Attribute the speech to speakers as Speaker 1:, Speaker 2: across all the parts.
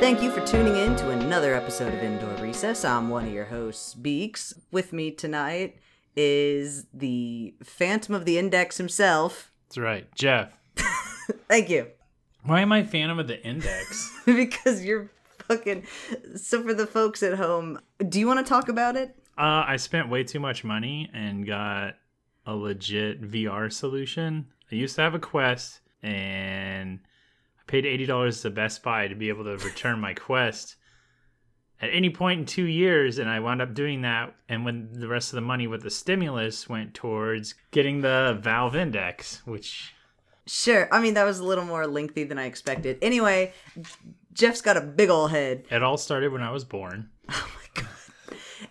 Speaker 1: Thank you for tuning in to another episode of Indoor Recess. I'm one of your hosts, Beeks. With me tonight is the Phantom of the Index himself.
Speaker 2: That's right, Jeff.
Speaker 1: Thank you.
Speaker 2: Why am I Phantom of the Index?
Speaker 1: because you're fucking. So, for the folks at home, do you want to talk about it?
Speaker 2: Uh, I spent way too much money and got a legit VR solution. I used to have a Quest, and I paid eighty dollars to Best Buy to be able to return my Quest at any point in two years, and I wound up doing that. And when the rest of the money with the stimulus went towards getting the Valve Index, which
Speaker 1: Sure. I mean, that was a little more lengthy than I expected. Anyway, Jeff's got a big ol' head.
Speaker 2: it all started when I was born.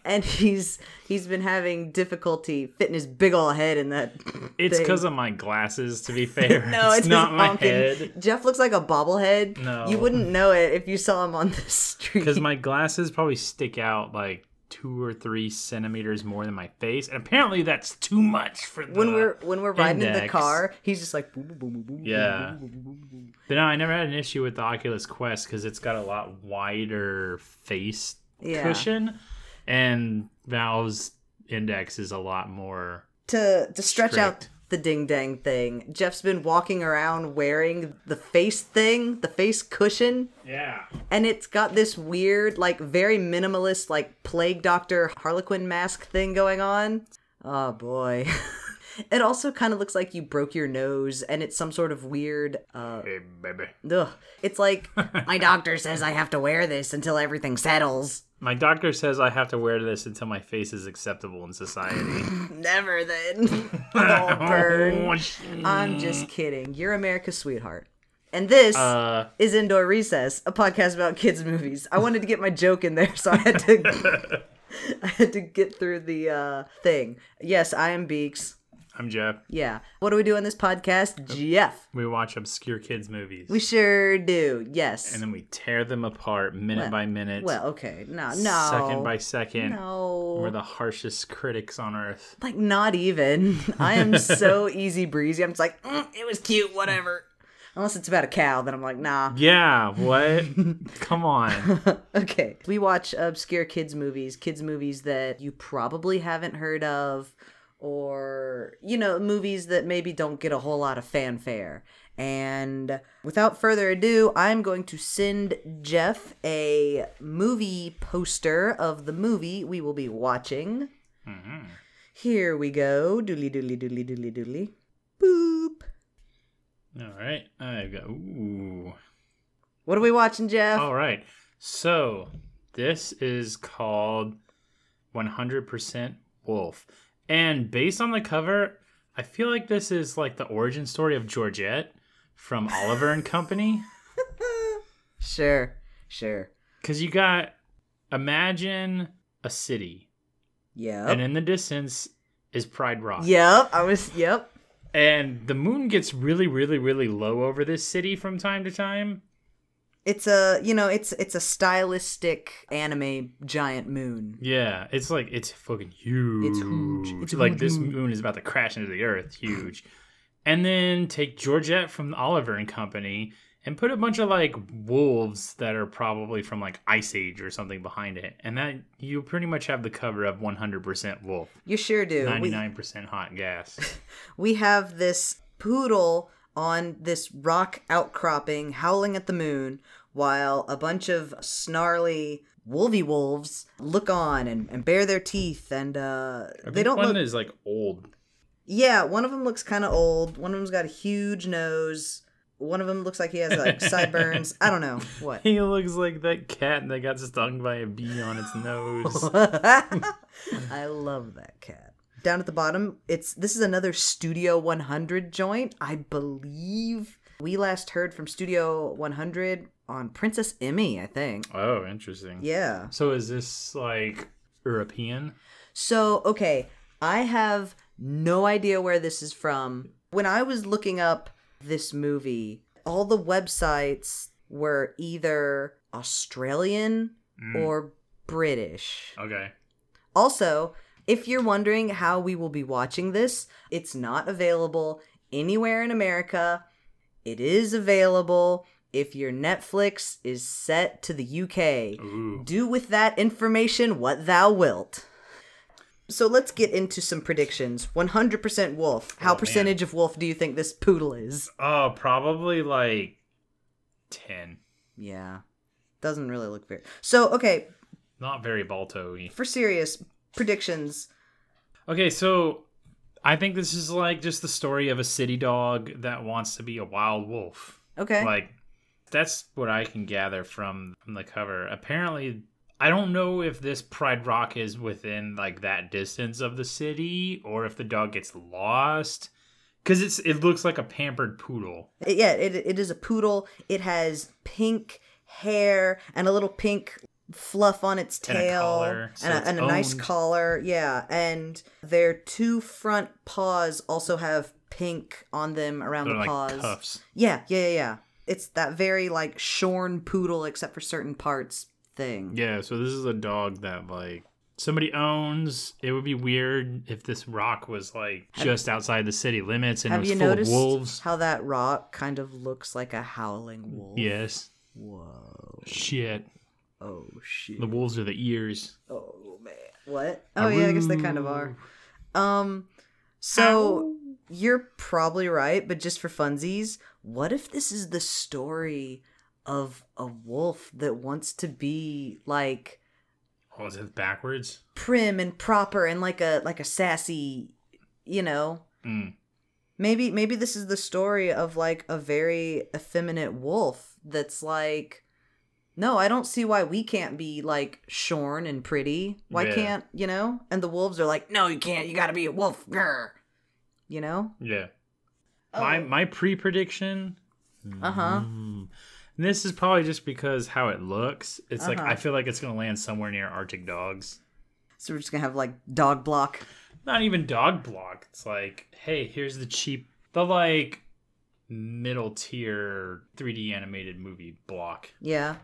Speaker 1: and he's he's been having difficulty fitting his big ol' head in that.
Speaker 2: It's
Speaker 1: thing.
Speaker 2: because of my glasses, to be fair.
Speaker 1: No, it's, his
Speaker 2: not my
Speaker 1: honking-
Speaker 2: head.
Speaker 1: Jeff looks like a bobblehead.
Speaker 2: No.
Speaker 1: you wouldn't know it if you saw him on the street.
Speaker 2: because my glasses probably stick out like two or three centimeters more than my face, and apparently that's too much for the.
Speaker 1: when we're when we're riding in the
Speaker 2: uh, index.
Speaker 1: car, he's just like boom, boom, boom, boom, boom,
Speaker 2: Yeah.
Speaker 1: boom, boom, boom, boom, boom.
Speaker 2: But no, I never had an issue with the Oculus Quest because it's got a lot wider face
Speaker 1: Yeah.
Speaker 2: cushion, and Valve's index is a lot more.
Speaker 1: to to stretch out
Speaker 2: Strict.
Speaker 1: the ding dang thing. Jeff's been walking around wearing the face thing, the face cushion,
Speaker 2: Yeah.
Speaker 1: and it's got this weird, like very minimalist, like plague doctor harlequin mask thing going on. Oh boy. It also kind of looks like you broke your nose, and it's some sort of weird uh,
Speaker 2: Hey, baby.
Speaker 1: Ugh. It's like my doctor says I have to wear this until everything settles.
Speaker 2: My doctor says I have to wear this until my face is acceptable in society.
Speaker 1: Never then. I'll burn.
Speaker 2: Oh, shit.
Speaker 1: I'm just kidding. You're America's sweetheart. And this
Speaker 2: Uh,
Speaker 1: is Indoor Recess, a podcast about kids' movies. I wanted to get my joke in there, so I had to I had to get through the uh, thing. Yes, I am Beaks.
Speaker 2: I'm Jeff.
Speaker 1: Yeah. What do we do on this podcast? Jeff.
Speaker 2: We watch obscure kids movies.
Speaker 1: We sure do. Yes.
Speaker 2: and then we tear them apart minute by minute,
Speaker 1: well, okay. No, no.
Speaker 2: second by second.
Speaker 1: no.
Speaker 2: We're the harshest critics on earth.
Speaker 1: Like not even. I am so easy breezy. I'm just like, "Mm, it was cute, whatever. Unless it's about a cow, then I'm like, nah.
Speaker 2: Yeah, what? Come on.
Speaker 1: Okay. We watch obscure kids movies, kids movies that you probably haven't heard of, or you know, movies that maybe don't get a whole lot of fanfare. And without further ado, I'm going to send Jeff a movie poster of the movie we will be watching.
Speaker 2: Mm-hmm.
Speaker 1: Here we go. Doodly doodly doodly doodly doodly. Boop.
Speaker 2: All right, I've got. Ooh.
Speaker 1: What are we watching, Jeff?
Speaker 2: All right, so this is called 100% Wolf, and based on the cover, I feel like this is like the origin story of Georgette from Oliver and Company.
Speaker 1: Sure. Sure.
Speaker 2: Because you got, imagine a city, and
Speaker 1: Yep.
Speaker 2: in the distance is Pride Rock.
Speaker 1: Yep. I was. Yep.
Speaker 2: And the moon gets really, really, really low over this city from time to time.
Speaker 1: It's a you know it's it's a stylistic anime giant moon.
Speaker 2: Yeah, it's like it's fucking huge.
Speaker 1: It's huge. It's
Speaker 2: like
Speaker 1: huge
Speaker 2: this
Speaker 1: moon.
Speaker 2: moon is about to crash into the earth. Huge. and then take Georgette from Oliver and Company and put a bunch of like wolves that are probably from like Ice Age or something behind it, and that you pretty much have the cover of 100% wolf,
Speaker 1: You sure do. We,
Speaker 2: 99% hot gas.
Speaker 1: we have this poodle on this rock outcropping howling at the moon while a bunch of snarly wolvy wolves look on and, and bare their teeth and uh they don't
Speaker 2: One
Speaker 1: look
Speaker 2: is like old.
Speaker 1: yeah one of them looks kind of old one of them's got a huge nose one of them looks like he has like sideburns i don't know what
Speaker 2: He looks like that cat that got stung by a bee on its nose.
Speaker 1: I love that cat. Down at the bottom, it's this is another Studio 100 joint. I believe we last heard from Studio 100 on Princess Emmy, I think.
Speaker 2: Oh, interesting.
Speaker 1: Yeah.
Speaker 2: So is this like European?
Speaker 1: So, okay, I have no idea where this is from. When I was looking up this movie, all the websites were either Australian or British.
Speaker 2: Okay.
Speaker 1: Also, if you're wondering how we will be watching this, it's not available anywhere in America. It is available if your Netflix is set to the UK.
Speaker 2: Ooh.
Speaker 1: Do with that information what thou wilt. So let's get into some predictions. 100% wolf. How
Speaker 2: Oh, man.
Speaker 1: percentage of wolf do you think this poodle is?
Speaker 2: Oh, probably like 10.
Speaker 1: Yeah. Doesn't really look very. So, okay,
Speaker 2: Not very Balto y.
Speaker 1: for serious predictions.
Speaker 2: Okay, so I think this is like just the story of a city dog that wants to be a wild wolf.
Speaker 1: Okay.
Speaker 2: Like that's what I can gather from from the cover. Apparently, I don't know if this Pride Rock is within like that distance of the city or if the dog gets lost cuz it's it looks like a pampered poodle.
Speaker 1: It- yeah, it, it is a poodle. It has pink hair and a little pink fluff on its
Speaker 2: And a
Speaker 1: tail
Speaker 2: collar, so
Speaker 1: and a,
Speaker 2: it's
Speaker 1: and a nice
Speaker 2: owned.
Speaker 1: collar. Yeah, and their two front paws also have pink on them around
Speaker 2: They're
Speaker 1: the
Speaker 2: like
Speaker 1: paws.
Speaker 2: cuffs.
Speaker 1: Yeah, yeah, yeah, yeah. It's that very like shorn poodle except for certain parts thing.
Speaker 2: Yeah, so this is a dog that like somebody owns. It would be weird if this rock was like just outside the city limits and it
Speaker 1: Have
Speaker 2: was
Speaker 1: you
Speaker 2: full
Speaker 1: noticed
Speaker 2: of wolves.
Speaker 1: how that rock kind of looks like a howling wolf?
Speaker 2: yes.
Speaker 1: Whoa.
Speaker 2: Shit.
Speaker 1: Oh shit.
Speaker 2: The wolves are the ears.
Speaker 1: Oh man. What? Oh yeah, I guess they kind of are. Um so you're probably right, but just for funsies, what if this is the story of a wolf that wants to be like
Speaker 2: Oh, is it backwards?
Speaker 1: prim and proper and like a like a sassy, you know?
Speaker 2: Mm.
Speaker 1: Maybe maybe this is the story of like a very effeminate wolf that's like no, I don't see why we can't be like shorn and pretty. Why
Speaker 2: Yeah.
Speaker 1: can't, you know? And the wolves are like, "No, you can't. You got to be a wolf." Grr. You know?
Speaker 2: Yeah. My my pre prediction.
Speaker 1: Oh. Uh-huh.
Speaker 2: Mm. And this is probably just because how it looks. It's like
Speaker 1: Uh-huh.
Speaker 2: I feel like it's gonna land somewhere near Arctic dogs.
Speaker 1: So we're just going to have like dog block.
Speaker 2: not even dog block. It's like, hey, here's the cheap, the like middle tier 3D animated movie block.
Speaker 1: Yeah.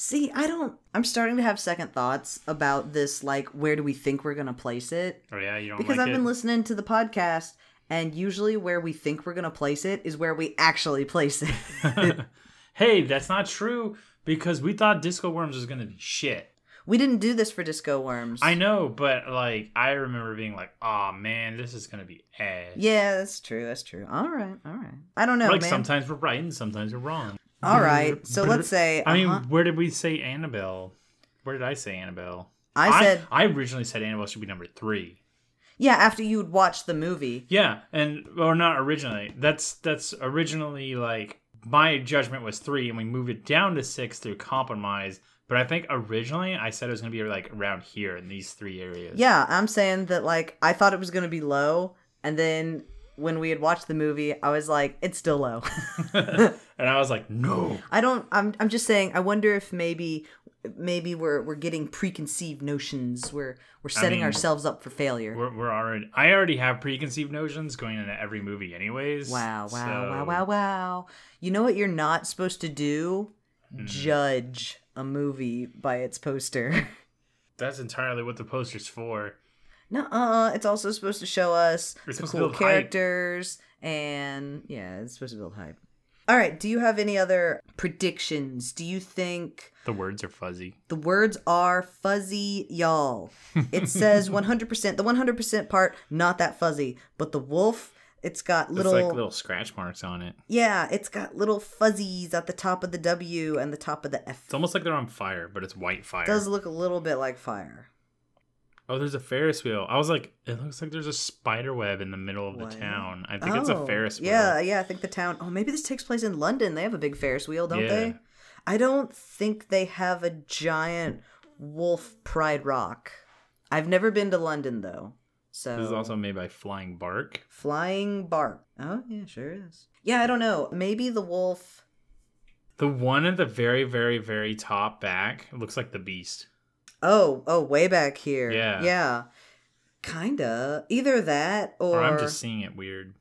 Speaker 1: See, I don't I'm starting to have second thoughts about this like where do we think we're going to place it?
Speaker 2: Oh yeah, you don't
Speaker 1: Because
Speaker 2: like
Speaker 1: I've
Speaker 2: it?
Speaker 1: been listening to the podcast and usually where we think we're going to place it is where we actually place it.
Speaker 2: hey, that's not true because we thought Disco Worms was gonna be shit.
Speaker 1: We didn't do this for Disco Worms.
Speaker 2: I know, but like I remember being like, oh man, this is gonna be ass.
Speaker 1: Yeah, that's true. That's true. All right. All right. I don't know,
Speaker 2: like
Speaker 1: Oh, man.
Speaker 2: sometimes we're right and sometimes we're wrong.
Speaker 1: All right. So let's say
Speaker 2: I mean,
Speaker 1: uh-huh.
Speaker 2: where did we say Annabelle? Where did I say Annabelle?
Speaker 1: I said
Speaker 2: I originally said Annabelle should be number three.
Speaker 1: yeah after you would watch the movie.
Speaker 2: Yeah, and or not originally. That's that's originally like my judgment was three, and we moved it down to six through compromise. But I think originally I said it was gonna be like around here in these three areas.
Speaker 1: Yeah, I'm saying that like I thought it was going to be low and then when we had watched the movie, I was like it's still low.
Speaker 2: and I was like, no.
Speaker 1: I don't I'm I'm just saying I wonder if maybe maybe we're we're getting preconceived notions. We're we're setting
Speaker 2: mean,
Speaker 1: ourselves up for failure.
Speaker 2: We're, we're already. I already have preconceived notions going into every movie, anyways.
Speaker 1: Wow, wow, wow,
Speaker 2: so-
Speaker 1: wow, wow. You know what you're not supposed to do?
Speaker 2: Mm-hmm.
Speaker 1: Judge a movie by its poster.
Speaker 2: That's entirely what the poster's for.
Speaker 1: no, uh, it's also supposed to show us
Speaker 2: It's
Speaker 1: the
Speaker 2: supposed to
Speaker 1: cool
Speaker 2: build hype.
Speaker 1: characters and yeah, it's supposed to build hype. All right, do you have any other predictions? Do you think
Speaker 2: The words are fuzzy.
Speaker 1: the words are fuzzy, y'all? It says 100%. The 100% part not that fuzzy, but the wolf, it's got
Speaker 2: It's
Speaker 1: little
Speaker 2: like little scratch marks on it.
Speaker 1: Yeah, it's got little fuzzies at the top of the W and the top of the F.
Speaker 2: It's almost like they're on fire, but it's white fire.
Speaker 1: does look a little bit like fire.
Speaker 2: Oh, there's a Ferris wheel. I was like, it looks like there's a spider web in the middle of
Speaker 1: What?
Speaker 2: the town. I think it's a Ferris wheel.
Speaker 1: Oh, Yeah, yeah, I think the town. Oh, maybe this takes place in London. They have a big Ferris wheel, don't
Speaker 2: Yeah.
Speaker 1: they? I don't think they have a giant wolf pride rock. I've never been to London though. So
Speaker 2: This is also made by Flying Bark.
Speaker 1: flying bark. Oh, yeah, sure is. Yeah, I don't know. Maybe the wolf
Speaker 2: The one at the very, very, very top back looks like the beast.
Speaker 1: Oh, oh, way back here.
Speaker 2: Yeah.
Speaker 1: Yeah. Kinda. Either that or,
Speaker 2: Or I'm just seeing it weird.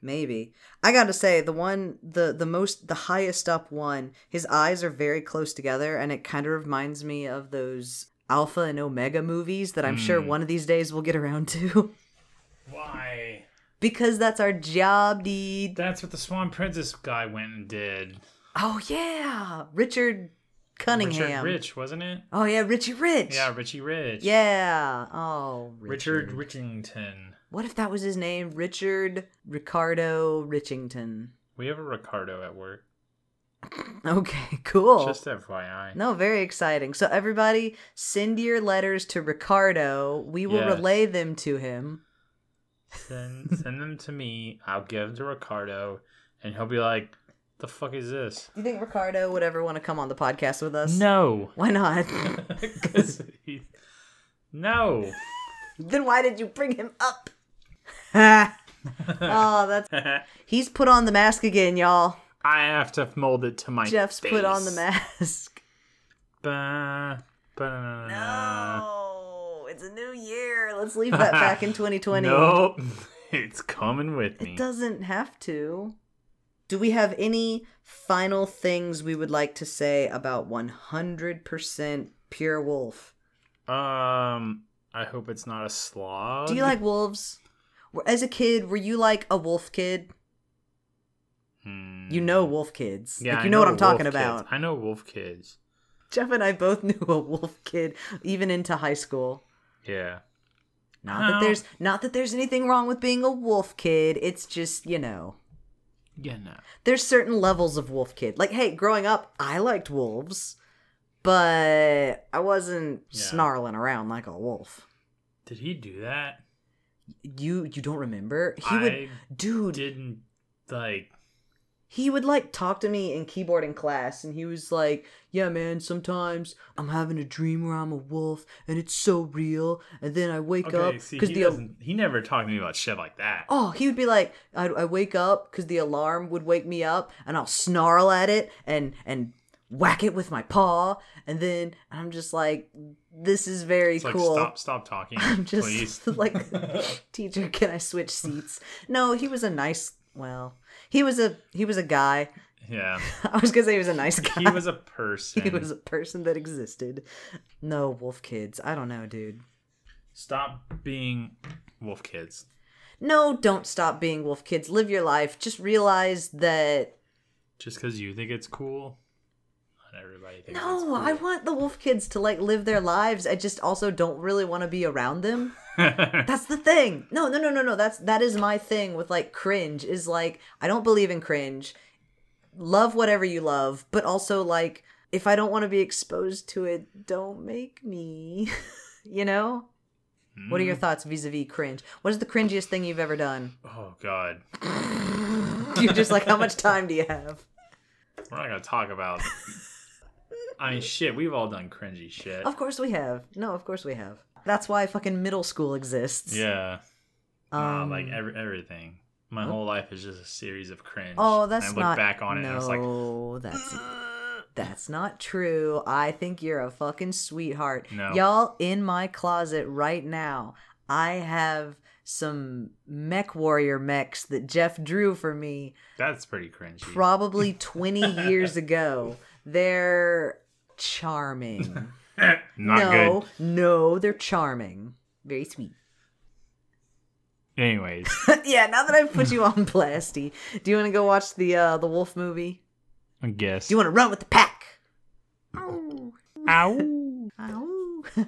Speaker 1: maybe. I gotta say, the one the the most the highest up one, his eyes are very close together and it kinda reminds me of those Alpha and Omega movies that I'm sure
Speaker 2: Mm.
Speaker 1: one of these days we'll get around to.
Speaker 2: Why?
Speaker 1: because that's our job, dude.
Speaker 2: That's what the Swan Princess guy went and did.
Speaker 1: Oh yeah, Richard Cunningham.
Speaker 2: Richard Rich, wasn't it?
Speaker 1: Oh yeah, Richie Rich.
Speaker 2: Yeah, Richie Rich.
Speaker 1: Yeah. Oh,
Speaker 2: Richard Richington.
Speaker 1: What if that was his name? Richard Ricardo Richington.
Speaker 2: We have a Ricardo at work.
Speaker 1: Okay, cool.
Speaker 2: Just FYI.
Speaker 1: No, very exciting. So everybody, send your letters to Ricardo. We will
Speaker 2: Yes.
Speaker 1: relay them to him.
Speaker 2: Send, send them to me. I'll give them to Ricardo, and he'll be like, "The fuck is this?"
Speaker 1: Do you think Ricardo would ever want to come on the podcast with us?
Speaker 2: No.
Speaker 1: Why not?
Speaker 2: 'Cause he- no.
Speaker 1: then why did you bring him up? oh, that's
Speaker 2: I
Speaker 1: he's put on the mask again, y'all.
Speaker 2: have to mold it to my.
Speaker 1: Jeff's put on the
Speaker 2: face.
Speaker 1: mask.
Speaker 2: Ba- ba-
Speaker 1: No, it's a new year. Let's leave that back in 2020.
Speaker 2: Nope. It's coming with me.
Speaker 1: It doesn't have to. Do we have any final things we would like to say about 100% pure wolf?
Speaker 2: Um, I hope it's not a slog.
Speaker 1: Do you like wolves? Were- As a kid, were you like a wolf kid?
Speaker 2: Hmm.
Speaker 1: You know wolf kids.
Speaker 2: Yeah,
Speaker 1: like,
Speaker 2: I
Speaker 1: you know, what I'm
Speaker 2: wolf
Speaker 1: talking
Speaker 2: kids.
Speaker 1: about.
Speaker 2: I know wolf kids.
Speaker 1: Jeff and I both knew a wolf kid even into high school.
Speaker 2: Yeah.
Speaker 1: Not
Speaker 2: No.
Speaker 1: that there's not that there's anything wrong with being a wolf kid. It's just, you know,
Speaker 2: Yeah. No.
Speaker 1: there's certain levels of wolf kid. Like, hey, growing up, I liked wolves, but I wasn't
Speaker 2: Yeah.
Speaker 1: snarling around like a wolf.
Speaker 2: Did he do that?
Speaker 1: You you don't remember? He
Speaker 2: I
Speaker 1: would dude,
Speaker 2: didn't like.
Speaker 1: he would like talk to me in keyboard in class and he was like, "Yeah, man, sometimes I'm having a dream where I'm a wolf and it's so real and then I wake up
Speaker 2: Okay. See, he
Speaker 1: the
Speaker 2: doesn't. He never talked to me about shit like that.
Speaker 1: Oh, he would be like, I, I wake up because the alarm would wake me up, and I'll snarl at it and and whack it with my paw, and then I'm just like, this is very
Speaker 2: it's like
Speaker 1: cool.
Speaker 2: stop, stop talking,
Speaker 1: I'm
Speaker 2: please.
Speaker 1: just like, teacher, can I switch seats? No, he was a nice. Well, he was a he was a guy.
Speaker 2: Yeah.
Speaker 1: I was gonna say he was a nice guy.
Speaker 2: He was a person.
Speaker 1: He was a person that existed. No wolf kids. I don't know, dude.
Speaker 2: Stop being wolf kids.
Speaker 1: No, don't stop being wolf kids. Live your life. Just realize that
Speaker 2: Just because you think it's cool, not everybody thinks
Speaker 1: No,
Speaker 2: it's cool.
Speaker 1: I want the wolf kids to like live their lives. I just also don't really want to be around them. That's the thing. No, no, no, no, no. That's that is my thing with like cringe is like I don't believe in cringe. Love whatever you love, but also like if I don't want to be exposed to it, don't make me. you know? What are your thoughts vis-a-vis cringe? What is the cringiest thing you've ever done?
Speaker 2: oh God,
Speaker 1: You're just like how much time do you have?
Speaker 2: we're not gonna talk about. I mean, shit, we've all done cringy shit.
Speaker 1: Of course we have. No, of course we have. That's why fucking middle school exists.
Speaker 2: Yeah, Nah,
Speaker 1: Um,
Speaker 2: like every, everything. My whole life is just a series of cringe.
Speaker 1: Oh, that's
Speaker 2: and I
Speaker 1: not.
Speaker 2: look back on it
Speaker 1: no,
Speaker 2: and it's like,
Speaker 1: that's that's not true. I think you're a fucking sweetheart.
Speaker 2: No.
Speaker 1: Y'all in my closet right now. I have some mech warrior mechs that Jeff drew for me
Speaker 2: that's pretty cringy.
Speaker 1: probably 20 years ago. They're charming.
Speaker 2: not
Speaker 1: no, no, they're charming. Very sweet.
Speaker 2: good. Anyways,
Speaker 1: yeah, now that I've put you on Plasty, do you want to go watch the uh, the wolf movie?
Speaker 2: I guess.
Speaker 1: Do you want to run with the pack?
Speaker 2: Ow.
Speaker 1: Ow.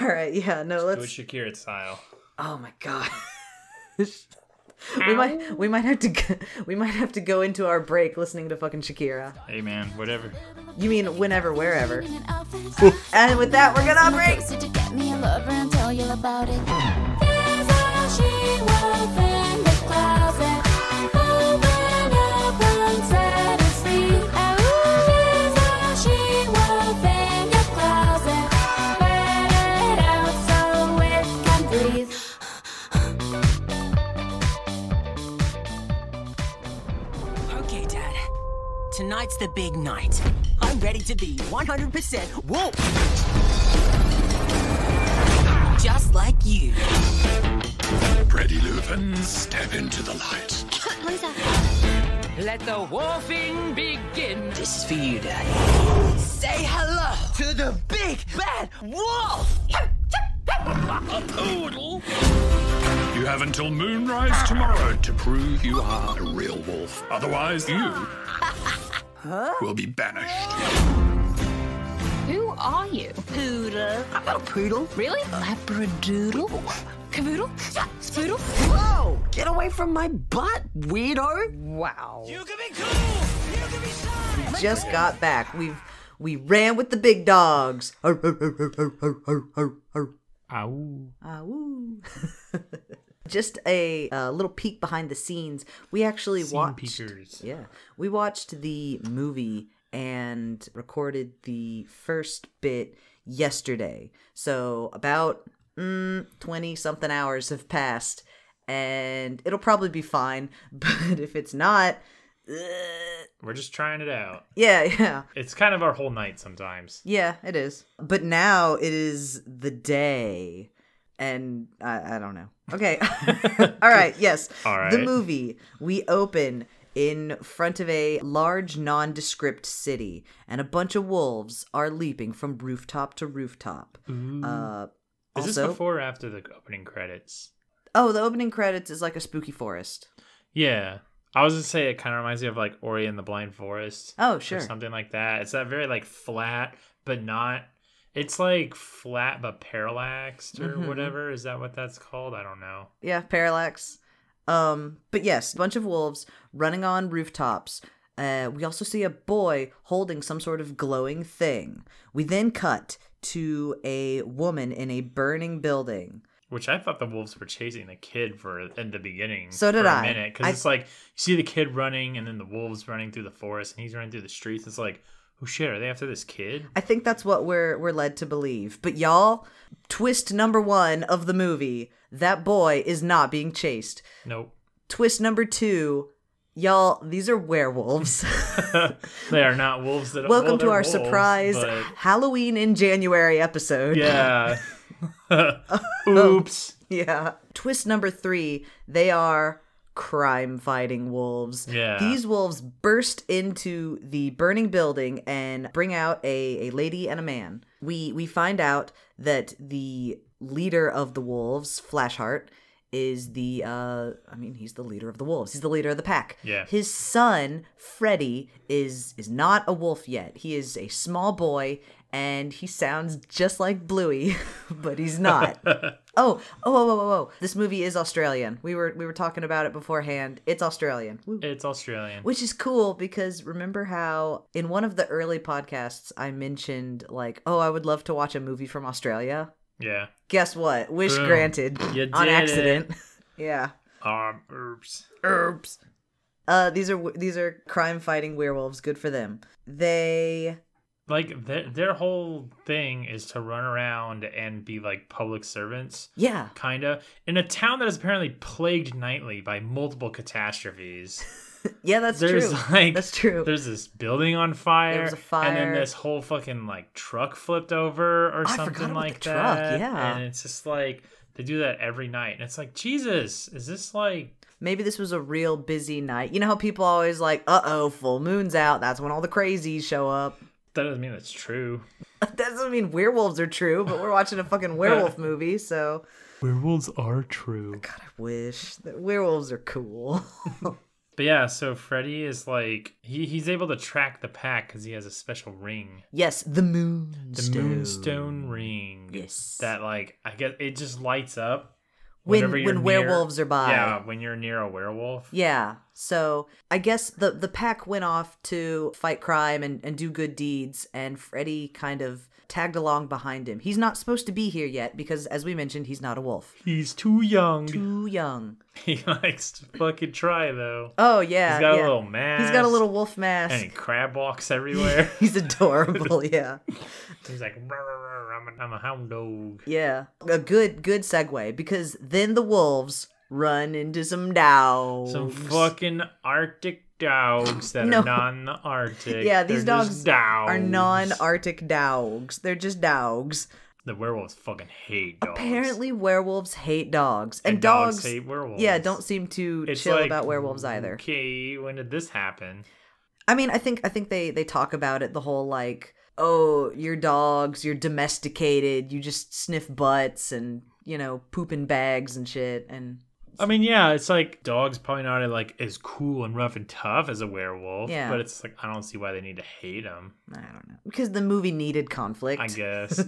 Speaker 1: All right, yeah, no,
Speaker 2: Do it
Speaker 1: let's.
Speaker 2: Shakira style.
Speaker 1: Oh my god. we might we might have to go, we might have to go into our break listening to fucking Shakira.
Speaker 2: Hey man, whatever.
Speaker 1: You mean whenever, wherever.
Speaker 3: Wherever.
Speaker 1: And with that, we're gonna break.
Speaker 3: So to get me a lover and tell you about it. There's a she-wolf in the closet. Open up and set us free. Oh, there's a she-wolf in your closet. Burn it out so it can breathe.
Speaker 4: Okay, Dad. Tonight's the big night. I'm ready to be 100% wolf. Just like you.
Speaker 5: Freddy Leuven, step into the light.
Speaker 4: Let the wolfing begin. This is for you, Dad. Say hello to the big bad wolf.
Speaker 5: You have until moonrise tomorrow to prove you are a real wolf. Otherwise, you will be banished.
Speaker 6: Who are you? Poodle.
Speaker 4: I'm not a poodle.
Speaker 6: Really? Labradoodle? Cavoodle? Spoodle?
Speaker 4: Whoa! Get away from my butt, weirdo!
Speaker 6: Wow.
Speaker 1: Just got back. We've we ran with the big dogs. Arr, arr, arr, arr, arr, arr, arr, arr.
Speaker 2: Ow.
Speaker 1: Ah, woo. Just a, uh little peek behind the scenes. We actually
Speaker 2: Scene
Speaker 1: watched.
Speaker 2: peekers.
Speaker 1: Yeah, we watched the movie and recorded the first bit yesterday. So about mm, twenty something hours have passed, and it'll probably be fine. But if it's not, ugh.
Speaker 2: We're just trying it out.
Speaker 1: yeah, yeah.
Speaker 2: It's kind of our whole night sometimes.
Speaker 1: Yeah, it is. But now it is the day. And I, I don't know. Okay. All right. Yes.
Speaker 2: All right.
Speaker 1: The movie. We open in front of a large, nondescript city, and a bunch of wolves are leaping from rooftop to rooftop. Uh, also,
Speaker 2: Is this before or after the opening credits?
Speaker 1: oh, the opening credits is like a spooky forest.
Speaker 2: Yeah. I was gonna say it kind of reminds me of like Ori and the Blind Forest.
Speaker 1: Oh,
Speaker 2: Or
Speaker 1: sure.
Speaker 2: something like that. It's that very like flat, but not. It's like flat but parallaxed or
Speaker 1: Mhm.
Speaker 2: whatever. Is that what that's called? I don't know.
Speaker 1: yeah parallax um but yes a bunch of wolves running on rooftops uh we also see a boy holding some sort of glowing thing we then cut to a woman in a burning building
Speaker 2: Which I thought the wolves were chasing the kid for in the beginning.
Speaker 1: So did
Speaker 2: for a
Speaker 1: I.
Speaker 2: minute because
Speaker 1: I-
Speaker 2: it's like you see the kid running and then the wolves running through the forest and he's running through the streets. It's like, oh shit, are they after this kid?
Speaker 1: i think that's what we're we're led to believe but y'all twist number 1 of the movie that boy is not being chased
Speaker 2: Nope.
Speaker 1: twist number 2 y'all these are werewolves
Speaker 2: they are not wolves. That
Speaker 1: welcome
Speaker 2: well,
Speaker 1: to
Speaker 2: they're
Speaker 1: our
Speaker 2: wolves,
Speaker 1: surprise
Speaker 2: but-
Speaker 1: halloween in january episode
Speaker 2: Yeah. Oops.
Speaker 1: Yeah. Twist number three they are crime fighting wolves.
Speaker 2: Yeah.
Speaker 1: These wolves burst into the burning building and bring out a, a lady and a man. We we find out that the leader of the wolves, Flashheart, is the uh I mean he's the leader of the wolves. He's the leader of the pack.
Speaker 2: Yeah.
Speaker 1: His son, Freddy, is is not a wolf yet. He is a small boy and he sounds just like Bluey, but he's not. Oh, oh, oh, oh, oh, oh! This movie is Australian. We were we were talking about it beforehand. It's Australian, Woo.
Speaker 2: It's Australian.
Speaker 1: which is cool because remember how in one of the early podcasts I mentioned like, oh, I would love to watch a movie from Australia.
Speaker 2: Yeah.
Speaker 1: Guess what? Wish
Speaker 2: Boom.
Speaker 1: granted
Speaker 2: You
Speaker 1: on
Speaker 2: did
Speaker 1: accident. yeah.
Speaker 2: Um. Oops.
Speaker 1: Oops. Uh, these are these are crime fighting werewolves. Good for them. They
Speaker 2: Like their their whole thing is to run around and be like public servants,
Speaker 1: yeah.
Speaker 2: kinda, in a town that is apparently plagued nightly by multiple catastrophes.
Speaker 1: Yeah, that's
Speaker 2: There's
Speaker 1: true.
Speaker 2: like
Speaker 1: that's true.
Speaker 2: There's this building on fire,
Speaker 1: was a
Speaker 2: and then
Speaker 1: fire.
Speaker 2: this whole fucking like truck flipped over or
Speaker 1: I forgot
Speaker 2: something
Speaker 1: about
Speaker 2: like
Speaker 1: the truck,
Speaker 2: that.
Speaker 1: yeah.
Speaker 2: and it's just like they do that every night, and it's like Jesus, is this like
Speaker 1: Maybe this was a real busy night. You know how people always like, uh oh, full moon's out. That's when all the crazies show up.
Speaker 2: that doesn't mean that's true.
Speaker 1: That doesn't mean werewolves are true, but we're watching a fucking werewolf movie, so.
Speaker 2: Werewolves are true.
Speaker 1: God, I wish. that Werewolves are cool.
Speaker 2: But yeah, so Freddy is like he, he's able to track the pack because he has a special ring,
Speaker 1: yes, the moon.
Speaker 2: the Moonstone ring.
Speaker 1: Yes.
Speaker 2: that like I guess it just lights up
Speaker 1: When-
Speaker 2: whenever you're
Speaker 1: when
Speaker 2: near-
Speaker 1: werewolves are by.
Speaker 2: Yeah, when you're near a werewolf.
Speaker 1: Yeah. So I guess the the pack went off to fight crime and, and do good deeds, and Freddy kind of tagged along behind him. He's not supposed to be here yet because, as we mentioned, he's not a wolf.
Speaker 2: He's too young.
Speaker 1: Too young.
Speaker 2: He likes to fucking try though.
Speaker 1: Oh yeah,
Speaker 2: He's got a
Speaker 1: yeah.
Speaker 2: little mask.
Speaker 1: He's got a little wolf mask.
Speaker 2: and he crab walks everywhere.
Speaker 1: He's adorable. yeah,
Speaker 2: he's like, "Rah, rah, rah, I'm, a, I'm a hound dog.
Speaker 1: yeah. A good good segue because then the wolves run into some dogs.
Speaker 2: Some fucking Arctic dogs that
Speaker 1: No.
Speaker 2: are non-Arctic.
Speaker 1: yeah. These
Speaker 2: They're
Speaker 1: dogs,
Speaker 2: just
Speaker 1: are
Speaker 2: dogs.
Speaker 1: non-Arctic dogs. They're just dogs.
Speaker 2: The werewolves fucking hate dogs.
Speaker 1: Apparently, werewolves hate dogs, and,
Speaker 2: And dogs hate werewolves.
Speaker 1: Yeah, don't seem to
Speaker 2: It's
Speaker 1: chill
Speaker 2: like,
Speaker 1: about werewolves either.
Speaker 2: Okay, when did this happen?
Speaker 1: I mean, I think I think they they talk about it the whole like, oh, your dogs, you're domesticated, you just sniff butts and you know poop in bags and shit, and
Speaker 2: I mean, yeah, it's like dogs probably not like as cool and rough and tough as a werewolf.
Speaker 1: Yeah.
Speaker 2: But it's like I don't see why they need to hate him.
Speaker 1: I don't know. Because the movie needed conflict.
Speaker 2: I guess.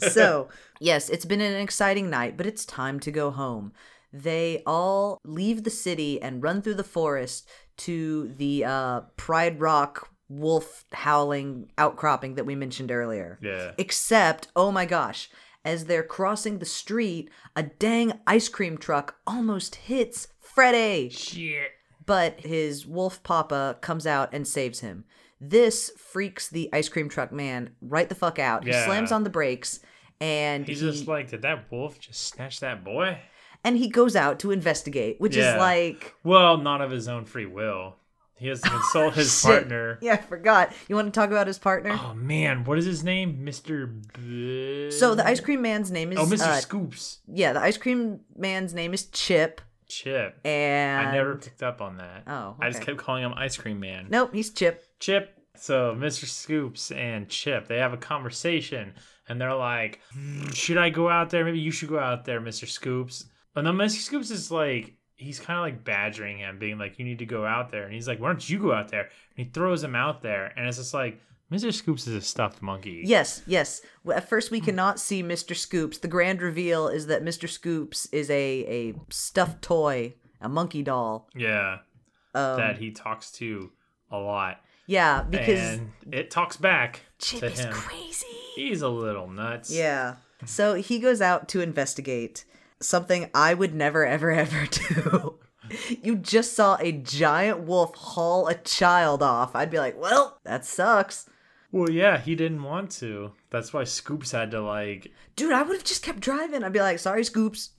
Speaker 1: so, yes, it's been an exciting night, but it's time to go home. They all leave the city and run through the forest to the uh, Pride Rock wolf howling outcropping that we mentioned earlier.
Speaker 2: yeah.
Speaker 1: Except, oh my gosh, as they're crossing the street, a dang ice cream truck almost hits Freddy.
Speaker 2: Shit.
Speaker 1: But his wolf papa comes out and saves him. This freaks the ice cream truck man right the fuck out. He
Speaker 2: Yeah.
Speaker 1: slams on the brakes and
Speaker 2: He's
Speaker 1: he,
Speaker 2: just like, did that wolf just snatch that boy?
Speaker 1: and he goes out to investigate, which
Speaker 2: Yeah.
Speaker 1: is like
Speaker 2: Well, not of his own free will. He has to consult his
Speaker 1: shit.
Speaker 2: partner.
Speaker 1: Yeah, I forgot. You want to talk about his partner?
Speaker 2: Oh man, what is his name, Mister? B-
Speaker 1: So the ice cream man's name is
Speaker 2: Oh, Mister
Speaker 1: uh,
Speaker 2: Scoops.
Speaker 1: yeah, the ice cream man's name is Chip
Speaker 2: Chip.
Speaker 1: and
Speaker 2: I never picked up on that.
Speaker 1: Oh,
Speaker 2: I just
Speaker 1: okay.
Speaker 2: kept calling him Ice Cream Man.
Speaker 1: Nope, he's Chip.
Speaker 2: Chip. So Mr. Scoops and Chip, they have a conversation and they're like, "Should I go out there? Maybe you should go out there, Mr. Scoops." And then Mr. Scoops is like, he's kind of like badgering him, being like, "You need to go out there." And he's like, "Why don't you go out there?" And he throws him out there, and it's just like, Mr. Scoops is a stuffed monkey.
Speaker 1: Yes, yes. Well, At first, we
Speaker 2: Hmm.
Speaker 1: cannot see Mr. Scoops. The grand reveal is that Mr. Scoops is a a stuffed toy, a monkey doll.
Speaker 2: Yeah.
Speaker 1: Um,
Speaker 2: that he talks to a lot,
Speaker 1: yeah, because
Speaker 2: and it talks back
Speaker 3: Chip
Speaker 2: to
Speaker 3: is
Speaker 2: him.
Speaker 3: crazy.
Speaker 2: He's a little nuts.
Speaker 1: yeah. So he goes out to investigate something I would never, ever, ever do. you just saw a giant wolf haul a child off. I'd be like, well, that sucks.
Speaker 2: Well, yeah, he didn't want to. That's why Scoops had to like
Speaker 1: Dude, I would have just kept driving. I'd be like, sorry, Scoops.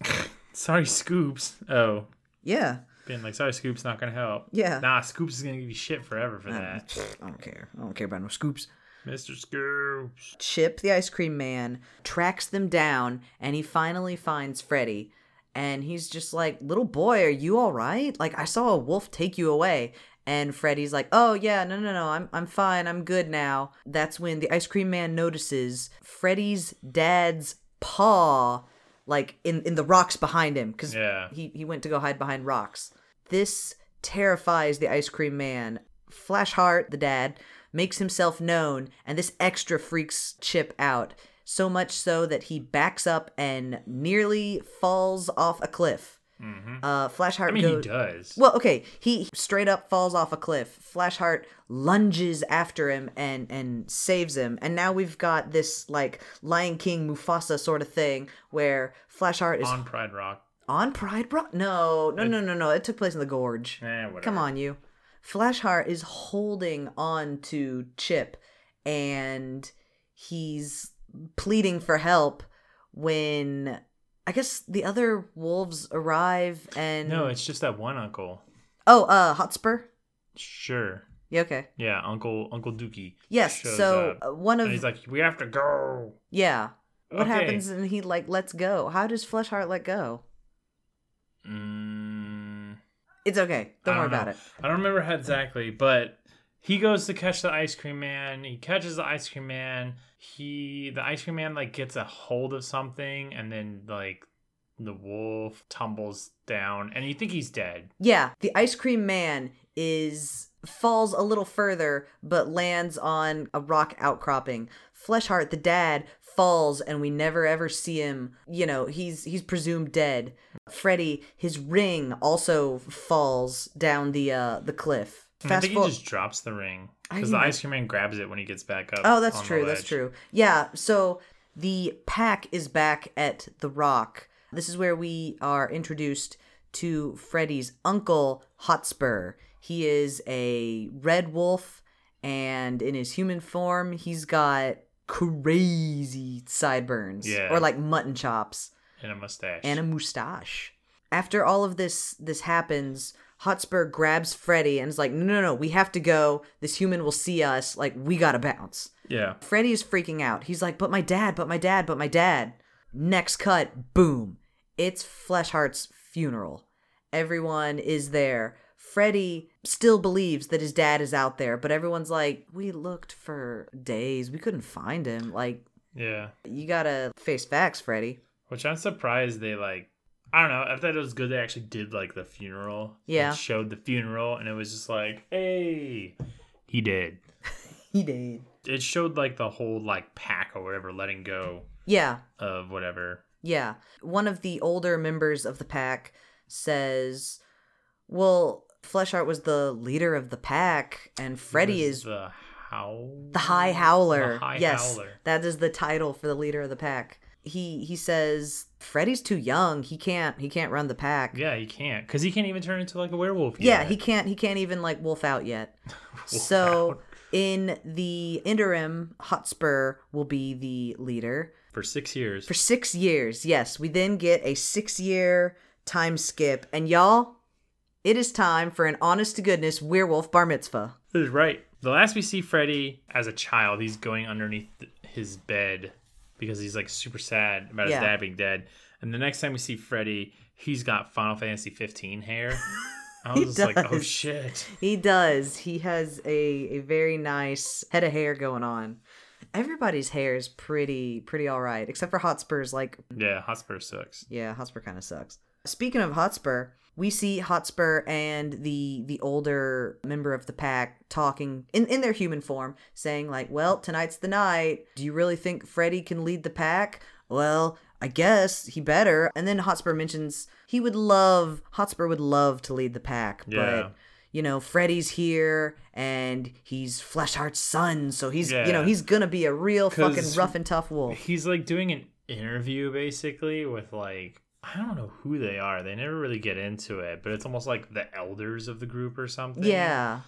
Speaker 2: sorry scoops oh
Speaker 1: Yeah.
Speaker 2: being like sorry scoops not gonna help
Speaker 1: Yeah.
Speaker 2: nah scoops is gonna give you shit forever for that
Speaker 1: I don't care. I don't care about no Scoops.
Speaker 2: mr scoops
Speaker 1: Chip the ice cream man tracks them down and he finally finds Freddy. And he's just like, Little boy, are you all right? Like, I saw a wolf take you away. And Freddy's like, Oh, yeah, no, no, no, I'm, I'm fine. I'm good now. That's when the ice cream man notices Freddy's dad's paw, like in, in the rocks behind him, because
Speaker 2: Yeah.
Speaker 1: he, he went to go hide behind rocks. This terrifies the ice cream man. Flashheart, the dad, makes himself known, and this extra freaks Chip out, so much so that he backs up and nearly falls off a cliff. Uh, Flashheart
Speaker 2: Mm-hmm. i mean
Speaker 1: goes.
Speaker 2: he does
Speaker 1: Well, okay, he straight up falls off a cliff. Flashheart lunges after him and and saves him. And now we've got this like Lion King Mufasa sort of thing where Flashheart is
Speaker 2: on pride rock
Speaker 1: on Pride Rock? No, no, no, no, no. It took place in the gorge.
Speaker 2: eh, whatever.
Speaker 1: Come on, you. Flashheart is holding on to Chip and he's pleading for help when I guess the other wolves arrive and
Speaker 2: no it's just that one uncle
Speaker 1: Oh, uh Hotspur?
Speaker 2: sure
Speaker 1: Yeah, okay.
Speaker 2: yeah uncle uncle dookie
Speaker 1: Yes,
Speaker 2: shows
Speaker 1: so
Speaker 2: up.
Speaker 1: uh, one
Speaker 2: and
Speaker 1: of
Speaker 2: he's like we have to go
Speaker 1: yeah. What
Speaker 2: Okay.
Speaker 1: happens and he like lets go? How does Fleshheart let go?
Speaker 2: mm,
Speaker 1: It's okay. Don't
Speaker 2: I
Speaker 1: worry
Speaker 2: know.
Speaker 1: about it.
Speaker 2: I don't remember how exactly, but he goes to catch the ice cream man. He catches the ice cream man. He the ice cream man like gets a hold of something, and then like the wolf tumbles down, and you think he's dead.
Speaker 1: Yeah, the ice cream man is falls a little further but lands on a rock outcropping. Fleshheart the dad falls and we never ever see him. You know, he's he's presumed dead. Freddy his ring also falls down the uh the cliff.
Speaker 2: And I
Speaker 1: Fast
Speaker 2: think he
Speaker 1: forward.
Speaker 2: just drops the ring
Speaker 1: I
Speaker 2: because the
Speaker 1: didn't-
Speaker 2: ice cream man grabs it when he gets back up.
Speaker 1: Oh, that's
Speaker 2: on the
Speaker 1: true. That's
Speaker 2: ledge.
Speaker 1: true. Yeah. So the pack is back at the rock. This is where we are introduced to Freddy's uncle, Hotspur. He is a red wolf, and in his human form, he's got crazy sideburns
Speaker 2: Yeah.
Speaker 1: or like mutton chops
Speaker 2: And a mustache.
Speaker 1: and a mustache. After all of this this happens, Hotspur grabs Freddy and is like, "No, no, no, we have to go. This human will see us. Like, we gotta bounce."
Speaker 2: yeah.
Speaker 1: Freddy is freaking out. He's like, but my dad, but my dad, but my dad. Next cut, boom. It's Fleshheart's funeral. Everyone is there. Freddy still believes that his dad is out there, but everyone's like, we looked for days. We couldn't find him. Like,
Speaker 2: Yeah.
Speaker 1: you gotta face facts, Freddy.
Speaker 2: Which I'm surprised they like I don't know. I thought it was good they actually did like the funeral.
Speaker 1: Yeah.
Speaker 2: And showed the funeral, and it was just like, hey, he did.
Speaker 1: He did.
Speaker 2: It showed like the whole like pack or whatever letting go
Speaker 1: Yeah,
Speaker 2: of whatever.
Speaker 1: yeah. One of the older members of the pack says, "Well, Fleshheart was the leader of the pack, and Freddy
Speaker 2: It was
Speaker 1: is
Speaker 2: the how
Speaker 1: The High Howler.
Speaker 2: The High
Speaker 1: yes,
Speaker 2: Howler.
Speaker 1: that is the title for the leader of the pack. He he says Freddy's too young. He can't he can't run the pack.
Speaker 2: Yeah, he can't because he can't even turn into like a werewolf.
Speaker 1: Yeah,
Speaker 2: yet.
Speaker 1: he can't he can't even like wolf out yet. so
Speaker 2: out.
Speaker 1: in the interim, Hotspur will be the leader
Speaker 2: for six years.
Speaker 1: for six years. Yes, we then get a six year time skip, and y'all, it is time for an honest to goodness werewolf bar mitzvah.
Speaker 2: This is right. The last we see Freddy as a child, he's going underneath his bed because he's like super sad about
Speaker 1: Yeah.
Speaker 2: his dad being dead. And the next time we see Freddy, he's got Final Fantasy 15 hair. I was just like, oh
Speaker 1: does.
Speaker 2: shit.
Speaker 1: He does. He has a, a very nice head of hair going on. Everybody's hair is pretty pretty all right, except for Hotspur's. Like,
Speaker 2: Yeah, Hotspur sucks.
Speaker 1: yeah, Hotspur kind of sucks. Speaking of Hotspur, we see Hotspur and the the older member of the pack talking in in their human form, saying like, "Well, tonight's the night. Do you really think Freddy can lead the pack? Well." I guess he better. And then Hotspur mentions he would love, Hotspur would love to lead the pack,
Speaker 2: Yeah.
Speaker 1: but you know, Freddy's here and he's Fleshheart's son, so he's you know,
Speaker 2: Yeah.
Speaker 1: he's gonna be a real
Speaker 2: 'Cause
Speaker 1: fucking rough and tough wolf.
Speaker 2: He's like doing an interview basically with like, I don't know who they are. They never really get into it, but it's almost like the elders of the group or something.
Speaker 1: Yeah.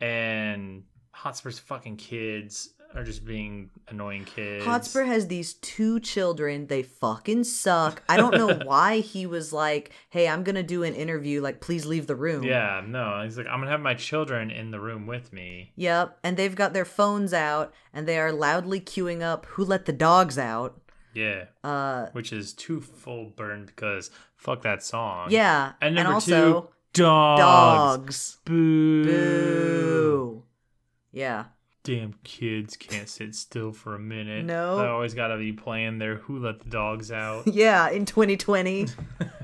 Speaker 2: And Hotspur's fucking kids are just being annoying kids.
Speaker 1: Hotspur has these two children. They fucking suck. I don't know why he was like, hey, I'm gonna do an interview, like please leave the room.
Speaker 2: Yeah, no. He's like, I'm gonna have my children in the room with me.
Speaker 1: Yep. And they've got their phones out and they are loudly queuing up who let the dogs out.
Speaker 2: Yeah,
Speaker 1: Uh
Speaker 2: which is too full burn because fuck that song.
Speaker 1: yeah.
Speaker 2: and number
Speaker 1: also
Speaker 2: two, dogs.
Speaker 1: dogs.
Speaker 2: Boo.
Speaker 1: Boo. Yeah.
Speaker 2: Damn kids can't sit still for a minute.
Speaker 1: No.
Speaker 2: they always gotta be playing their "Who Let the Dogs Out."
Speaker 1: Yeah, in twenty twenty.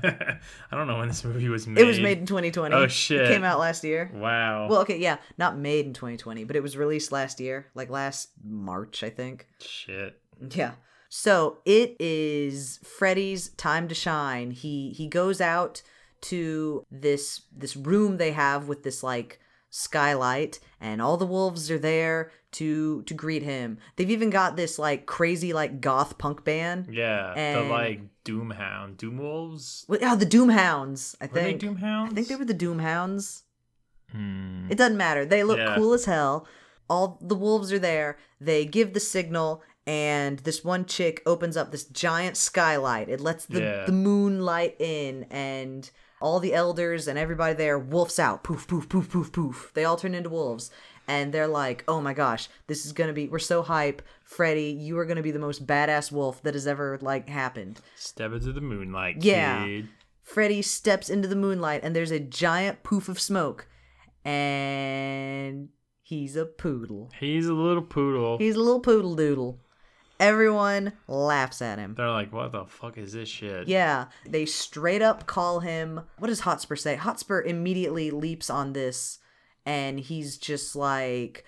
Speaker 2: I don't know when this movie was made.
Speaker 1: It was made in 2020.
Speaker 2: Oh, shit.
Speaker 1: It came out last year.
Speaker 2: Wow.
Speaker 1: Well, okay, yeah, not made in 2020, but it was released last year, like last March, I think.
Speaker 2: shit.
Speaker 1: Yeah. So it is Freddy's time to shine. He he goes out to this this room they have with this like skylight and all the wolves are there to to greet him. They've even got this like crazy like goth punk band.
Speaker 2: Yeah,
Speaker 1: And-
Speaker 2: the like Doomhound, Doomwolves.
Speaker 1: Wait, Oh, the Doomhounds, I
Speaker 2: Were they
Speaker 1: think.
Speaker 2: Doomhounds?
Speaker 1: I think they were the Doomhounds.
Speaker 2: Hmm.
Speaker 1: It doesn't matter. They look
Speaker 2: Yeah.
Speaker 1: cool as hell. All the wolves are there. They give the signal, and this one chick opens up this giant skylight. It lets the,
Speaker 2: Yeah.
Speaker 1: the moonlight in, and all the elders and everybody there wolfs out. Poof, poof, poof, poof, poof. They all turn into wolves. And they're like, oh my gosh, this is gonna be, we're so hype. Freddy, you are gonna be the most badass wolf that has ever, like, happened.
Speaker 2: Step into the moonlight,
Speaker 1: Yeah.
Speaker 2: kid.
Speaker 1: Freddy steps into the moonlight and there's a giant poof of smoke. And he's a poodle.
Speaker 2: He's a little poodle.
Speaker 1: He's a little poodle doodle. Everyone laughs at him.
Speaker 2: They're like, what the fuck is this shit?
Speaker 1: Yeah, they straight up call him. What does Hotspur say? Hotspur immediately leaps on this and he's just like,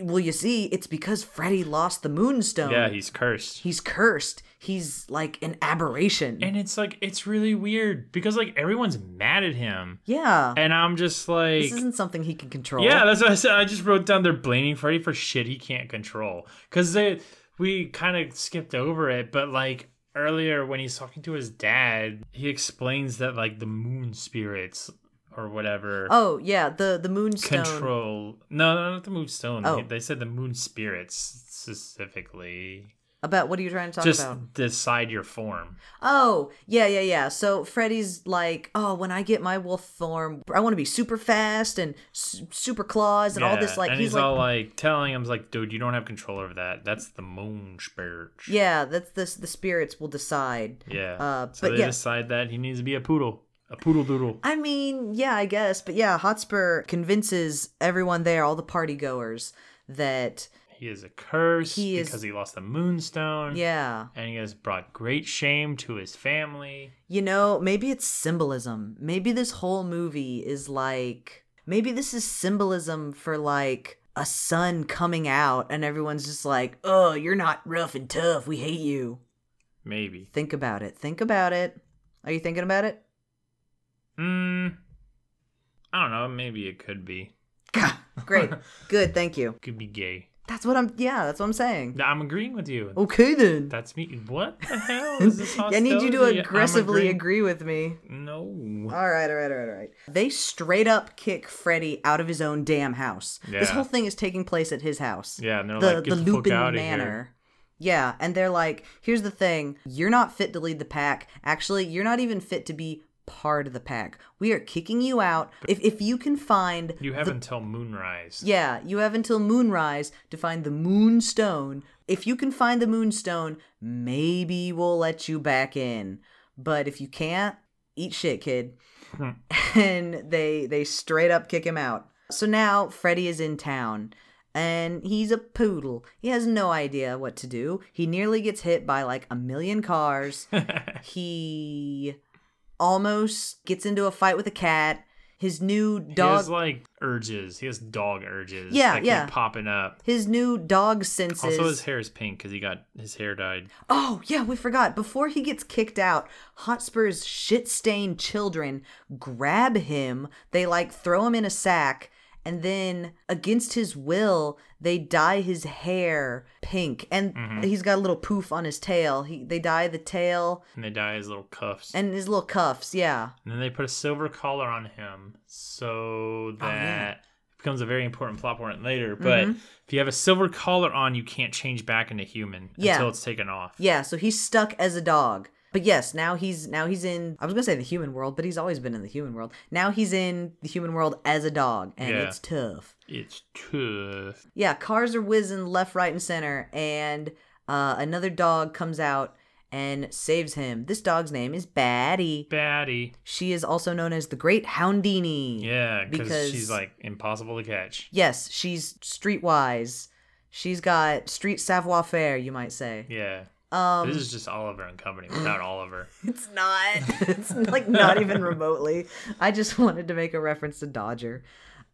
Speaker 1: Well, you see, it's because Freddy lost the moonstone.
Speaker 2: Yeah, he's cursed.
Speaker 1: he's cursed. He's like an aberration.
Speaker 2: and it's like, it's really weird because like everyone's mad at him.
Speaker 1: yeah.
Speaker 2: And I'm just like,
Speaker 1: Uh-huh. this isn't something he can control.
Speaker 2: yeah, that's what I said. I just wrote down they're blaming Freddy for shit he can't control. Because they, we kind of skipped over it, but like earlier when he's talking to his dad, he explains that like the moon spirits or whatever.
Speaker 1: Oh yeah, the the moonstone.
Speaker 2: Control no, no, not the moon stone.
Speaker 1: Oh.
Speaker 2: They, they said the moon spirits specifically.
Speaker 1: About what are you trying to talk
Speaker 2: Just
Speaker 1: about?
Speaker 2: decide your form.
Speaker 1: Oh yeah, yeah, yeah. So Freddy's like, oh, when I get my wolf form, I want to be super fast and su- super claws and all this.
Speaker 2: Yeah,
Speaker 1: Like
Speaker 2: and
Speaker 1: he's,
Speaker 2: he's
Speaker 1: like,
Speaker 2: all like telling him, like, dude, you don't have control over that. That's the moon spirit.
Speaker 1: yeah, that's this. The spirits will decide.
Speaker 2: Yeah.
Speaker 1: Uh,
Speaker 2: so
Speaker 1: but
Speaker 2: they
Speaker 1: yeah.
Speaker 2: decide that he needs to be a poodle, a poodle doodle.
Speaker 1: I mean, yeah, I guess, but yeah, Hotspur convinces everyone there, all the party goers, that
Speaker 2: He is accursed
Speaker 1: He is-
Speaker 2: because he lost the moonstone.
Speaker 1: Yeah.
Speaker 2: And he has brought great shame to his family.
Speaker 1: You know, maybe it's symbolism. Maybe this whole movie is like maybe this is symbolism for like a son coming out and everyone's just like, "Oh, you're not rough and tough. We hate you."
Speaker 2: Maybe.
Speaker 1: Think about it. Think about it. Are you thinking about it?
Speaker 2: Hmm. I don't know. Maybe it could be.
Speaker 1: Great. Good. Thank you.
Speaker 2: Could be gay.
Speaker 1: That's what I'm Yeah, that's what I'm saying.
Speaker 2: I'm agreeing with you.
Speaker 1: Okay then.
Speaker 2: That's me. What the hell is this?
Speaker 1: Oh. I need you
Speaker 2: hostility?
Speaker 1: to
Speaker 2: I'm
Speaker 1: aggressively
Speaker 2: agreeing-
Speaker 1: agree Uh, with me.
Speaker 2: No.
Speaker 1: All right, all right, all right, all right. They straight up kick Freddy out of his own damn house. This
Speaker 2: Yeah.
Speaker 1: whole thing is taking place at his house.
Speaker 2: Yeah, and they're
Speaker 1: the
Speaker 2: like, get
Speaker 1: the
Speaker 2: the, fuck
Speaker 1: Lupin
Speaker 2: out of here.
Speaker 1: Manor. Yeah, and they're like, here's the thing: you're not fit to lead the pack. Actually, you're not even fit to be part of the pack. We are kicking you out. If if you can find
Speaker 2: You have until moonrise.
Speaker 1: yeah, you have until moonrise to find the moonstone. If you can find the moonstone, maybe we'll let you back in. But if you can't, eat shit, kid.
Speaker 2: Hmm.
Speaker 1: and they they straight up kick him out. So now Freddy is in town and he's a poodle. He has no idea what to do. He nearly gets hit by like a million cars. he almost gets into a fight with a cat. His new
Speaker 2: He
Speaker 1: dog
Speaker 2: has like urges. He has dog urges.
Speaker 1: Yeah,
Speaker 2: that keep
Speaker 1: yeah.
Speaker 2: popping up.
Speaker 1: his new dog senses.
Speaker 2: Also, his hair is pink because he got his hair dyed.
Speaker 1: oh, yeah, we forgot. Before he gets kicked out, Hotspur's shit stained children grab him. They like throw him in a sack, and then against his will, they dye his hair pink. And
Speaker 2: Mm-hmm.
Speaker 1: he's got a little poof on his tail. He, they dye the tail
Speaker 2: and they dye his little cuffs. And,
Speaker 1: and his little cuffs. Yeah.
Speaker 2: then they put a silver collar on him so that
Speaker 1: Oh, yeah. Mm-hmm.
Speaker 2: it becomes a very important plot point later. But if you have a silver collar on, you can't change back into human
Speaker 1: Yeah.
Speaker 2: until it's taken off.
Speaker 1: Yeah, so he's stuck as a dog. But yes, now he's now he's in I was gonna say the human world, but he's always been in the human world. Now he's in the human world as a dog, and
Speaker 2: Yeah.
Speaker 1: it's tough.
Speaker 2: It's tough.
Speaker 1: Yeah, cars are whizzing left, right, and center, and uh, another dog comes out and saves him. This dog's name is Batty.
Speaker 2: Batty.
Speaker 1: She is also known as the Great Houndini.
Speaker 2: Yeah, because
Speaker 1: Because-
Speaker 2: she's like impossible to catch.
Speaker 1: Yes, she's streetwise. She's got street savoir faire, you might say.
Speaker 2: Yeah.
Speaker 1: Um,
Speaker 2: this is just Oliver and Company without Oliver.
Speaker 1: It's not. It's like not even remotely. I just wanted to make a reference to Dodger.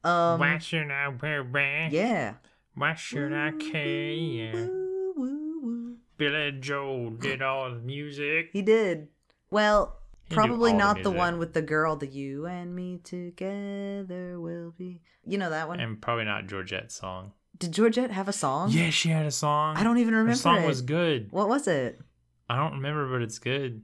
Speaker 2: Why should I wear red?
Speaker 1: um, Yeah.
Speaker 2: Why should I care?
Speaker 1: Woo, woo, woo.
Speaker 2: Billy Joel did all the music.
Speaker 1: He did. Well,
Speaker 2: do
Speaker 1: probably
Speaker 2: all the
Speaker 1: not the
Speaker 2: music.
Speaker 1: one with the girl, the you and me together will be. You know that one?
Speaker 2: And probably not Georgette's song.
Speaker 1: Did Georgette have a song?
Speaker 2: Yeah, she had a song.
Speaker 1: I don't even remember.
Speaker 2: Her song
Speaker 1: it.
Speaker 2: was good.
Speaker 1: What was it?
Speaker 2: I don't remember, but it's good.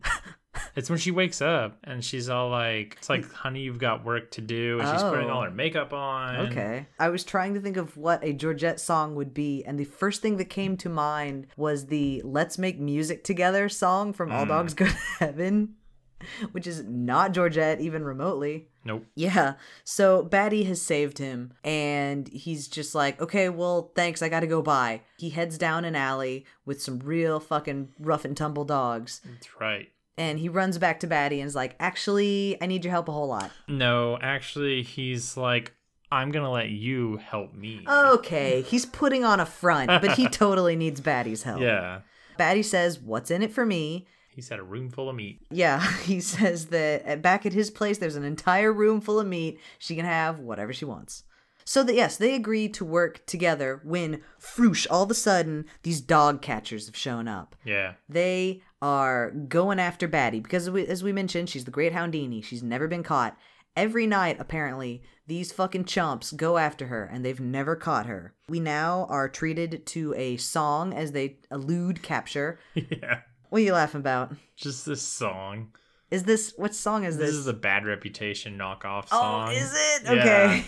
Speaker 2: it's when she wakes up and she's all like, "It's like, honey, you've got work to do," and she's putting
Speaker 1: Oh.
Speaker 2: all her makeup on.
Speaker 1: Okay. I was trying to think of what a Georgette song would be, and the first thing that came to mind was the Let's Make Music Together song from
Speaker 2: Mm.
Speaker 1: All Dogs Go to Heaven, which is not Georgette even remotely.
Speaker 2: Nope.
Speaker 1: Yeah. So Batty has saved him, and he's just like, okay, well, thanks. I got to go by. He heads down an alley with some real fucking rough and tumble dogs,
Speaker 2: That's right.
Speaker 1: and he runs back to Batty and is like, actually, I need your help a whole lot.
Speaker 2: No, actually, he's like, "I'm gonna let you help me."
Speaker 1: Oh. Okay, he's putting on a front, but he totally needs Batty's help.
Speaker 2: Yeah.
Speaker 1: Batty says, What's in it for me?
Speaker 2: He's had a room full of meat.
Speaker 1: Yeah, he says that at, back at his place, there's an entire room full of meat. She can have whatever she wants. So that yes, they agree to work together when froosh, all of a sudden, these dog catchers have shown up.
Speaker 2: Yeah.
Speaker 1: They are going after Batty because, we- as we mentioned, she's the great Houndini. She's never been caught. Every night, apparently, these fucking chumps go after her and they've never caught her. We now are treated to a song as they elude capture.
Speaker 2: yeah.
Speaker 1: What are you laughing about?
Speaker 2: Just this song.
Speaker 1: Is this what song is
Speaker 2: This
Speaker 1: this?
Speaker 2: is a bad reputation knockoff
Speaker 1: oh,
Speaker 2: song.
Speaker 1: is it?
Speaker 2: Yeah.
Speaker 1: Okay.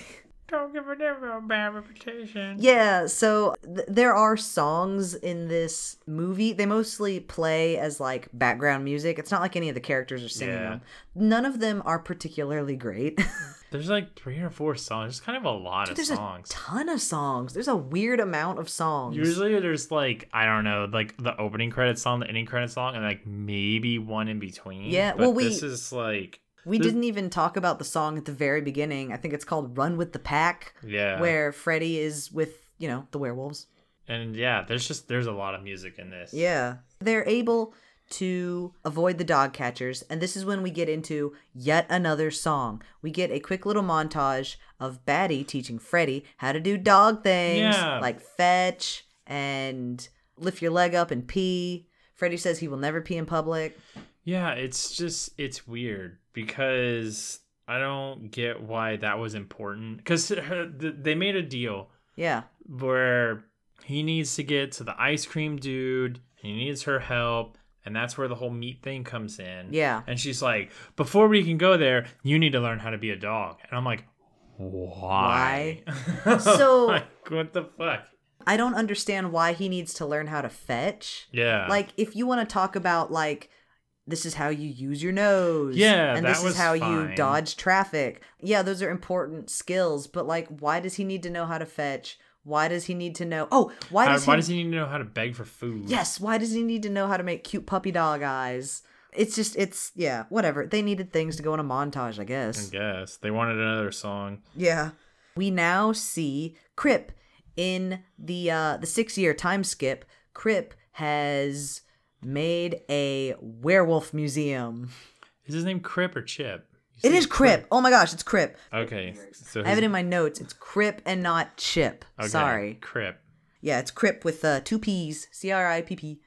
Speaker 2: Don't give a damn about bad reputation.
Speaker 1: Yeah, so th- there are songs in this movie. They mostly play as like background music. It's not like any of the characters are singing
Speaker 2: Yeah.
Speaker 1: them. None of them are particularly great.
Speaker 2: There's like three or four songs. There's kind of a lot of
Speaker 1: There's
Speaker 2: songs.
Speaker 1: a ton of songs. There's a weird amount of songs.
Speaker 2: Usually there's like I don't know, like the opening credits song, the ending credits song, and like maybe one in between.
Speaker 1: Yeah,
Speaker 2: but
Speaker 1: well, we-
Speaker 2: this is like
Speaker 1: we
Speaker 2: this-
Speaker 1: didn't even talk about the song at the very beginning. I think it's called Run with the Pack,
Speaker 2: yeah,
Speaker 1: where Freddy is with, you know, the werewolves.
Speaker 2: And yeah, there's just there's a lot of music in this.
Speaker 1: Yeah. They're able to avoid the dog catchers. And this is when we get into yet another song. We get a quick little montage of Batty teaching Freddy how to do dog things
Speaker 2: Yeah.
Speaker 1: like fetch and lift your leg up and pee. Freddy says he will never pee in public.
Speaker 2: Yeah, it's just it's weird because I don't get why that was important because they made a deal
Speaker 1: Yeah.
Speaker 2: where he needs to get to the ice cream dude and he needs her help and that's where the whole meat thing comes in
Speaker 1: Yeah.
Speaker 2: and she's like before we can go there you need to learn how to be a dog and i'm like why,
Speaker 1: So-
Speaker 2: like, what the fuck
Speaker 1: I don't understand why he needs to learn how to fetch.
Speaker 2: yeah
Speaker 1: Like if you want to talk about like this is how you use your nose.
Speaker 2: Yeah,
Speaker 1: And
Speaker 2: that
Speaker 1: this
Speaker 2: was
Speaker 1: is how you
Speaker 2: fine.
Speaker 1: dodge traffic. Yeah, those are important skills, but like why does he need to know how to fetch? Why does he need to know Oh, why
Speaker 2: How-
Speaker 1: does,
Speaker 2: Uh, why
Speaker 1: he...
Speaker 2: does he need to know how to beg for food
Speaker 1: Yes, why does he need to know how to make cute puppy dog eyes? It's just it's yeah, whatever. They needed things to go in a montage, I
Speaker 2: i
Speaker 1: guess.
Speaker 2: guess they wanted another song
Speaker 1: Yeah. We now see Crip in the uh the 6 year time skip. Crip has made a werewolf museum.
Speaker 2: is his name crip or chip You
Speaker 1: It
Speaker 2: said
Speaker 1: is Crip. Oh my gosh, it's Crip.
Speaker 2: okay so
Speaker 1: I have it
Speaker 2: his-
Speaker 1: in my notes. It's Crip and not Chip.
Speaker 2: okay,
Speaker 1: Sorry.
Speaker 2: crip
Speaker 1: Yeah, it's Crip with uh, two P's. C R I P P.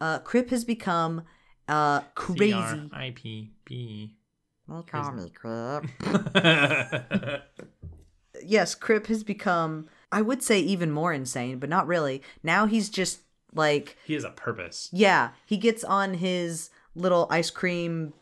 Speaker 1: Uh, Crip has become uh, crazy.
Speaker 2: C-R-I-P-B.
Speaker 1: Well, call me Crip.
Speaker 2: yeah
Speaker 1: yes, Crip has become, I would say, even more insane, but not really. Now he's just like
Speaker 2: he has a purpose
Speaker 1: Yeah, he gets on his little ice cream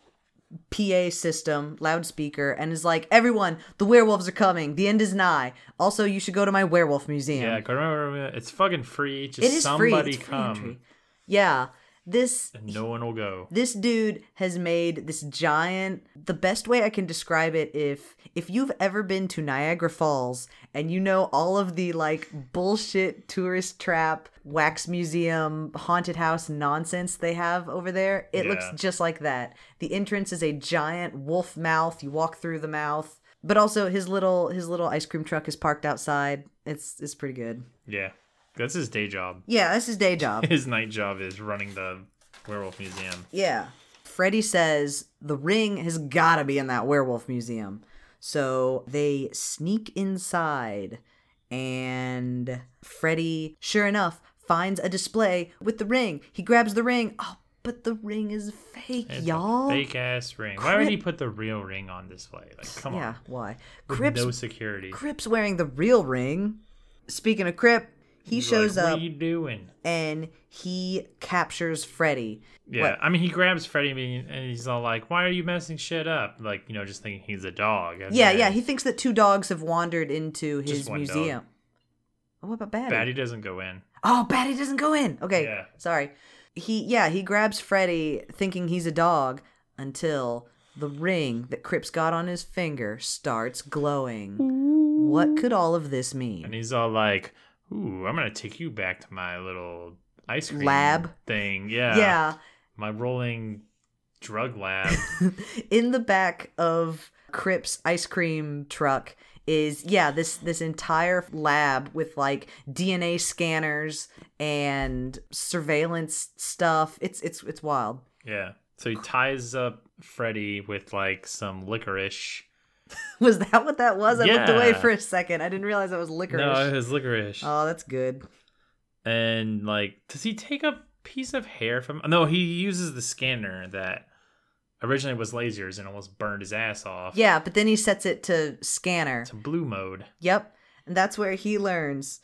Speaker 1: PA system loudspeaker and is like, "Everyone, the werewolves are coming. The end is nigh. Also, you should go to my werewolf museum."
Speaker 2: Yeah, go remember uh, it's fucking free. Just
Speaker 1: Um, it is free.
Speaker 2: somebody
Speaker 1: It's free
Speaker 2: come
Speaker 1: entry. Yeah, this
Speaker 2: and no one will go.
Speaker 1: this dude has made this giant the best way i can describe it if if you've ever been to niagara falls and you know all of the like bullshit tourist trap wax museum haunted house nonsense they have over there it looks
Speaker 2: Yeah.
Speaker 1: just like that the entrance is a giant wolf mouth you walk through the mouth but also his little his little ice cream truck is parked outside it's it's pretty good
Speaker 2: Yeah, that's his day job.
Speaker 1: yeah that's his day job
Speaker 2: His night job is running the werewolf museum.
Speaker 1: Yeah. Freddy says the ring has got to be in that werewolf museum. So they sneak inside, and Freddy, sure enough, finds a display with the ring. He grabs the ring. Oh, but the ring is fake, y'all.
Speaker 2: fake ass ring. Why would he
Speaker 1: Crip-
Speaker 2: put the real ring on display? Like, come
Speaker 1: yeah,
Speaker 2: on,
Speaker 1: why?
Speaker 2: With
Speaker 1: Crip's,
Speaker 2: no security.
Speaker 1: Crip's wearing the real ring. Speaking of Crip, he
Speaker 2: He's
Speaker 1: shows
Speaker 2: like,
Speaker 1: up
Speaker 2: What are you doing?
Speaker 1: and he captures Freddy.
Speaker 2: Yeah,
Speaker 1: What?
Speaker 2: I mean, he grabs Freddy and and he's all like, "Why are you messing shit up?" Like, you know, just thinking he's a dog. and
Speaker 1: Yeah,
Speaker 2: then
Speaker 1: yeah. He thinks that two dogs have wandered into
Speaker 2: Just
Speaker 1: his
Speaker 2: one dog.
Speaker 1: museum. Oh, what about Batty?
Speaker 2: Batty doesn't go in.
Speaker 1: Oh, Batty doesn't go in. Okay,
Speaker 2: Yeah.
Speaker 1: sorry. He yeah he grabs Freddy thinking he's a dog until the ring that Cripps got on his finger starts glowing. What could all of this
Speaker 2: And
Speaker 1: mean?
Speaker 2: he's all like, "Ooh, I'm gonna take you back to my little ice cream
Speaker 1: Lab.
Speaker 2: thing." Yeah,
Speaker 1: Yeah,
Speaker 2: my rolling drug lab.
Speaker 1: in the back of Cripps' ice cream truck is yeah this this entire lab with like DNA scanners and surveillance stuff. It's it's it's wild.
Speaker 2: yeah. So he ties up Freddy with like some licorice.
Speaker 1: Was that what that was? I looked away
Speaker 2: Yeah.
Speaker 1: for a second. I didn't realize that was licorice.
Speaker 2: No, it was licorice.
Speaker 1: Oh, that's good.
Speaker 2: and like, does he take a piece of hair from? No, he uses the scanner that originally was lasers and almost burned his ass off.
Speaker 1: Yeah, but then he sets it to scanner.
Speaker 2: To blue mode.
Speaker 1: Yep. And that's where he learns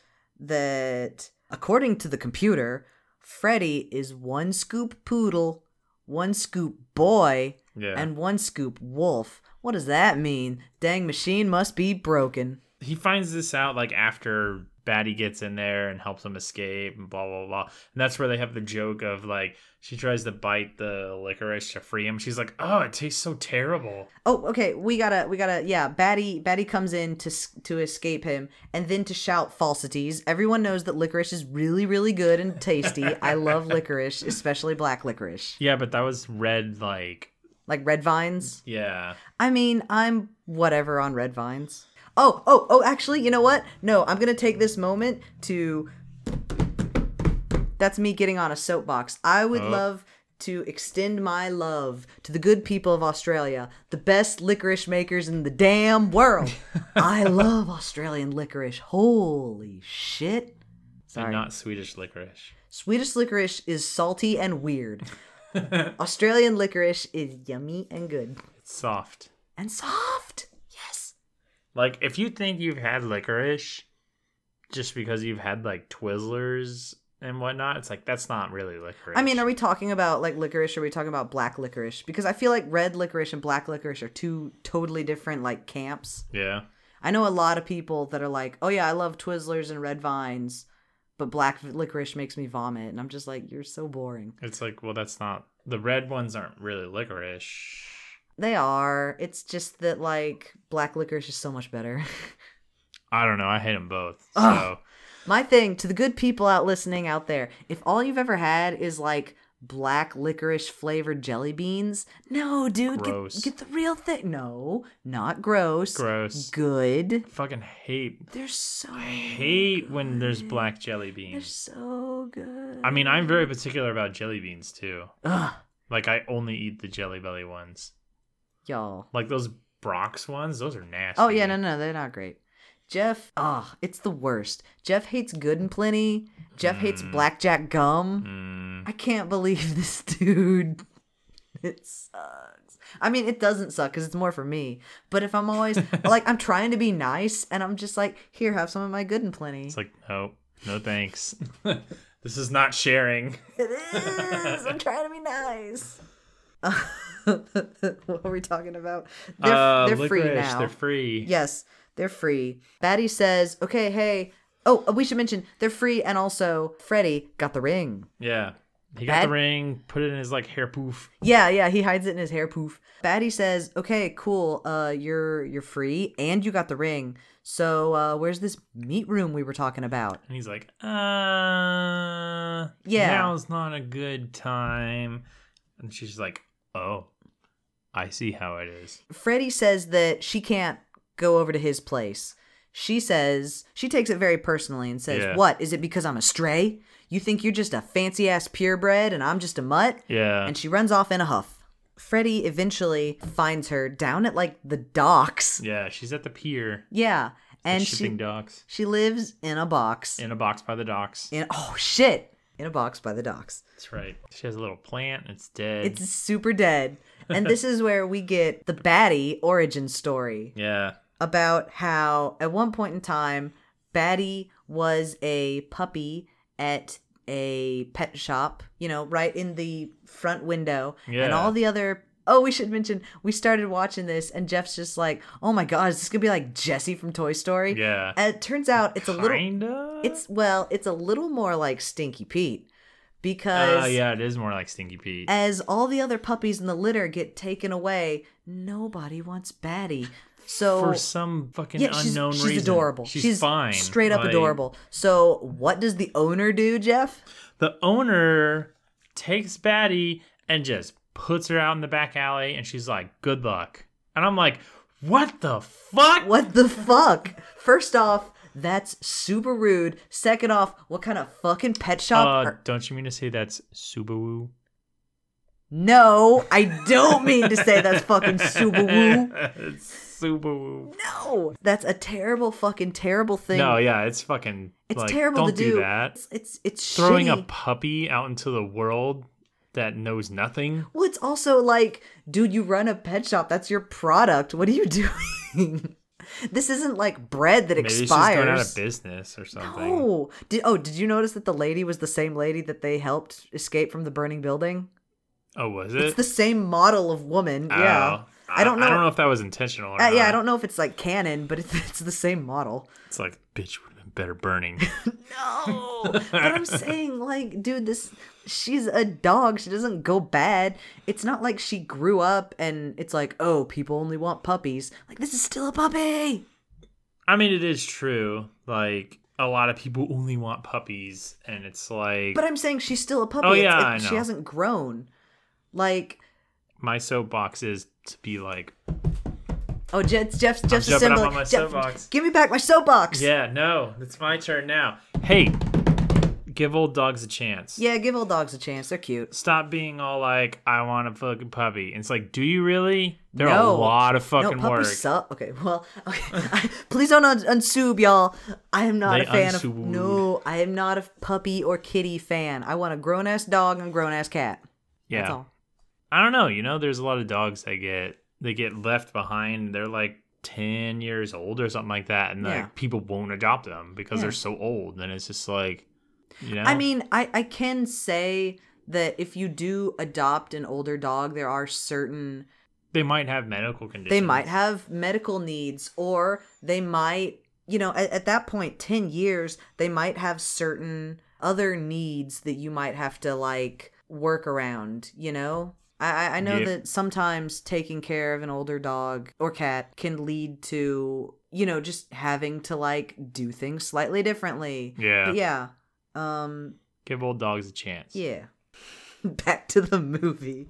Speaker 1: that, according to the computer, Freddy is one scoop poodle, one scoop boy,
Speaker 2: Yeah.
Speaker 1: and one scoop wolf. What does that mean? Dang machine must be broken.
Speaker 2: he finds this out like after Batty gets in there and helps him escape and blah blah blah. And that's where they have the joke of like she tries to bite the licorice to free him. She's like, "Oh, it tastes so terrible."
Speaker 1: Oh, okay. We gotta, we gotta. Yeah, Batty, Batty comes in to s- to escape him, and then to shout falsities. Everyone knows that licorice is really, really good and tasty. I love licorice, especially black licorice,
Speaker 2: Yeah, but that was red like
Speaker 1: like red vines.
Speaker 2: yeah.
Speaker 1: I mean, I'm whatever on red vines. Oh, oh, oh, actually, you know what? No, I'm going to take this moment to That's me getting on a soapbox. I would love to extend my love to the good people of Australia, the best licorice makers in the damn world. I love Australian licorice. Holy shit.
Speaker 2: And not Swedish licorice.
Speaker 1: Swedish licorice is salty and weird. Australian licorice is yummy and good
Speaker 2: It's soft.
Speaker 1: and soft. Yes.
Speaker 2: Like if you think you've had licorice just because you've had like Twizzlers and whatnot, it's like that's not really licorice.
Speaker 1: I mean, are we talking about like licorice? Or are we talking about black licorice? Because I feel like red licorice and black licorice are two totally different like camps.
Speaker 2: Yeah.
Speaker 1: I know a lot of people that are like, "Oh yeah, I love Twizzlers and red vines, but black licorice makes me vomit." And I'm just like, "You're so boring."
Speaker 2: It's like, well that's not the red ones aren't really licorice.
Speaker 1: They are. It's just that like black licorice is so much better.
Speaker 2: I don't know, I hate them both.
Speaker 1: Ugh.
Speaker 2: So
Speaker 1: My thing to the good people out listening out there, if all you've ever had is like black licorice flavored jelly beans, no, dude,
Speaker 2: Gross.
Speaker 1: get, get the real thing. No, not gross.
Speaker 2: gross.
Speaker 1: Good.
Speaker 2: Fucking hate
Speaker 1: They're so
Speaker 2: hate when there's black jelly
Speaker 1: oh they're
Speaker 2: beans.
Speaker 1: so good.
Speaker 2: I mean, I'm very particular about jelly beans too.
Speaker 1: Ugh,
Speaker 2: Like I only eat the Jelly Belly ones.
Speaker 1: y'all.
Speaker 2: Like those Brock's ones, those are nasty.
Speaker 1: Oh yeah, no, no, they're not great. Jeff, ah, it's the worst. Jeff hates good and plenty. Jeff hates blackjack gum.
Speaker 2: Mm,
Speaker 1: I can't believe this dude. It sucks. I mean, it doesn't suck because it's more for me. But if I'm always like, I'm trying to be nice, and I'm just like, here, have some of my good and plenty.
Speaker 2: it's like no, no thanks. this is not sharing.
Speaker 1: it is. I'm trying to be nice. what were we talking about? They're,
Speaker 2: Uh,
Speaker 1: they're free
Speaker 2: licorice,
Speaker 1: now.
Speaker 2: They're free.
Speaker 1: Yes, they're free. Batty says, okay, hey. Oh, we should mention they're free, and also Freddy got the ring.
Speaker 2: Yeah. He got
Speaker 1: Bad-
Speaker 2: the ring, put it in his like hair poof.
Speaker 1: Yeah, yeah, he hides it in his hair poof. Batty says, "Okay, cool. Uh you're you're free and you got the ring. So, uh where's this meat room we were talking about?"
Speaker 2: And he's like, uh,
Speaker 1: Yeah.
Speaker 2: now's not a good time. And she's like, oh, I see how it is.
Speaker 1: Freddy says that she can't go over to his place. She says, she takes it very personally and says,
Speaker 2: Yeah.
Speaker 1: "What? Is it because I'm a stray? You think you're just a fancy ass purebred and I'm just a mutt?"
Speaker 2: Yeah.
Speaker 1: And she runs off in a huff. Freddy eventually finds her down at like the docks. Yeah.
Speaker 2: yeah. She's at the pier,
Speaker 1: And
Speaker 2: shipping
Speaker 1: she
Speaker 2: docks,
Speaker 1: she lives in a box.
Speaker 2: in a box by the docks.
Speaker 1: In oh shit, in a box by the docks.
Speaker 2: That's right. She has a little plant. It's dead.
Speaker 1: It's super dead. And this is where we get the Batty origin story
Speaker 2: yeah.
Speaker 1: about how at one point in time Batty was a puppy at a pet shop, you know, right in the front window. And
Speaker 2: Yeah.
Speaker 1: all the other Oh, we should mention we started watching this and Jeff's just like, "Oh my god, is this going to be like Jesse from Toy Story?"
Speaker 2: Yeah.
Speaker 1: And it turns out it's a little
Speaker 2: Kinda?
Speaker 1: It's well, it's a little more like Stinky Pete because
Speaker 2: Uh, yeah, it is more like Stinky Pete.
Speaker 1: as all the other puppies in the litter get taken away, nobody wants Batty. So
Speaker 2: for some fucking
Speaker 1: yeah, she's,
Speaker 2: unknown
Speaker 1: she's
Speaker 2: reason.
Speaker 1: adorable.
Speaker 2: She's, fine.
Speaker 1: straight up
Speaker 2: Like,
Speaker 1: adorable. So what does the owner do, Jeff?
Speaker 2: The owner takes Batty and just puts her out in the back alley, and she's like, "Good luck." And I'm like, "What the fuck?"
Speaker 1: What the fuck? First off, that's super rude. Second off, what kind of fucking pet shop?
Speaker 2: Uh,
Speaker 1: are-
Speaker 2: don't you mean to say that's Subaru?
Speaker 1: no, I don't mean to say that's fucking Subaru.
Speaker 2: Subaru.
Speaker 1: No, that's a terrible fucking terrible thing.
Speaker 2: No, yeah, it's fucking.
Speaker 1: It's
Speaker 2: like,
Speaker 1: terrible
Speaker 2: don't
Speaker 1: to do.
Speaker 2: that.
Speaker 1: It's it's, it's
Speaker 2: Throwing
Speaker 1: shitty.
Speaker 2: a puppy out into the world that knows nothing.
Speaker 1: Well, it's also like, dude, you run a pet shop. That's your product. What are you doing? this isn't like bread that
Speaker 2: Maybe she's going out of
Speaker 1: expires.
Speaker 2: business or something.
Speaker 1: Oh, did, oh, did you notice that the lady was the same lady that they helped escape from the burning building?
Speaker 2: Oh, was
Speaker 1: It's
Speaker 2: it?
Speaker 1: the same model of woman. Yeah.
Speaker 2: Oh.
Speaker 1: I don't know.
Speaker 2: I don't know if that was intentional or
Speaker 1: Uh,
Speaker 2: not.
Speaker 1: yeah, I don't know if it's like canon, but it's, it's the same model.
Speaker 2: It's like, bitch would have been better burning.
Speaker 1: No, but I'm saying, like, dude, this she's a dog. She doesn't go bad. It's not like she grew up and it's like, oh, people only want puppies. Like, this is still a puppy.
Speaker 2: I mean, it is true. Like a lot of people only want puppies, and it's like
Speaker 1: But I'm saying she's still a puppy.
Speaker 2: Oh,
Speaker 1: It's-
Speaker 2: yeah,
Speaker 1: it-
Speaker 2: I
Speaker 1: she
Speaker 2: know.
Speaker 1: hasn't grown. Like,
Speaker 2: my soapbox is to be like,
Speaker 1: oh, Jeff's Jeff's Jeff's
Speaker 2: jumping up
Speaker 1: assembling.
Speaker 2: on my
Speaker 1: Jeff,
Speaker 2: soapbox.
Speaker 1: give me back my soapbox.
Speaker 2: yeah, no, it's my turn now. Hey, give old dogs a chance.
Speaker 1: Yeah, give old dogs a chance. They're cute.
Speaker 2: Stop being all like, I want a fucking puppy. And it's like, do you really? They're
Speaker 1: No.
Speaker 2: a lot of fucking
Speaker 1: no,
Speaker 2: work.
Speaker 1: puppies suck. Okay, well, okay. please don't un- unsub, y'all. I am not
Speaker 2: They
Speaker 1: a fan of.
Speaker 2: unsubed.
Speaker 1: No, I am not a puppy or kitty fan. I want a grown ass dog and grown ass cat.
Speaker 2: yeah.
Speaker 1: That's all.
Speaker 2: I don't know. You know, there's a lot of dogs that get they get left behind. They're like ten years old or something like that, and
Speaker 1: Yeah.
Speaker 2: like people won't adopt them because
Speaker 1: Yeah.
Speaker 2: they're so old. And it's just like, you know,
Speaker 1: I mean, I, I can say that if you do adopt an older dog, there are certain
Speaker 2: they might have medical conditions.
Speaker 1: they might have medical needs or they might you know at, at that point 10 years they might have certain other needs that you might have to like work around you know i i, I know
Speaker 2: Yeah.
Speaker 1: that sometimes taking care of an older dog or cat can lead to you know just having to like do things slightly differently
Speaker 2: Yeah.
Speaker 1: but yeah um
Speaker 2: give old dogs a chance.
Speaker 1: yeah. Back to the movie.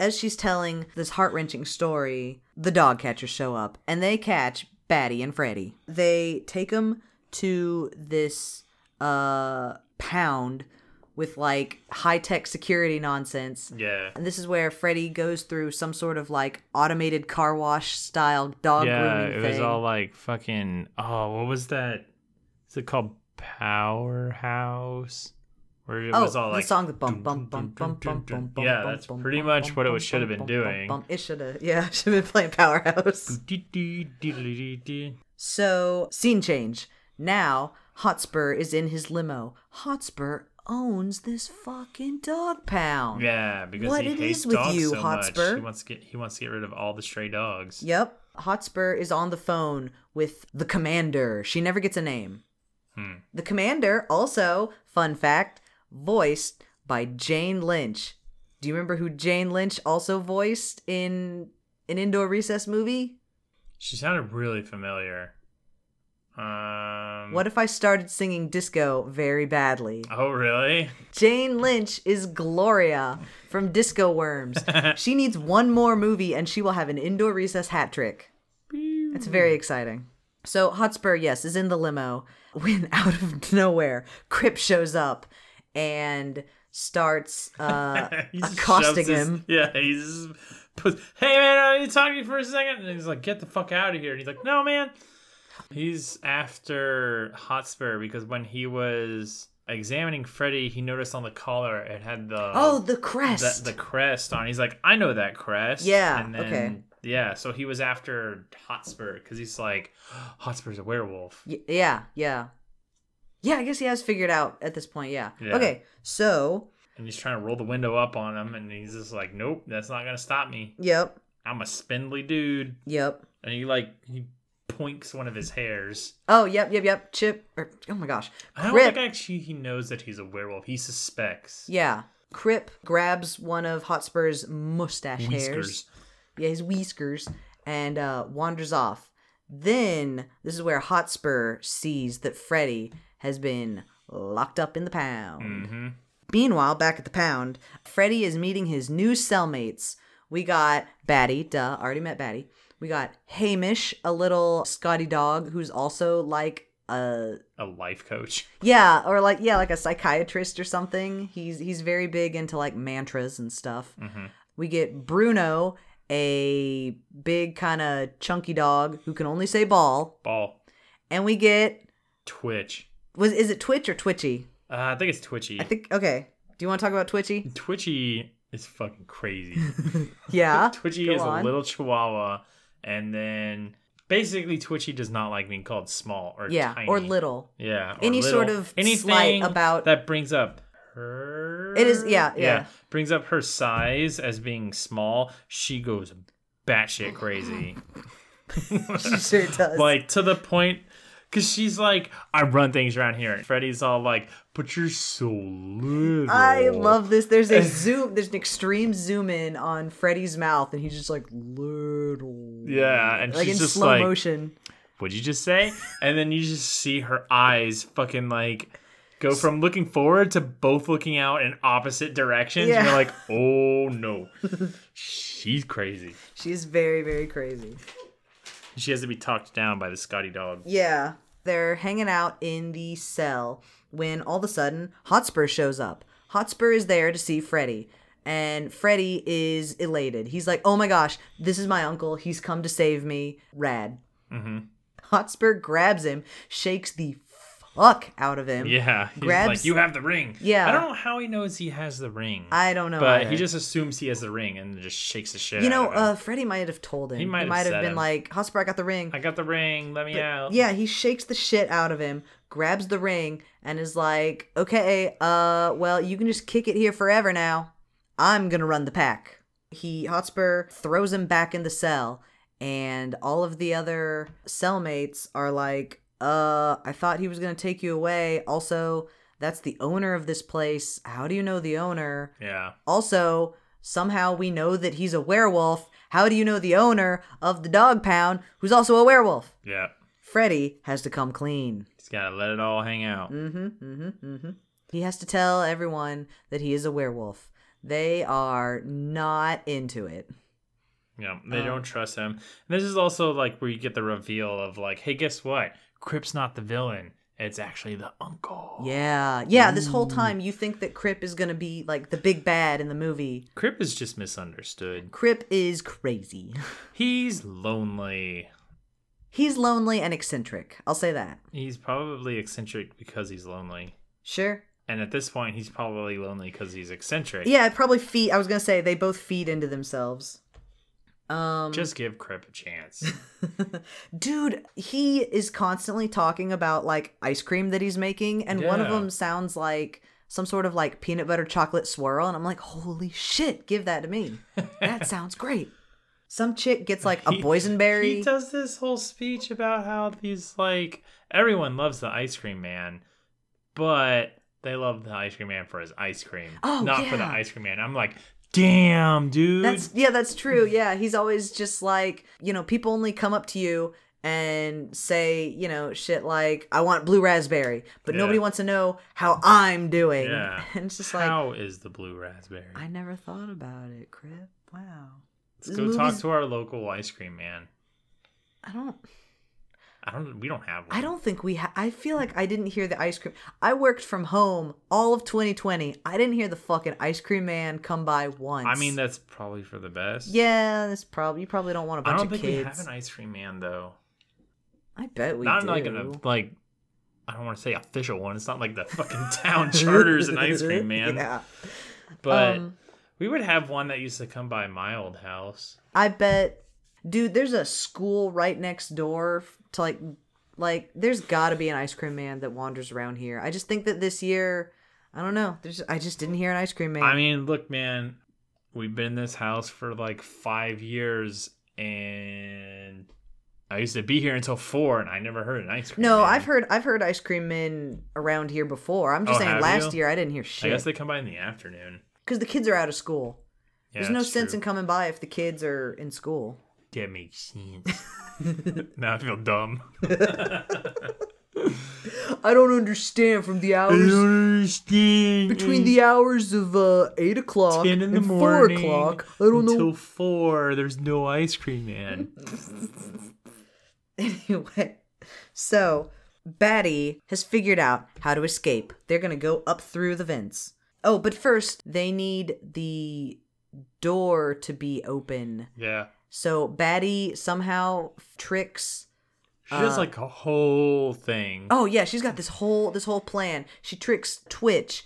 Speaker 1: As she's telling this heart wrenching story, the dog catchers show up and they catch Batty and Freddy. They take them to this uh, pound with like high tech security nonsense.
Speaker 2: Yeah.
Speaker 1: And this is where Freddy goes through some sort of like automated car wash style dog
Speaker 2: yeah,
Speaker 1: grooming
Speaker 2: it
Speaker 1: thing.
Speaker 2: was all like fucking. Oh, what was that? Is it called Powerhouse? Where it
Speaker 1: Oh,
Speaker 2: was all
Speaker 1: the
Speaker 2: like
Speaker 1: song that bum
Speaker 2: dun,
Speaker 1: bum
Speaker 2: dun,
Speaker 1: bum
Speaker 2: dun,
Speaker 1: bum
Speaker 2: dun,
Speaker 1: bum
Speaker 2: dun.
Speaker 1: bum bum.
Speaker 2: Yeah,
Speaker 1: bum,
Speaker 2: that's
Speaker 1: bum,
Speaker 2: pretty
Speaker 1: bum,
Speaker 2: much
Speaker 1: bum,
Speaker 2: what it
Speaker 1: bum,
Speaker 2: was- should have
Speaker 1: bum,
Speaker 2: been
Speaker 1: bum, bum,
Speaker 2: doing.
Speaker 1: bum. It should have, yeah, should have been playing Powerhouse.
Speaker 2: doo-doo-doo-doo-doo-doo.
Speaker 1: So scene change. Now Hotspur is in his limo. Hotspur owns this fucking dog pound.
Speaker 2: Yeah, because
Speaker 1: What
Speaker 2: he
Speaker 1: it
Speaker 2: hates
Speaker 1: is with
Speaker 2: dogs
Speaker 1: you,
Speaker 2: so
Speaker 1: Hotspur?
Speaker 2: much. He wants to get he wants to get rid of all the stray dogs.
Speaker 1: Yep. Hotspur is on the phone with the commander. She never gets a name. The commander, also, fun fact, voiced by Jane Lynch. Do you remember who Jane Lynch also voiced in an indoor recess movie?
Speaker 2: She sounded really familiar. Um,
Speaker 1: What if I started singing disco very badly?
Speaker 2: Oh, really?
Speaker 1: Jane Lynch is Gloria from Disco Worms. she needs one more movie and she will have an indoor recess hat trick. It's very exciting. So Hotspur, yes, is in the limo when out of nowhere, Crip shows up and starts uh,
Speaker 2: He just
Speaker 1: accosting
Speaker 2: shoves his-
Speaker 1: him.
Speaker 2: yeah, he just puts, "Hey man, I need to talk to you for a second. And he's like, "Get the fuck out of here!" And he's like, "No, man." He's after Hotspur because when he was examining Freddy, he noticed on the collar it had the
Speaker 1: Oh, the crest.
Speaker 2: the, the crest on. He's like, I know that crest.
Speaker 1: Yeah, okay.
Speaker 2: Yeah, so he was after Hotspur because he's like, Hotspur's a werewolf.
Speaker 1: Y- yeah, yeah. Yeah, I guess he has figured out at this point, yeah.
Speaker 2: Yeah.
Speaker 1: Okay, so,
Speaker 2: And he's trying to roll the window up on him, and he's just like, Nope, that's not going to stop me.
Speaker 1: yep,
Speaker 2: I'm a spindly dude.
Speaker 1: yep.
Speaker 2: And he, like, he points one of his hairs.
Speaker 1: Oh, yep, yep, yep. Chip, or, oh my gosh.
Speaker 2: I don't
Speaker 1: Crip
Speaker 2: think actually he knows that he's a werewolf. He suspects.
Speaker 1: Yeah. Crip grabs one of Hotspur's mustache hairs.
Speaker 2: Whiskers.
Speaker 1: Yeah, his whiskers, and uh, wanders off. Then, this is where Hotspur sees that Freddy has been locked up in the pound.
Speaker 2: hmm
Speaker 1: Meanwhile, back at the pound, Freddy is meeting his new cellmates. We got Batty, duh, already met Batty. We got Hamish, a little Scotty dog who's also like a
Speaker 2: A life coach.
Speaker 1: yeah, or like yeah, like a psychiatrist or something. He's he's very big into like mantras and stuff.
Speaker 2: Mm-hmm.
Speaker 1: We get Bruno, a big kind of chunky dog who can only say ball,
Speaker 2: Ball.
Speaker 1: and we get
Speaker 2: Twitch.
Speaker 1: was is it Twitch or Twitchy?
Speaker 2: Uh, I think it's Twitchy.
Speaker 1: I think okay. Do you want to talk about Twitchy?
Speaker 2: Twitchy is fucking crazy.
Speaker 1: Yeah.
Speaker 2: Twitchy
Speaker 1: Go
Speaker 2: is
Speaker 1: on.
Speaker 2: a little chihuahua, and then basically Twitchy does not like being called small or
Speaker 1: yeah,
Speaker 2: tiny.
Speaker 1: or little.
Speaker 2: Yeah, or
Speaker 1: Any sort
Speaker 2: little.
Speaker 1: of slight about-
Speaker 2: that brings up her.
Speaker 1: It is- yeah, yeah.
Speaker 2: brings up her size as being small. She goes batshit crazy,
Speaker 1: She sure does.
Speaker 2: like to the point. Cause she's like, I run things around here. And Freddy's all like, but you're so little.
Speaker 1: I love this. There's a zoom. There's an extreme zoom in on Freddy's mouth, and he's just like little.
Speaker 2: Yeah, and
Speaker 1: like
Speaker 2: she's
Speaker 1: in
Speaker 2: just
Speaker 1: slow
Speaker 2: like,
Speaker 1: motion.
Speaker 2: what'd you just say? And then you just see her eyes fucking like go from looking forward to both looking out in opposite directions. And
Speaker 1: Yeah.
Speaker 2: you're like, oh no. She's crazy.
Speaker 1: She is very, very crazy.
Speaker 2: She has to be talked down by the Scotty dog.
Speaker 1: Yeah. They're hanging out in the cell when all of a sudden Hotspur shows up. Hotspur is there to see Freddy, and Freddy is elated. He's like, "Oh my gosh, this is my uncle. He's come to save me. Rad."
Speaker 2: Mm-hmm.
Speaker 1: Hotspur grabs him, shakes the fuck out of him.
Speaker 2: Yeah, he's
Speaker 1: Grabs-
Speaker 2: like you have the ring.
Speaker 1: Yeah.
Speaker 2: I don't know how he knows he has the ring.
Speaker 1: I don't know
Speaker 2: but
Speaker 1: either.
Speaker 2: he just assumes he has the ring and just shakes the shit.
Speaker 1: You
Speaker 2: out
Speaker 1: know,
Speaker 2: of him.
Speaker 1: uh, Freddy might have told him. He
Speaker 2: might
Speaker 1: might,
Speaker 2: have
Speaker 1: have
Speaker 2: said
Speaker 1: been
Speaker 2: him.
Speaker 1: like, "Hotspur, I got the ring."
Speaker 2: I got the ring. Let me out.
Speaker 1: uh, Yeah, he shakes the shit out of him, grabs the ring, and is like, "Okay, uh, well, you can just kick it here forever now. I'm gonna run the pack." He Hotspur throws him back in the cell, and all of the other cellmates are like, "Uh, I thought he was gonna take you away. Also, that's the owner of this place. How do you know the owner?"
Speaker 2: Yeah.
Speaker 1: Also, somehow we know that he's a werewolf. How do you know the owner of the dog pound, who's also a werewolf?
Speaker 2: Yeah.
Speaker 1: Freddy has to come clean. Mm-hmm,
Speaker 2: He's gotta let it all hang out.
Speaker 1: Mm. He has to tell everyone that he is a werewolf. They are not into it.
Speaker 2: Yeah, they don't
Speaker 1: Uh.
Speaker 2: trust him. And this is also like where you get the reveal of like, hey, guess what? Crip's not the villain. It's actually the uncle.
Speaker 1: Yeah. Yeah, this whole time you think that Crip is going to be like the big bad in the movie.
Speaker 2: Crip is just misunderstood.
Speaker 1: Crip is crazy.
Speaker 2: He's lonely.
Speaker 1: He's lonely and eccentric. I'll say that.
Speaker 2: He's probably eccentric because he's lonely.
Speaker 1: Sure.
Speaker 2: And at this point, he's probably lonely because he's eccentric.
Speaker 1: Yeah, it probably feed I was going to say they both feed into themselves. Um
Speaker 2: Just give Crip a chance.
Speaker 1: dude he is constantly talking about like ice cream that he's making and one of
Speaker 2: Yeah.
Speaker 1: them sounds like some sort of like peanut butter chocolate swirl and i'm like holy shit give that to me that sounds great some chick gets like a
Speaker 2: He-
Speaker 1: boysenberry
Speaker 2: He does this whole speech about how he's like everyone loves the ice cream man, but they love the ice cream man for his ice cream,
Speaker 1: Oh,
Speaker 2: not for the
Speaker 1: yeah.
Speaker 2: ice cream man. I'm like, damn, dude.
Speaker 1: that's yeah that's true yeah he's always just like you know people only come up to you and say you know shit like i want blue raspberry but
Speaker 2: Yeah.
Speaker 1: nobody wants to know how i'm doing
Speaker 2: yeah.
Speaker 1: and it's just like
Speaker 2: how is the blue raspberry?
Speaker 1: i never thought about it crip wow
Speaker 2: Let's
Speaker 1: this
Speaker 2: go talk
Speaker 1: movie's-
Speaker 2: to our local ice cream man.
Speaker 1: I don't.
Speaker 2: I don't. We don't have one.
Speaker 1: I don't think we. Ha- I feel like I didn't hear the ice cream. I worked from home all of 2020. I didn't hear the fucking ice cream man come by once.
Speaker 2: I mean, that's probably for the best.
Speaker 1: yeah, that's probably you probably don't want a
Speaker 2: I
Speaker 1: bunch of
Speaker 2: don't think we have
Speaker 1: kids.
Speaker 2: an ice cream man though.
Speaker 1: I bet we
Speaker 2: not
Speaker 1: do.
Speaker 2: in, like an like I don't want to say official one. It's not like the fucking town charters and ice cream man.
Speaker 1: Yeah. Um,
Speaker 2: But we would have one that used to come by my old house.
Speaker 1: I bet, dude. There's a school right next door f- to like, like. There's got to be an ice cream man that wanders around here. I just think that this year, I don't know. There's. I just didn't hear an ice cream man.
Speaker 2: I mean, look, man, we've been in this house for like five years, and I used to be here until four, and I never heard an ice cream.
Speaker 1: No,
Speaker 2: man.
Speaker 1: I've heard I've heard ice cream men around here before. I'm just
Speaker 2: Oh,
Speaker 1: saying
Speaker 2: have
Speaker 1: last
Speaker 2: you?
Speaker 1: year I didn't hear
Speaker 2: I
Speaker 1: shit
Speaker 2: guess they come by in the afternoon.
Speaker 1: because the kids are out of school.
Speaker 2: Yeah,
Speaker 1: There's no
Speaker 2: it's
Speaker 1: sense
Speaker 2: true.
Speaker 1: in coming by if the kids are in school.
Speaker 2: That makes sense. now I feel dumb.
Speaker 1: I don't understand from the hours between the hours of uh, eight o'clock
Speaker 2: Ten in the
Speaker 1: and
Speaker 2: morning.
Speaker 1: four o'clock. I don't
Speaker 2: until
Speaker 1: know.
Speaker 2: four. There's no ice cream man.
Speaker 1: Anyway, so Batty has figured out how to escape. They're gonna go up through the vents. Oh, but first they need the door to be open.
Speaker 2: yeah,
Speaker 1: So Batty somehow tricks.
Speaker 2: she does like a whole thing.
Speaker 1: Uh, Oh yeah, she's got this whole this whole plan. She tricks Twitch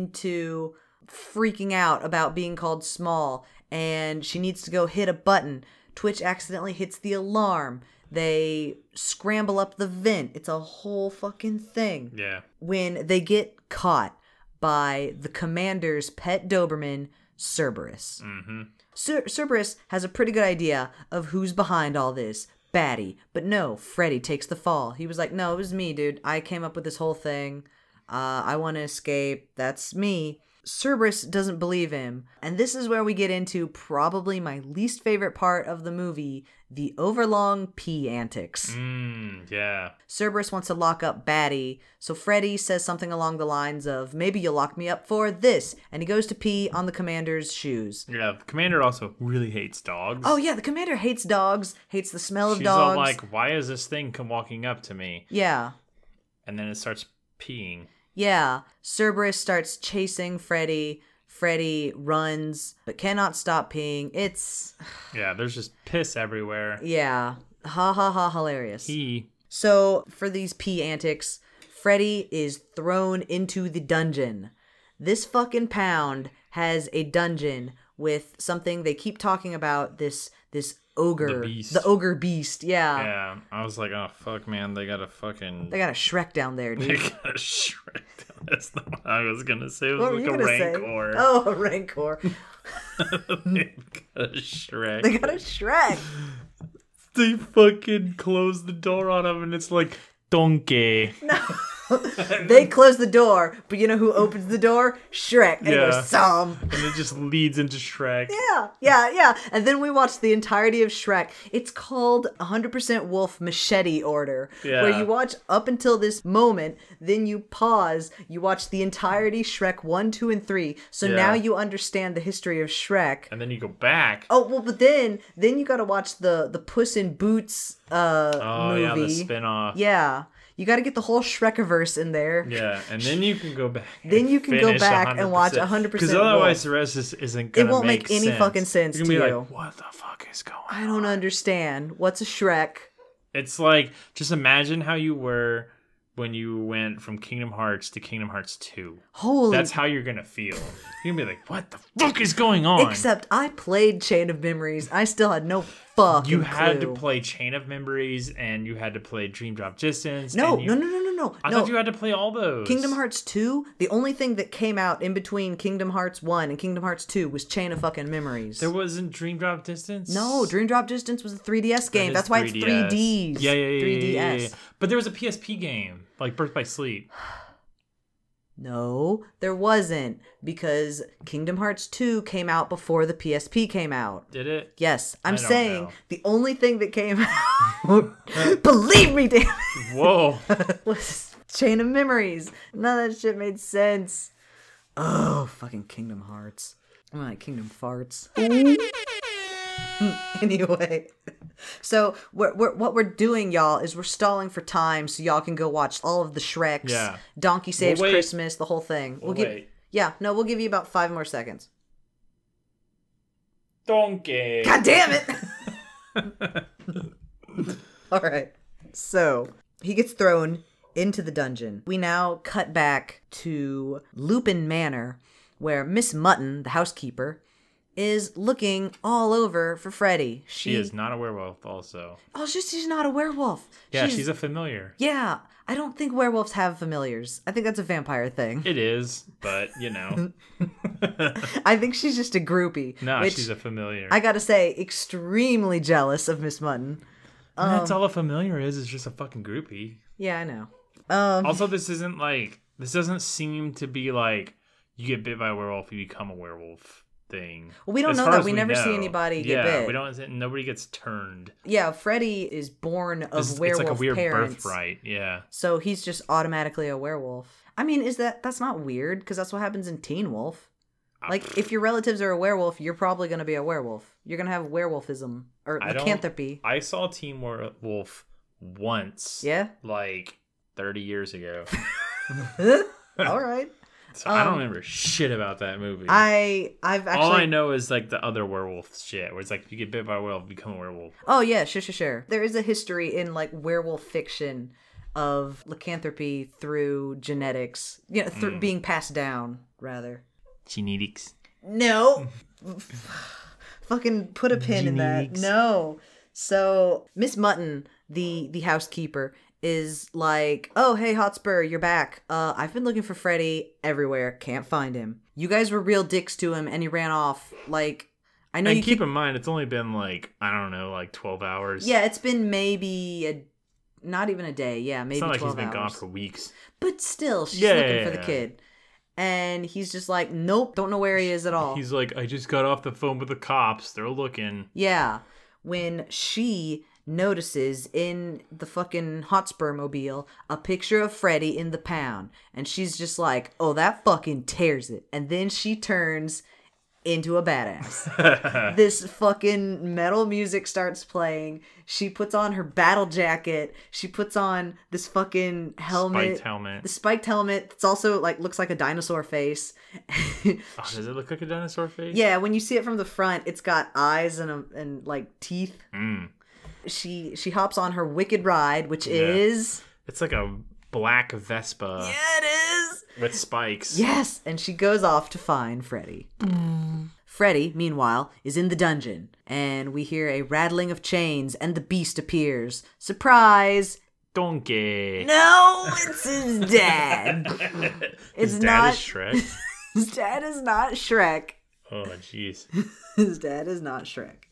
Speaker 1: into freaking out about being called small, and she needs to go hit a button. Twitch accidentally hits the alarm. They scramble up the vent. It's a whole fucking thing.
Speaker 2: Yeah.
Speaker 1: When they get caught by the commander's pet Doberman, Cerberus.
Speaker 2: Mm-hmm.
Speaker 1: Cer- Cerberus has a pretty good idea of who's behind all this. Batty. But no, Freddy takes the fall. He was like, no, it was me, dude. I came up with this whole thing. Uh, I want to escape. That's me. Cerberus doesn't believe him. And this is where we get into probably my least favorite part of the movie the overlong pee antics.
Speaker 2: Mm, yeah.
Speaker 1: Cerberus wants to lock up Batty, so Freddy says something along the lines of, Maybe you'll lock me up for this. And he goes to pee on the commander's shoes.
Speaker 2: Yeah. Commander also really hates dogs.
Speaker 1: Oh, yeah, the commander hates dogs, hates the smell of
Speaker 2: She's
Speaker 1: dogs.
Speaker 2: all like, why is this thing come walking up to me?
Speaker 1: yeah.
Speaker 2: And then it starts peeing.
Speaker 1: Yeah, Cerberus starts chasing Freddy. Freddy runs but cannot stop peeing. It's
Speaker 2: Yeah, there's just piss everywhere.
Speaker 1: yeah, ha ha ha hilarious.
Speaker 2: He
Speaker 1: so for these pee antics, Freddy is thrown into the dungeon. This fucking pound has a dungeon with something they keep talking about this this ogre,
Speaker 2: The beast.
Speaker 1: ogre beast. Yeah.
Speaker 2: Yeah. I was like, oh fuck man, they got a fucking
Speaker 1: They got a Shrek down there,
Speaker 2: they
Speaker 1: dude.
Speaker 2: got a Shrek. That's not what I was gonna say. It was
Speaker 1: What were
Speaker 2: like
Speaker 1: you
Speaker 2: a
Speaker 1: gonna say?
Speaker 2: rancor.
Speaker 1: Oh, a rancor.
Speaker 2: they got a Shrek.
Speaker 1: They got a Shrek.
Speaker 2: They fucking close the door on him and it's like donkey.
Speaker 1: They close the door, but you know who opens the door? Shrek. And
Speaker 2: Yeah.
Speaker 1: there's some.
Speaker 2: And it just leads into Shrek.
Speaker 1: Yeah, yeah, yeah. And then we watched the entirety of Shrek. It's called 100% Wolf Machete Order, where
Speaker 2: Yeah.
Speaker 1: you watch up until this moment, then you pause, you watch the entirety Shrek 1, 2, and 3. So
Speaker 2: Yeah.
Speaker 1: now you understand the history of Shrek.
Speaker 2: And then you go back.
Speaker 1: Oh well, but then then you got to watch the the Puss in Boots uh
Speaker 2: Oh,
Speaker 1: movie.
Speaker 2: yeah, the spin off.
Speaker 1: Yeah. you got to get the whole Shrekiverse in there.
Speaker 2: Yeah, and then you can go back.
Speaker 1: Then you can go
Speaker 2: finish
Speaker 1: back and watch 100%
Speaker 2: Because otherwise, the rest is, isn't gonna.
Speaker 1: won't make any
Speaker 2: sense.
Speaker 1: fucking sense
Speaker 2: You're gonna
Speaker 1: to
Speaker 2: be
Speaker 1: you.
Speaker 2: like, what the fuck is going?
Speaker 1: I
Speaker 2: on?
Speaker 1: don't understand. What's a Shrek?
Speaker 2: It's like just imagine how you were when you went from Kingdom Hearts to Kingdom Hearts Two.
Speaker 1: Holy
Speaker 2: That's how you're gonna feel. You're gonna be like, what the fuck is going on?
Speaker 1: Except I played Chain of Memories. I still had no fucking
Speaker 2: you had
Speaker 1: clue.
Speaker 2: to play Chain of Memories, and you had to play Dream Drop Distance.
Speaker 1: No,
Speaker 2: and you-
Speaker 1: no, no, no, no, no. no.
Speaker 2: I thought you had to play all those.
Speaker 1: Kingdom Hearts 2, the only thing that came out in between Kingdom Hearts 1 and Kingdom Hearts 2 was Chain of fucking Memories.
Speaker 2: There wasn't Dream Drop Distance.
Speaker 1: no, Dream Drop Distance was a 3DS
Speaker 2: That
Speaker 1: game.
Speaker 2: is
Speaker 1: That's why it's 3Ds.
Speaker 2: Yeah, yeah, yeah,
Speaker 1: 3DS.
Speaker 2: yeah, yeah, yeah. But there was a PSP game, like Birth by Sleep.
Speaker 1: No, there wasn't because Kingdom Hearts 2 came out before the PSP came out.
Speaker 2: Did it?
Speaker 1: Yes, I'm
Speaker 2: I don't
Speaker 1: saying
Speaker 2: know.
Speaker 1: the only thing that came out, believe me, damn it,
Speaker 2: Whoa.
Speaker 1: was Chain of Memories. None of that shit made sense. Oh, fucking Kingdom Hearts. I'm like Kingdom Farts. anyway, so we're, we're, what we're doing, y'all, is we're stalling for time so y'all can go watch all of the Shreks.
Speaker 2: Yeah.
Speaker 1: Donkey Saves
Speaker 2: wait.
Speaker 1: Christmas, the whole thing.
Speaker 2: We'll
Speaker 1: give,
Speaker 2: wait.
Speaker 1: Yeah, no, we'll give you about five more seconds.
Speaker 2: Donkey.
Speaker 1: God damn it! All right. So he gets thrown into the dungeon. We now cut back to Lupin Manor, where Miss Mutton, the housekeeper, is looking all over for Freddy. She,
Speaker 2: She is not a werewolf, also.
Speaker 1: Oh, she's, she's not a werewolf.
Speaker 2: Yeah, she's, a familiar.
Speaker 1: Yeah, I don't think werewolves have familiars. I think that's a vampire thing.
Speaker 2: It is, but you know.
Speaker 1: I think she's just a groupie.
Speaker 2: No,
Speaker 1: which
Speaker 2: she's a familiar.
Speaker 1: I gotta say, extremely jealous of Miss Mutton. um,
Speaker 2: That's all a familiar is, is just a fucking groupie.
Speaker 1: Yeah, I know.
Speaker 2: Also, this isn't like this doesn't seem to be like you get bit by a werewolf, you become a werewolf thing.
Speaker 1: Well, we don't
Speaker 2: As
Speaker 1: know
Speaker 2: far
Speaker 1: that.
Speaker 2: as
Speaker 1: We never see
Speaker 2: know.
Speaker 1: anybody get
Speaker 2: yeah,
Speaker 1: bit.
Speaker 2: We don't. Nobody gets turned.
Speaker 1: Yeah, Freddy is born of
Speaker 2: It's, it's
Speaker 1: werewolf
Speaker 2: like a weird
Speaker 1: parents,
Speaker 2: birthright. Yeah.
Speaker 1: so he's just automatically a werewolf. I mean, is that that's not weird? Because that's what happens in Teen Wolf.
Speaker 2: Ah.
Speaker 1: Like, if your relatives are a werewolf, you're probably gonna be a werewolf. You're gonna have werewolfism or
Speaker 2: I don't-
Speaker 1: lycanthropy.
Speaker 2: I saw Team Wolf once.
Speaker 1: Yeah.
Speaker 2: Like 30 years ago.
Speaker 1: All right.
Speaker 2: So I don't remember shit about that movie.
Speaker 1: Um, I I've actually.
Speaker 2: All I know is like the other werewolf shit, where it's like if you get bit by a werewolf, you become a werewolf.
Speaker 1: Oh yeah, sure, sure, sure. There is a history in like werewolf fiction of lycanthropy through genetics, you know,
Speaker 2: Hmm.
Speaker 1: through being passed down rather.
Speaker 2: Genetics.
Speaker 1: No. Fucking put a pin in that.
Speaker 2: Genetics.
Speaker 1: No. So Miss Mutton, the the housekeeper, is like, "Oh hey Hotspur, you're back. Uh, I've been looking for Freddy everywhere. Can't find him. You guys were real dicks to him, and he ran off. Like, I know
Speaker 2: And
Speaker 1: you
Speaker 2: keep in mind, it's only been like I don't know, like 12 hours.
Speaker 1: Yeah, it's been maybe a, not even a day. Yeah, maybe
Speaker 2: It's not like he's
Speaker 1: 12
Speaker 2: been gone
Speaker 1: hours.
Speaker 2: for weeks.
Speaker 1: But still, she's
Speaker 2: Yeah,
Speaker 1: looking
Speaker 2: yeah,
Speaker 1: for the
Speaker 2: yeah.
Speaker 1: kid. and he's just like, nope, don't know where he is at all.
Speaker 2: He's like, I just got off the phone with the cops. They're looking.
Speaker 1: Yeah. When she notices in the fucking Hotspur mobile a picture of Freddy in the pound, and she's just like, oh, that fucking tears it. And then she turns into a badass. this fucking metal music starts playing. She puts on her battle jacket. She puts on this fucking helmet.
Speaker 2: Spiked helmet.
Speaker 1: The spiked helmet. It's also like looks like a dinosaur face.
Speaker 2: Oh, does it look like a dinosaur face?
Speaker 1: Yeah, when you see it from the front, it's got eyes and a, and like teeth.
Speaker 2: Mm.
Speaker 1: She she hops on her wicked ride, which is
Speaker 2: It's like a black Vespa
Speaker 1: it is
Speaker 2: with spikes.
Speaker 1: yes, and she goes off to find Freddy. Freddy, meanwhile, is in the dungeon, and we hear a rattling of chains, and the beast appears. Surprise!
Speaker 2: Donkey.
Speaker 1: No, it's his dad. it's
Speaker 2: His dad
Speaker 1: not
Speaker 2: is Shrek.
Speaker 1: his dad is not Shrek.
Speaker 2: oh, jeez.
Speaker 1: His dad is not Shrek.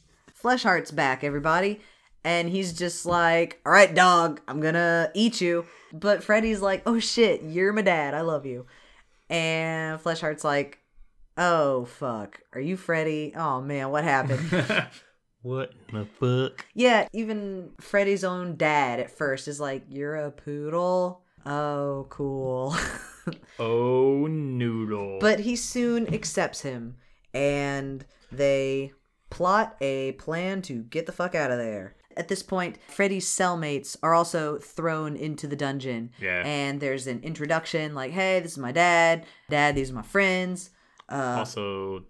Speaker 1: Fleshheart's back, everybody. And he's just like, all right, dog, I'm gonna eat you. But Freddy's like, oh shit, you're my dad. I love you. And Fleshheart's like, oh fuck, are you Freddy? Oh man, what happened?
Speaker 2: What in the fuck?
Speaker 1: yeah, even Freddy's own dad at first is like, you're a poodle? Oh, cool.
Speaker 2: Oh, noodle.
Speaker 1: But he soon accepts him, and they plot a plan to get the fuck out of there. At this point, Freddy's cellmates are also thrown into the dungeon.
Speaker 2: Yeah.
Speaker 1: And there's an introduction like, hey, this is my dad. Dad, these are my friends. uh,
Speaker 2: also,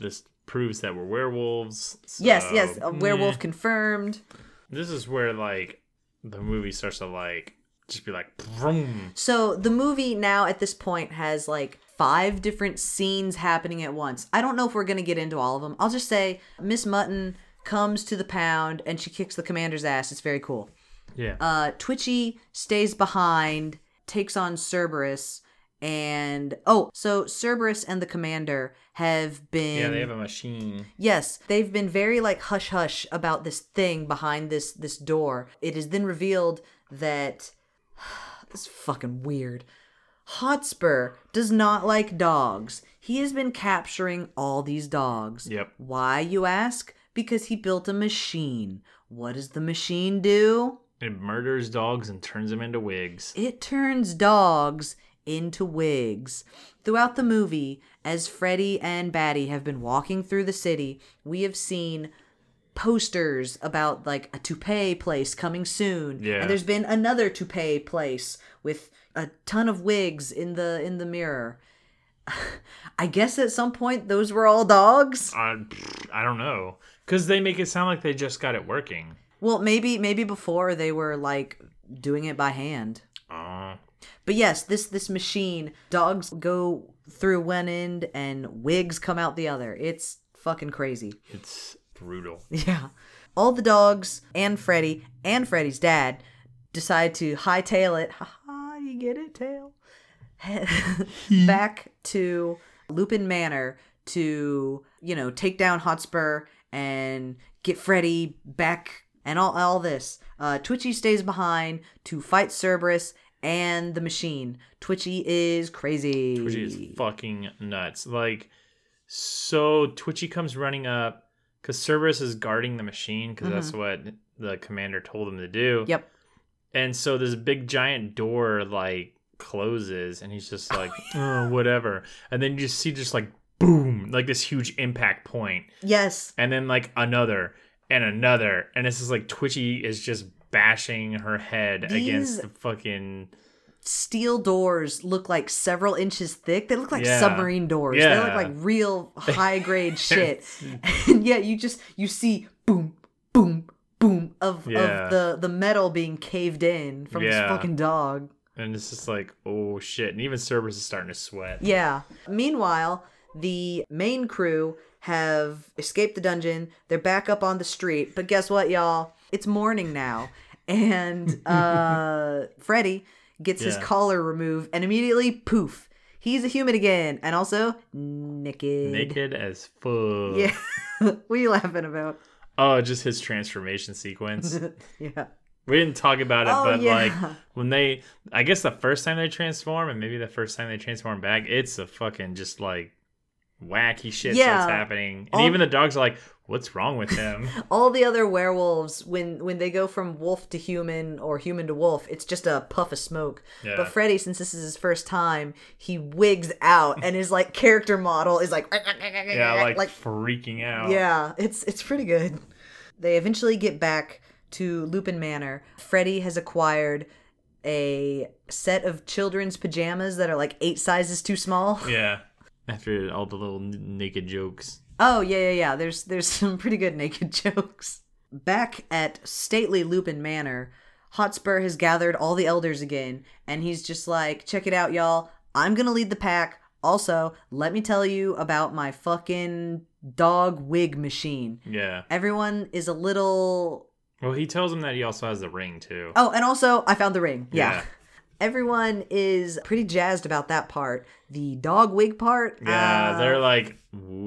Speaker 2: this proves that we're werewolves. so- hmm.
Speaker 1: Yes, yes, a werewolf confirmed.
Speaker 2: This is where, like, the movie starts to, like, just be like, vroom.
Speaker 1: So the movie now at this point has like five different scenes happening at once. I don't know if we're going to get into all of them. I'll just say Miss Mutton comes to the pound and she kicks the commander's ass. It's very cool.
Speaker 2: Yeah.
Speaker 1: Uh, Twitchy stays behind, takes on Cerberus, and oh, so Cerberus and the commander have been
Speaker 2: yeah, they have a machine.
Speaker 1: Yes, they've been very like hush hush about this thing behind this this door. It is then revealed that this is fucking weird. Hotspur does not like dogs. He has been capturing all these dogs.
Speaker 2: Yep.
Speaker 1: Why you ask? Because he built a machine. What does the machine do?
Speaker 2: It murders dogs and turns them into wigs.
Speaker 1: It turns dogs into wigs. Throughout the movie, as Freddy and Batty have been walking through the city, we have seen posters about like a toupee place coming soon.
Speaker 2: Yeah.
Speaker 1: And there's been another toupee place with a ton of wigs in the in the mirror. I guess at some point those were all dogs.
Speaker 2: I, I don't know. Because they make it sound like they just got it working.
Speaker 1: Well, maybe maybe before they were like doing it by hand.
Speaker 2: Oh.
Speaker 1: But yes, this this machine, dogs go through one end and wigs come out the other. It's fucking crazy.
Speaker 2: It's brutal.
Speaker 1: Yeah. All the dogs and Freddy and Freddy's dad decide to hightail it. Ha ha, you get it, tail. Back to Lupin Manor to, you know, take down Hotspur and get Freddy back and all, all this. Uh, Twitchy stays behind to fight Cerberus and the machine. Twitchy is crazy.
Speaker 2: Twitchy is fucking nuts. Like, so Twitchy comes running up because Cerberus is guarding the machine because that's what the commander told him to do.
Speaker 1: Yep.
Speaker 2: And so this big giant door like closes, and he's just like, oh, whatever. And then you just see just like boom, like this huge impact point,
Speaker 1: Yes.
Speaker 2: and then like another and another, and it's just like Twitchy is just bashing her head
Speaker 1: These-
Speaker 2: against the fucking
Speaker 1: steel doors look like several inches thick. They look like
Speaker 2: Yeah.
Speaker 1: submarine doors. They look
Speaker 2: Yeah.
Speaker 1: like real high grade shit. and yet you just you see boom, boom, boom of
Speaker 2: Yeah.
Speaker 1: of the the metal being caved in from this
Speaker 2: Yeah.
Speaker 1: fucking dog.
Speaker 2: and it's just like oh shit, and even Cerberus is starting to sweat.
Speaker 1: Yeah. Meanwhile, the main crew have escaped the dungeon. They're back up on the street. But guess what, y'all? It's morning now. And uh Freddy gets his
Speaker 2: Yeah.
Speaker 1: collar removed and immediately poof. He's a human again and also naked.
Speaker 2: Naked as fuck.
Speaker 1: Yeah. what are you laughing about?
Speaker 2: Oh, just his transformation sequence.
Speaker 1: Yeah.
Speaker 2: We didn't talk about it,
Speaker 1: Oh,
Speaker 2: but
Speaker 1: yeah.
Speaker 2: like when they, I guess the first time they transform, and maybe the first time they transform back, it's a fucking just like wacky shit
Speaker 1: Yeah.
Speaker 2: starts happening, and
Speaker 1: All-
Speaker 2: even the dogs are like, "What's wrong with him?"
Speaker 1: All the other werewolves, when when they go from wolf to human or human to wolf, it's just a puff of smoke.
Speaker 2: Yeah.
Speaker 1: But Freddy, since this is his first time, he wigs out, and his like character model is like
Speaker 2: yeah, like, uh, freaking out.
Speaker 1: Yeah, it's it's pretty good. They eventually get back to Lupin Manor. Freddy has acquired a set of children's pajamas that are like eight sizes too small.
Speaker 2: yeah. After all the little n- naked jokes,
Speaker 1: Oh yeah, yeah, yeah. There's there's some pretty good naked jokes. Back at stately Lupin Manor, Hotspur has gathered all the elders again, and he's just like, "Check it out, y'all. I'm gonna lead the pack. Also, let me tell you about my fucking dog wig machine.
Speaker 2: yeah.
Speaker 1: Everyone is a little
Speaker 2: Well, he tells him that he also has the ring too.
Speaker 1: Oh, and also I found the ring. Yeah.
Speaker 2: Yeah.
Speaker 1: Everyone is pretty jazzed about that part. The dog wig part.
Speaker 2: yeah,
Speaker 1: uh,
Speaker 2: they're like,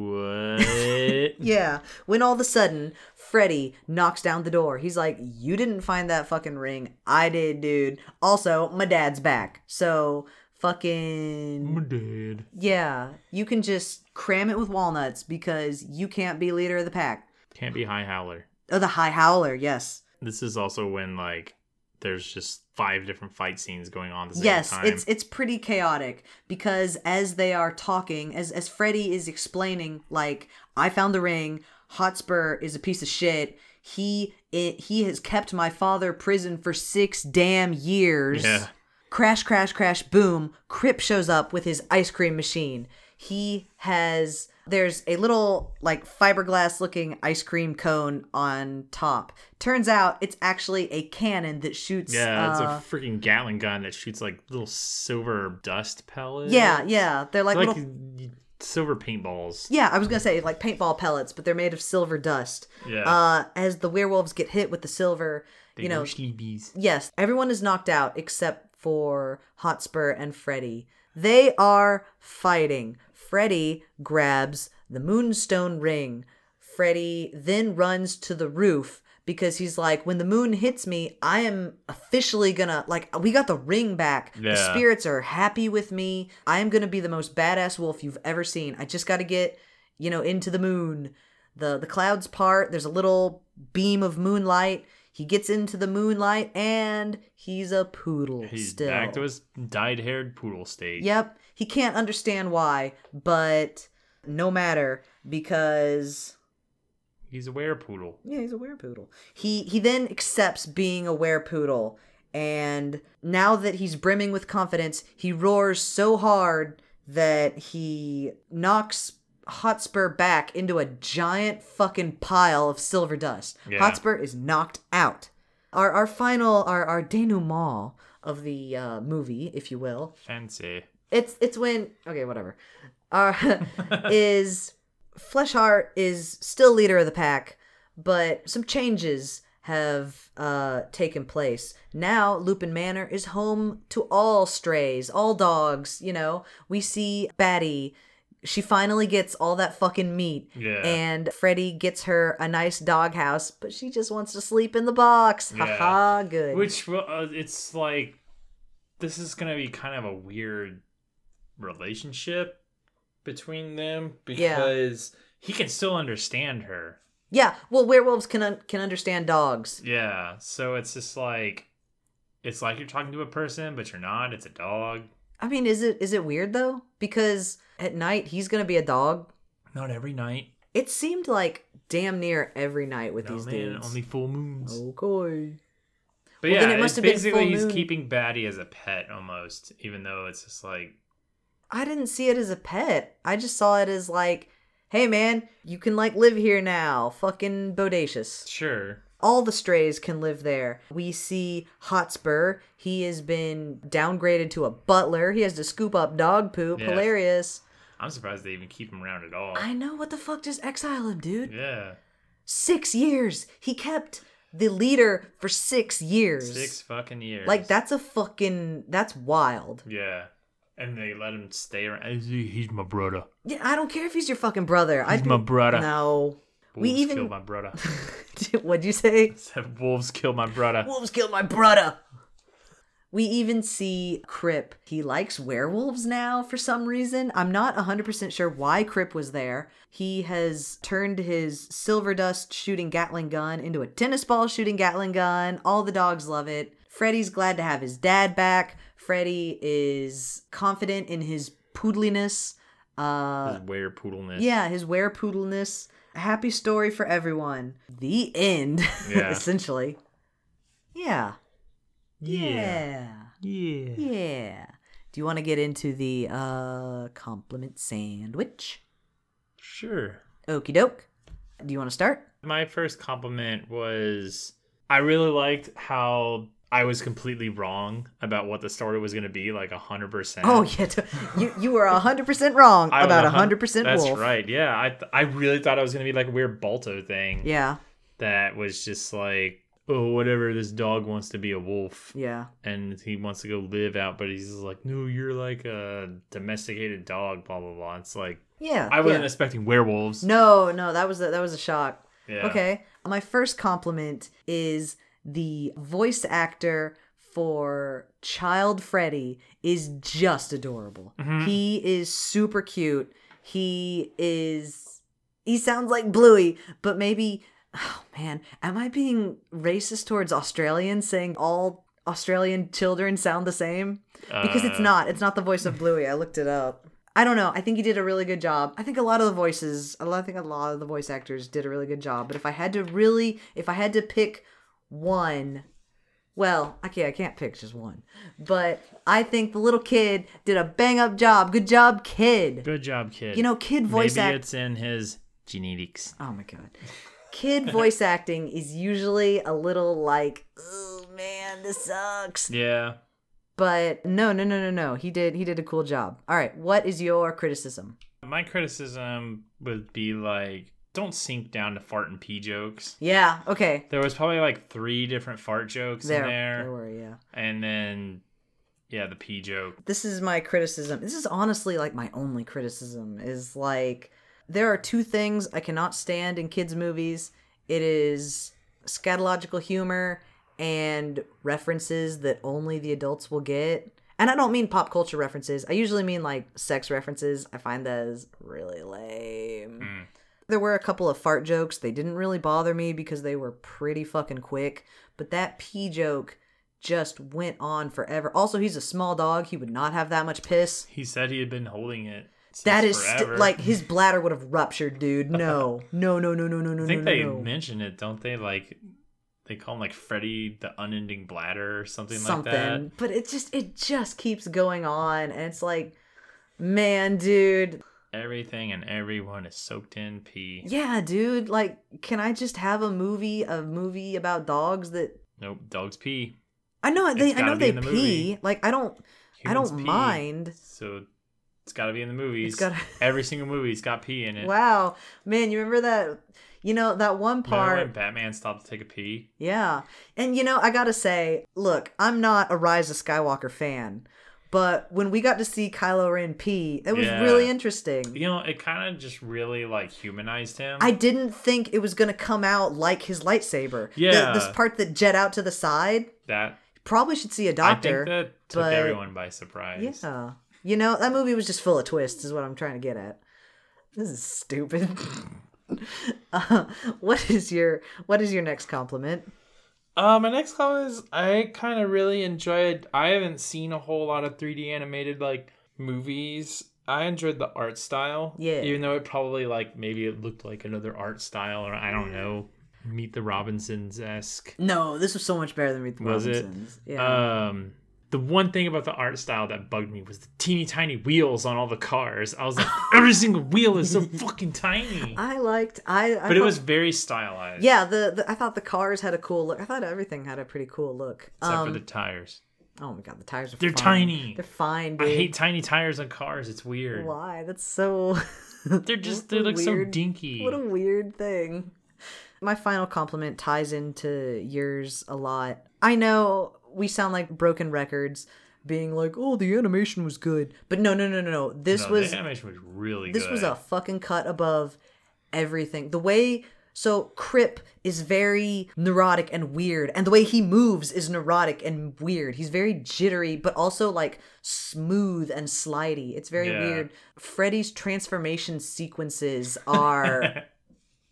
Speaker 2: "What?"
Speaker 1: yeah. When all of a sudden Freddy knocks down the door. He's like, "You didn't find that fucking ring. I did, dude. Also, my dad's back. So, fucking
Speaker 2: Dude.
Speaker 1: yeah, you can just cram it with walnuts because you can't be leader of the pack."
Speaker 2: Can't be high howler.
Speaker 1: Oh, the high howler. Yes.
Speaker 2: This is also when like there's just five different fight scenes going on at the same
Speaker 1: yes
Speaker 2: time.
Speaker 1: it's it's pretty chaotic because as they are talking as as freddy is explaining like i found the ring hotspur is a piece of shit he it, he has kept my father prison for six damn years
Speaker 2: Yeah.
Speaker 1: crash crash crash boom crip shows up with his ice cream machine he has there's a little like fiberglass looking ice cream cone on top turns out it's actually a cannon that shoots
Speaker 2: yeah, it's
Speaker 1: uh,
Speaker 2: a freaking Gatling gun that shoots like little silver dust pellets.
Speaker 1: Yeah, yeah. They're like,
Speaker 2: They're like
Speaker 1: little.
Speaker 2: y- y- silver paintballs.
Speaker 1: Yeah, I was gonna say like paintball pellets, but they're made of silver dust.
Speaker 2: Yeah.
Speaker 1: Uh, as the werewolves get hit with the silver, you know.
Speaker 2: sleebies.
Speaker 1: Yes, everyone is knocked out except for Hotspur and Freddy. They are fighting. Freddy grabs the Moonstone ring. Freddy then runs to the roof because he's like, when the moon hits me, I am officially gonna, like, we got the ring back. The
Speaker 2: Yeah.
Speaker 1: spirits are happy with me. I am gonna be the most badass wolf you've ever seen. I just gotta get, you know, into the moon. The the clouds part, there's a little beam of moonlight. He gets into the moonlight and he's a poodle
Speaker 2: He's
Speaker 1: still.
Speaker 2: back to his dyed-haired poodle state.
Speaker 1: Yep. He can't understand why, but no matter because
Speaker 2: He's a werepoodle.
Speaker 1: yeah, he's a werepoodle. He he then accepts being a werepoodle and now that he's brimming with confidence, he roars so hard that he knocks Hotspur back into a giant fucking pile of silver dust.
Speaker 2: Yeah.
Speaker 1: Hotspur is knocked out. Our our final our our denouement of the uh, movie, if you will,
Speaker 2: Fancy.
Speaker 1: it's it's when okay, whatever. Uh, is Fleshheart is still leader of the pack, but some changes have uh taken place. Now Lupin Manor is home to all strays, all dogs, you know. We see Batty she finally gets all that fucking meat
Speaker 2: Yeah.
Speaker 1: and Freddy gets her a nice doghouse, but she just wants to sleep in the box.
Speaker 2: Yeah.
Speaker 1: Haha, good.
Speaker 2: Which well, uh, it's like this is gonna be kind of a weird relationship between them because he can still understand her.
Speaker 1: yeah, well werewolves can un- can understand dogs.
Speaker 2: Yeah, so it's just like it's like you're talking to a person, but you're not. It's a dog.
Speaker 1: I mean, is it is it weird though? Because at night he's gonna be a dog.
Speaker 2: Not every night.
Speaker 1: It seemed like damn near every night with
Speaker 2: No,
Speaker 1: these
Speaker 2: man,
Speaker 1: dudes.
Speaker 2: only full moons.
Speaker 1: Okay.
Speaker 2: But
Speaker 1: Well,
Speaker 2: yeah,
Speaker 1: then it must
Speaker 2: it's
Speaker 1: have been
Speaker 2: basically
Speaker 1: full
Speaker 2: he's
Speaker 1: moon.
Speaker 2: keeping Batty as a pet almost, even though it's just like
Speaker 1: I didn't see it as a pet. I just saw it as like, hey man, you can like live here now. Fucking bodacious.
Speaker 2: sure.
Speaker 1: All the strays can live there. We see Hotspur. He has been downgraded to a butler. He has to scoop up dog poop.
Speaker 2: Yeah. Oh.
Speaker 1: Hilarious.
Speaker 2: I'm surprised they even keep him around at all.
Speaker 1: I know. What the fuck? Just exile him, dude.
Speaker 2: Yeah,
Speaker 1: Six years. He kept the leader for six years.
Speaker 2: six fucking years.
Speaker 1: Like that's a fucking that's wild.
Speaker 2: Yeah, and they let him stay around. He's my brother.
Speaker 1: Yeah, I don't care if he's your fucking brother. I'd
Speaker 2: my brother.
Speaker 1: No.
Speaker 2: Wolves
Speaker 1: even-
Speaker 2: kill my brother.
Speaker 1: What'd you say?
Speaker 2: Said, Wolves kill my brother.
Speaker 1: Wolves killed my brother. We even see Crip. He likes werewolves now for some reason. I'm not 100% sure why Crip was there. He has turned his silver dust shooting Gatling gun into a tennis ball shooting Gatling gun. All the dogs love it. Freddy's glad to have his dad back. Freddy is confident in his poodliness. Uh,
Speaker 2: His weird poodleness.
Speaker 1: yeah, his wear poodleness. Happy story for everyone. The end,
Speaker 2: Yeah.
Speaker 1: essentially. Yeah.
Speaker 2: Yeah. Yeah.
Speaker 1: Yeah. Yeah. Do you want to get into the uh compliment sandwich?
Speaker 2: Sure.
Speaker 1: Okie doke. Do you want to start?
Speaker 2: My first compliment was I really liked how I was completely wrong about what the story was going to be, like 100%.
Speaker 1: Oh yeah, t- you you were hundred percent wrong
Speaker 2: Uh, I was
Speaker 1: about
Speaker 2: a hun-
Speaker 1: hundred percent
Speaker 2: That's
Speaker 1: wolf.
Speaker 2: right. Yeah. I, th- I really thought it was going to be like a weird Balto thing
Speaker 1: Yeah,
Speaker 2: that was just like, oh, whatever, this dog wants to be a wolf.
Speaker 1: yeah,
Speaker 2: and he wants to go live out, but he's just like, no, you're like a domesticated dog, blah blah blah. It's like
Speaker 1: yeah.
Speaker 2: I wasn't
Speaker 1: yeah.
Speaker 2: expecting werewolves.
Speaker 1: No, no, that was a, that was a shock.
Speaker 2: Yeah.
Speaker 1: Okay. My first compliment is the voice actor for Child Freddy is just adorable. He is super cute. He is he sounds like Bluey, but maybe oh man, am I being racist towards Australians saying all Australian children sound the same? Because it's not. It's not the voice of Bluey. I looked it up. I don't know. I think he did a really good job. I think a lot of the voices, I think a lot of the voice actors did a really good job. But if I had to really, if I had to pick one, well, okay, I can't pick just one. But I think the little kid did a bang up job. Good job, kid.
Speaker 2: Good job, kid.
Speaker 1: You know, kid voice
Speaker 2: Maybe
Speaker 1: act-
Speaker 2: it's in his genetics.
Speaker 1: Oh my god. Kid voice acting is usually a little like, oh man, this sucks.
Speaker 2: Yeah.
Speaker 1: But no, no, no, no, no. He did he did a cool job. All right, what is your criticism?
Speaker 2: My criticism would be like, don't sink down to fart and pee jokes.
Speaker 1: Yeah, okay.
Speaker 2: There was probably like three different fart jokes
Speaker 1: There,
Speaker 2: in there,
Speaker 1: there were, yeah.
Speaker 2: and then yeah, the pee joke.
Speaker 1: This is my criticism. This is honestly like my only criticism is like there are two things I cannot stand in kids movies. It is scatological humor and references that only the adults will get. And I don't mean pop culture references. I usually mean like sex references. I find those really lame. There were a couple of fart jokes. They didn't really bother me because they were pretty fucking quick. But that pee joke just went on forever. Also, he's a small dog. He would not have that much piss.
Speaker 2: He said he had been holding it. Since
Speaker 1: That is st-
Speaker 2: forever.
Speaker 1: like his bladder would have ruptured, dude. No, no, no, no, no, no, no,
Speaker 2: I think
Speaker 1: no,
Speaker 2: they
Speaker 1: no.
Speaker 2: mention it, don't they? Like they call him like Freddy the Unending Bladder or something,
Speaker 1: something.
Speaker 2: like that.
Speaker 1: But it just it just keeps going on, and it's like, man, dude,
Speaker 2: Everything and everyone is soaked in pee.
Speaker 1: yeah, dude, like, can I just have a movie, a movie about dogs that
Speaker 2: Nope, dogs pee.
Speaker 1: I know they,
Speaker 2: It's
Speaker 1: I know
Speaker 2: gotta
Speaker 1: they
Speaker 2: be in
Speaker 1: pee.
Speaker 2: the movie.
Speaker 1: Like, I don't, I
Speaker 2: Humans
Speaker 1: don't
Speaker 2: pee,
Speaker 1: mind.
Speaker 2: So it's got to be in the movies.
Speaker 1: gotta-
Speaker 2: Every single movie's got pee in it.
Speaker 1: Wow, man, you remember that? You know that one
Speaker 2: Remember
Speaker 1: part.
Speaker 2: when Batman stopped to take a pee?
Speaker 1: Yeah. And you know, I gotta say, look, I'm not a Rise of Skywalker fan, but when we got to see Kylo Ren pee, it was
Speaker 2: Yeah.
Speaker 1: really interesting.
Speaker 2: You know, it kind of just really like humanized him.
Speaker 1: I didn't think it was gonna come out like his lightsaber. The-
Speaker 2: Yeah.
Speaker 1: this part that jet out to the side.
Speaker 2: that
Speaker 1: Probably should see a
Speaker 2: I
Speaker 1: doctor.
Speaker 2: think that took
Speaker 1: but-
Speaker 2: everyone by surprise.
Speaker 1: yeah. You know, that movie was just full of twists, is what I'm trying to get at. This is stupid. uh, what is your what is your next compliment?
Speaker 2: Uh, my next comment is I kind of really enjoyed. I haven't seen a whole lot of 3D animated like movies. I enjoyed the art style.
Speaker 1: Yeah.
Speaker 2: Even though it probably like maybe it looked like another art style or I don't know, Meet the Robinsons esque.
Speaker 1: No, this was so much better than Meet the
Speaker 2: Was it?
Speaker 1: Robinsons.
Speaker 2: Um. The one thing about the art style that bugged me was the teeny tiny wheels on all the cars. I was like, every single wheel is so fucking tiny.
Speaker 1: I liked I, I
Speaker 2: But it
Speaker 1: thought-
Speaker 2: was very stylized.
Speaker 1: yeah the, the I thought the cars had a cool look. I thought everything had a pretty cool look.
Speaker 2: Except
Speaker 1: Um,
Speaker 2: for the tires.
Speaker 1: oh my god, the tires are
Speaker 2: They're
Speaker 1: fine.
Speaker 2: tiny.
Speaker 1: They're fine,
Speaker 2: I
Speaker 1: dude.
Speaker 2: hate tiny tires on cars. It's weird.
Speaker 1: Why? That's so
Speaker 2: They're just
Speaker 1: What
Speaker 2: they
Speaker 1: a
Speaker 2: look
Speaker 1: weird-
Speaker 2: so dinky.
Speaker 1: what a weird thing. My final compliment ties into yours a lot. I know we sound like broken records being like, "Oh, the animation was good." But no, no, no, no, no. This
Speaker 2: No,
Speaker 1: was
Speaker 2: the animation was really
Speaker 1: this
Speaker 2: good.
Speaker 1: was a fucking cut above everything. The way So Crip is very neurotic and weird, and the way he moves is neurotic and weird. He's very jittery, but also like smooth and slidey. It's very
Speaker 2: Yeah.
Speaker 1: weird. Freddy's transformation sequences are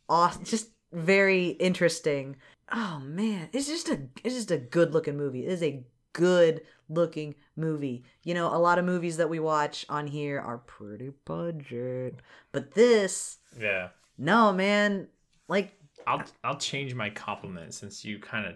Speaker 1: aw- just very interesting. Oh man, it's just a it's just a good looking movie. It is a good looking movie. You know, a lot of movies that we watch on here are pretty budget, but this,
Speaker 2: Yeah.
Speaker 1: no man, like
Speaker 2: I'll I'll change my compliment since you kind of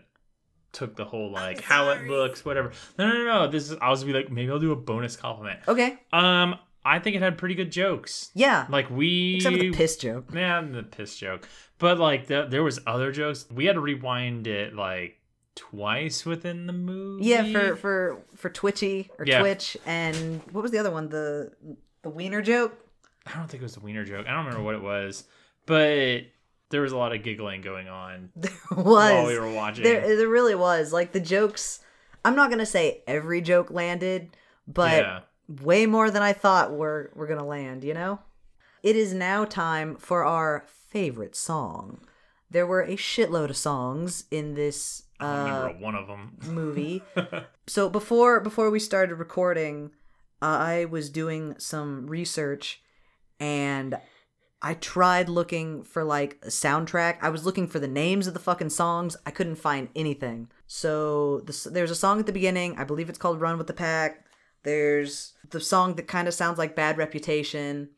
Speaker 2: took the whole like how it looks, whatever. No, no, no, no. This is I was be like maybe I'll do a bonus compliment.
Speaker 1: okay,
Speaker 2: Um, I think it had pretty good jokes.
Speaker 1: Oh. yeah,
Speaker 2: Like we
Speaker 1: except for the piss joke.
Speaker 2: Yeah, the piss joke. But like the, there was other jokes. We had to rewind it like twice within the movie.
Speaker 1: Yeah, for for for Twitchy or
Speaker 2: Yeah.
Speaker 1: Twitch, and what was the other one? The the wiener joke.
Speaker 2: I don't think it was the wiener joke. I don't remember what it was, but there was a lot of giggling going on
Speaker 1: was
Speaker 2: while we were watching.
Speaker 1: There, there really was. Like the jokes. I'm not gonna say every joke landed, but
Speaker 2: yeah.
Speaker 1: way more than I thought were were gonna land. You know. It is now time for our favorite song. There were a shitload of songs in this
Speaker 2: I
Speaker 1: uh,
Speaker 2: remember one of them.
Speaker 1: movie. so before before we started recording, uh, I was doing some research and I tried looking for like a soundtrack. I was looking for the names of the fucking songs. I couldn't find anything. So this, there's a song at the beginning. I believe it's called Run with the Pack. There's the song that kind of sounds like Bad Reputation.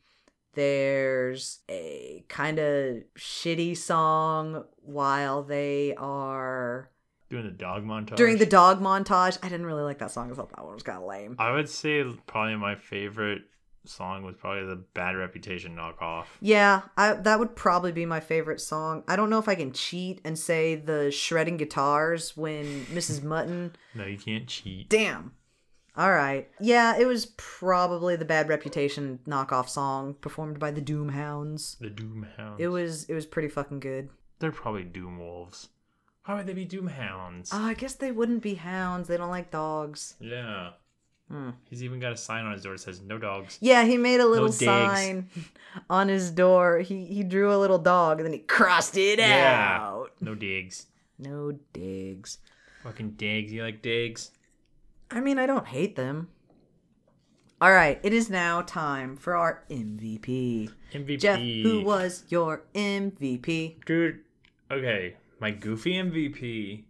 Speaker 1: There's a kind of shitty song while they are
Speaker 2: Doing the dog montage.
Speaker 1: during the dog montage. I didn't really like that song. I thought that one was kind of lame.
Speaker 2: I would say probably my favorite song was probably the Bad Reputation knockoff.
Speaker 1: Yeah, I, that would probably be my favorite song. I don't know if I can cheat and say the shredding guitars when Mrs. Mutton.
Speaker 2: No, you can't cheat.
Speaker 1: Damn. All right. Yeah, it was probably the Bad Reputation knockoff song performed by the Doomhounds.
Speaker 2: The Doom Hounds.
Speaker 1: It was it was pretty fucking good.
Speaker 2: They're probably Doom Wolves. Why would they be Doom Hounds?
Speaker 1: Oh, I guess they wouldn't be hounds. They don't like dogs.
Speaker 2: yeah.
Speaker 1: hmm.
Speaker 2: He's even got a sign on his door that says "No dogs."
Speaker 1: Yeah, he made a little
Speaker 2: digs.
Speaker 1: sign on his door. He he drew a little dog and then he crossed it
Speaker 2: Yeah.
Speaker 1: out.
Speaker 2: No digs.
Speaker 1: No digs.
Speaker 2: Fucking digs. You like digs?
Speaker 1: I mean, I don't hate them. All right, it is now time for our MVP.
Speaker 2: MVP.
Speaker 1: Jeff, who was your MVP?
Speaker 2: Dude. Okay, my goofy MVP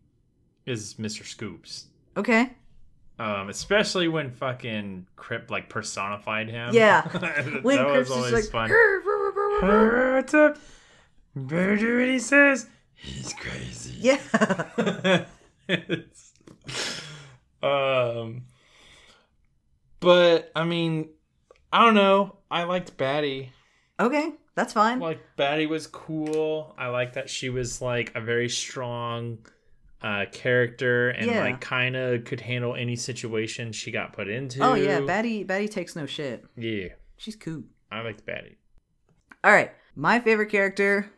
Speaker 2: is Mr. Scoops.
Speaker 1: Okay.
Speaker 2: Um, especially when fucking Crip like personified him.
Speaker 1: Yeah.
Speaker 2: that
Speaker 1: When
Speaker 2: was
Speaker 1: Crips
Speaker 2: always
Speaker 1: is like,
Speaker 2: fun.
Speaker 1: "Grr, grr, grr, grr, grr."
Speaker 2: What's up? Better do what he says. He's crazy.
Speaker 1: yeah.
Speaker 2: um, but I mean, I don't know. I liked Batty.
Speaker 1: Okay, that's fine.
Speaker 2: Like Batty was cool. I like that she was like a very strong uh character and
Speaker 1: Yeah.
Speaker 2: like kind of could handle any situation she got put into.
Speaker 1: Oh yeah, Batty Batty takes no shit.
Speaker 2: Yeah,
Speaker 1: She's cool.
Speaker 2: I liked Batty.
Speaker 1: All right, my favorite character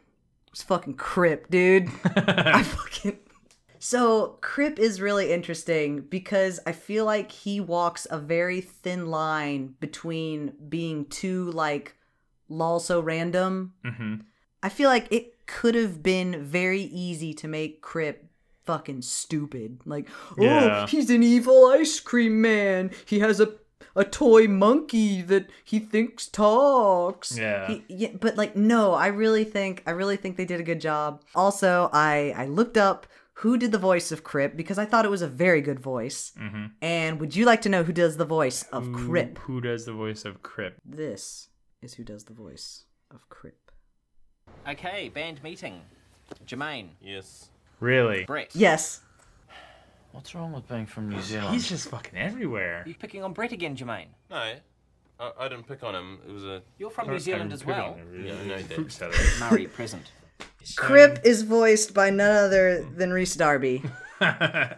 Speaker 1: was fucking Crip, dude. I fucking. So Crip is really interesting because I feel like he walks a very thin line between being too like lol so random.
Speaker 2: Mm-hmm.
Speaker 1: I feel like it could have been very easy to make Crip fucking stupid. Like, oh,
Speaker 2: Yeah.
Speaker 1: he's an evil ice cream man. He has a a toy monkey that he thinks talks.
Speaker 2: Yeah.
Speaker 1: He- yeah, but like no, I really think I really think they did a good job. Also, I I looked up who did the voice of Crip because I thought it was a very good voice. Mm-hmm. And would you like to know who does the voice of Crip?
Speaker 2: Who does the voice of Crip?
Speaker 1: This is who does the voice of Crip.
Speaker 4: Okay, band meeting. Jermaine,
Speaker 7: Yes.
Speaker 2: Really?
Speaker 4: Brett.
Speaker 1: Yes.
Speaker 8: What's wrong with being from New Zealand?
Speaker 2: He's just fucking everywhere.
Speaker 4: You picking on Brett again, Jermaine?
Speaker 7: No, I, I didn't pick on him. It was a.
Speaker 4: You're from New Zealand as well.
Speaker 7: Yeah, I know that.
Speaker 2: Fruit salad.
Speaker 4: Murray present.
Speaker 1: Crip is voiced by none other than Reese Darby,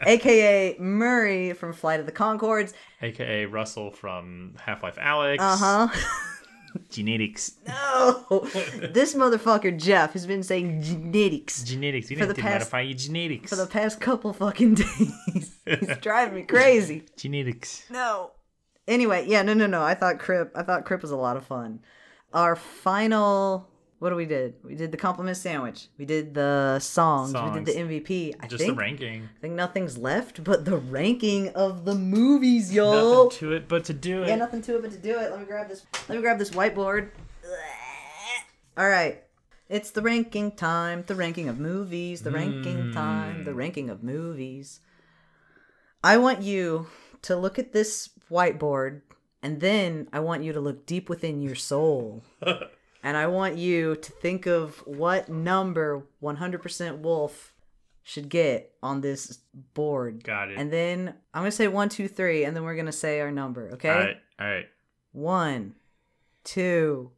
Speaker 1: aka Murray from Flight of the Concords.
Speaker 2: aka Russell from Half Life Alex.
Speaker 1: Uh huh.
Speaker 2: Genetics.
Speaker 1: Oh, this motherfucker Jeff has been saying genetics
Speaker 2: Genetics. You
Speaker 1: For
Speaker 2: didn't have
Speaker 1: the
Speaker 2: to
Speaker 1: past-
Speaker 2: modify your genetics.
Speaker 1: for the past couple fucking days. He's driving me crazy.
Speaker 2: genetics.
Speaker 1: No. Anyway, yeah, no, no, no. I thought Crip. I thought Crip was a lot of fun. Our final What do we did? We did the compliment sandwich. We did the songs. We did the
Speaker 2: Songs.
Speaker 1: MVP. I
Speaker 2: Just
Speaker 1: think,
Speaker 2: the ranking.
Speaker 1: I think nothing's left but the ranking of the movies,
Speaker 2: Nothing
Speaker 1: y'all.
Speaker 2: to it but to do it.
Speaker 1: Oh. yeah, nothing to it but to do it. Let me grab this. Let me grab this whiteboard. All right. It's the ranking time. The ranking of movies. The ranking time.
Speaker 2: Hmm.
Speaker 1: The ranking of movies. I want you to look at this whiteboard and then I want you to look deep within your soul. and I want you to think of what number 100% Wolf should get on this board.
Speaker 2: Got it.
Speaker 1: And then I'm going to say one, two, three, and then we're going to say our number, okay?
Speaker 2: All right. All right.
Speaker 1: One, two,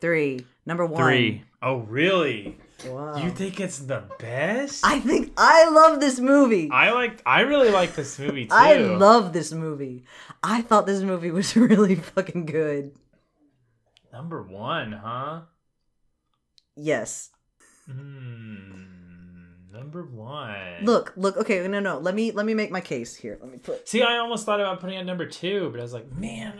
Speaker 1: three. Number one.
Speaker 2: Three. Oh, really?
Speaker 1: Wow.
Speaker 2: You think it's the best?
Speaker 1: I think I love this movie.
Speaker 2: I like. I really like this movie too.
Speaker 1: I love this movie. I thought this movie was really fucking good.
Speaker 2: number one, huh?
Speaker 1: Yes.
Speaker 2: Hmm. Number one.
Speaker 1: Look, look, okay, no no, let me let me make my case here. Let me put
Speaker 2: See, I almost thought about putting it at number two, but I was like, man,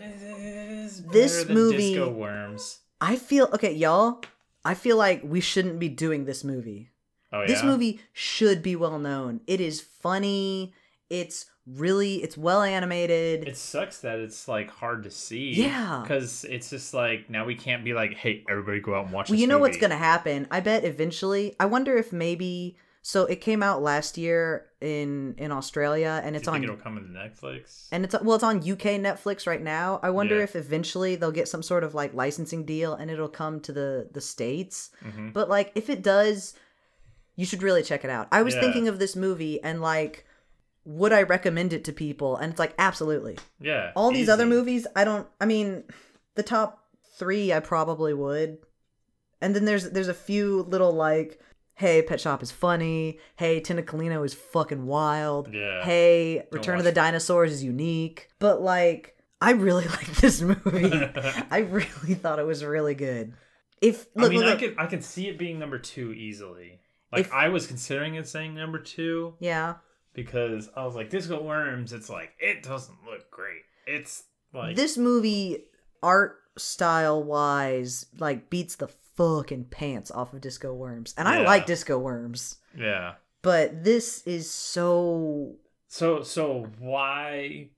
Speaker 2: it's
Speaker 1: This
Speaker 2: better than
Speaker 1: movie-
Speaker 2: Disco Worms.
Speaker 1: I feel okay, y'all. I feel like we shouldn't be doing this movie.
Speaker 2: Oh yeah.
Speaker 1: This movie should be well known. It is funny. It's really it's well animated.
Speaker 2: It sucks that it's like hard to see.
Speaker 1: Yeah.
Speaker 2: Because it's just like now we can't be like, hey, everybody go out and watch.
Speaker 1: Well,
Speaker 2: this
Speaker 1: you know what's
Speaker 2: movie."
Speaker 1: going to happen. I bet eventually. I wonder if maybe. So it came out last year in in Australia, and it's
Speaker 2: Do you
Speaker 1: on
Speaker 2: think it'll come into Netflix?
Speaker 1: and it's well, it's on UK Netflix right now. I wonder
Speaker 2: Yeah.
Speaker 1: if eventually they'll get some sort of like licensing deal, and it'll come to the the states.
Speaker 2: Mhm.
Speaker 1: But like, if it does, you should really check it out. I was
Speaker 2: Yeah.
Speaker 1: thinking of this movie and like. Would I recommend it to people? And it's like, absolutely.
Speaker 2: yeah.
Speaker 1: All these other
Speaker 2: easy.
Speaker 1: movies, I don't. I mean, the top three, I probably would. And then there's there's a few little like, hey, Pet Shop is funny. Hey, Tentacolino is fucking wild.
Speaker 2: Yeah.
Speaker 1: Hey, Return of
Speaker 2: watch
Speaker 1: the
Speaker 2: it.
Speaker 1: Dinosaurs is unique. But like, I really like this movie. I really thought it was really good. If look,
Speaker 2: I mean,
Speaker 1: look,
Speaker 2: I
Speaker 1: look.
Speaker 2: could I could see it being number two easily. Like
Speaker 1: If-
Speaker 2: I was considering it saying number two
Speaker 1: yeah,
Speaker 2: because I was like, Disco Worms. It's like it doesn't look great. It's like
Speaker 1: this movie art style wise like beats the fucking pants off of Disco Worms, and I
Speaker 2: Yeah.
Speaker 1: like Disco Worms.
Speaker 2: yeah.
Speaker 1: but this is so
Speaker 2: So so why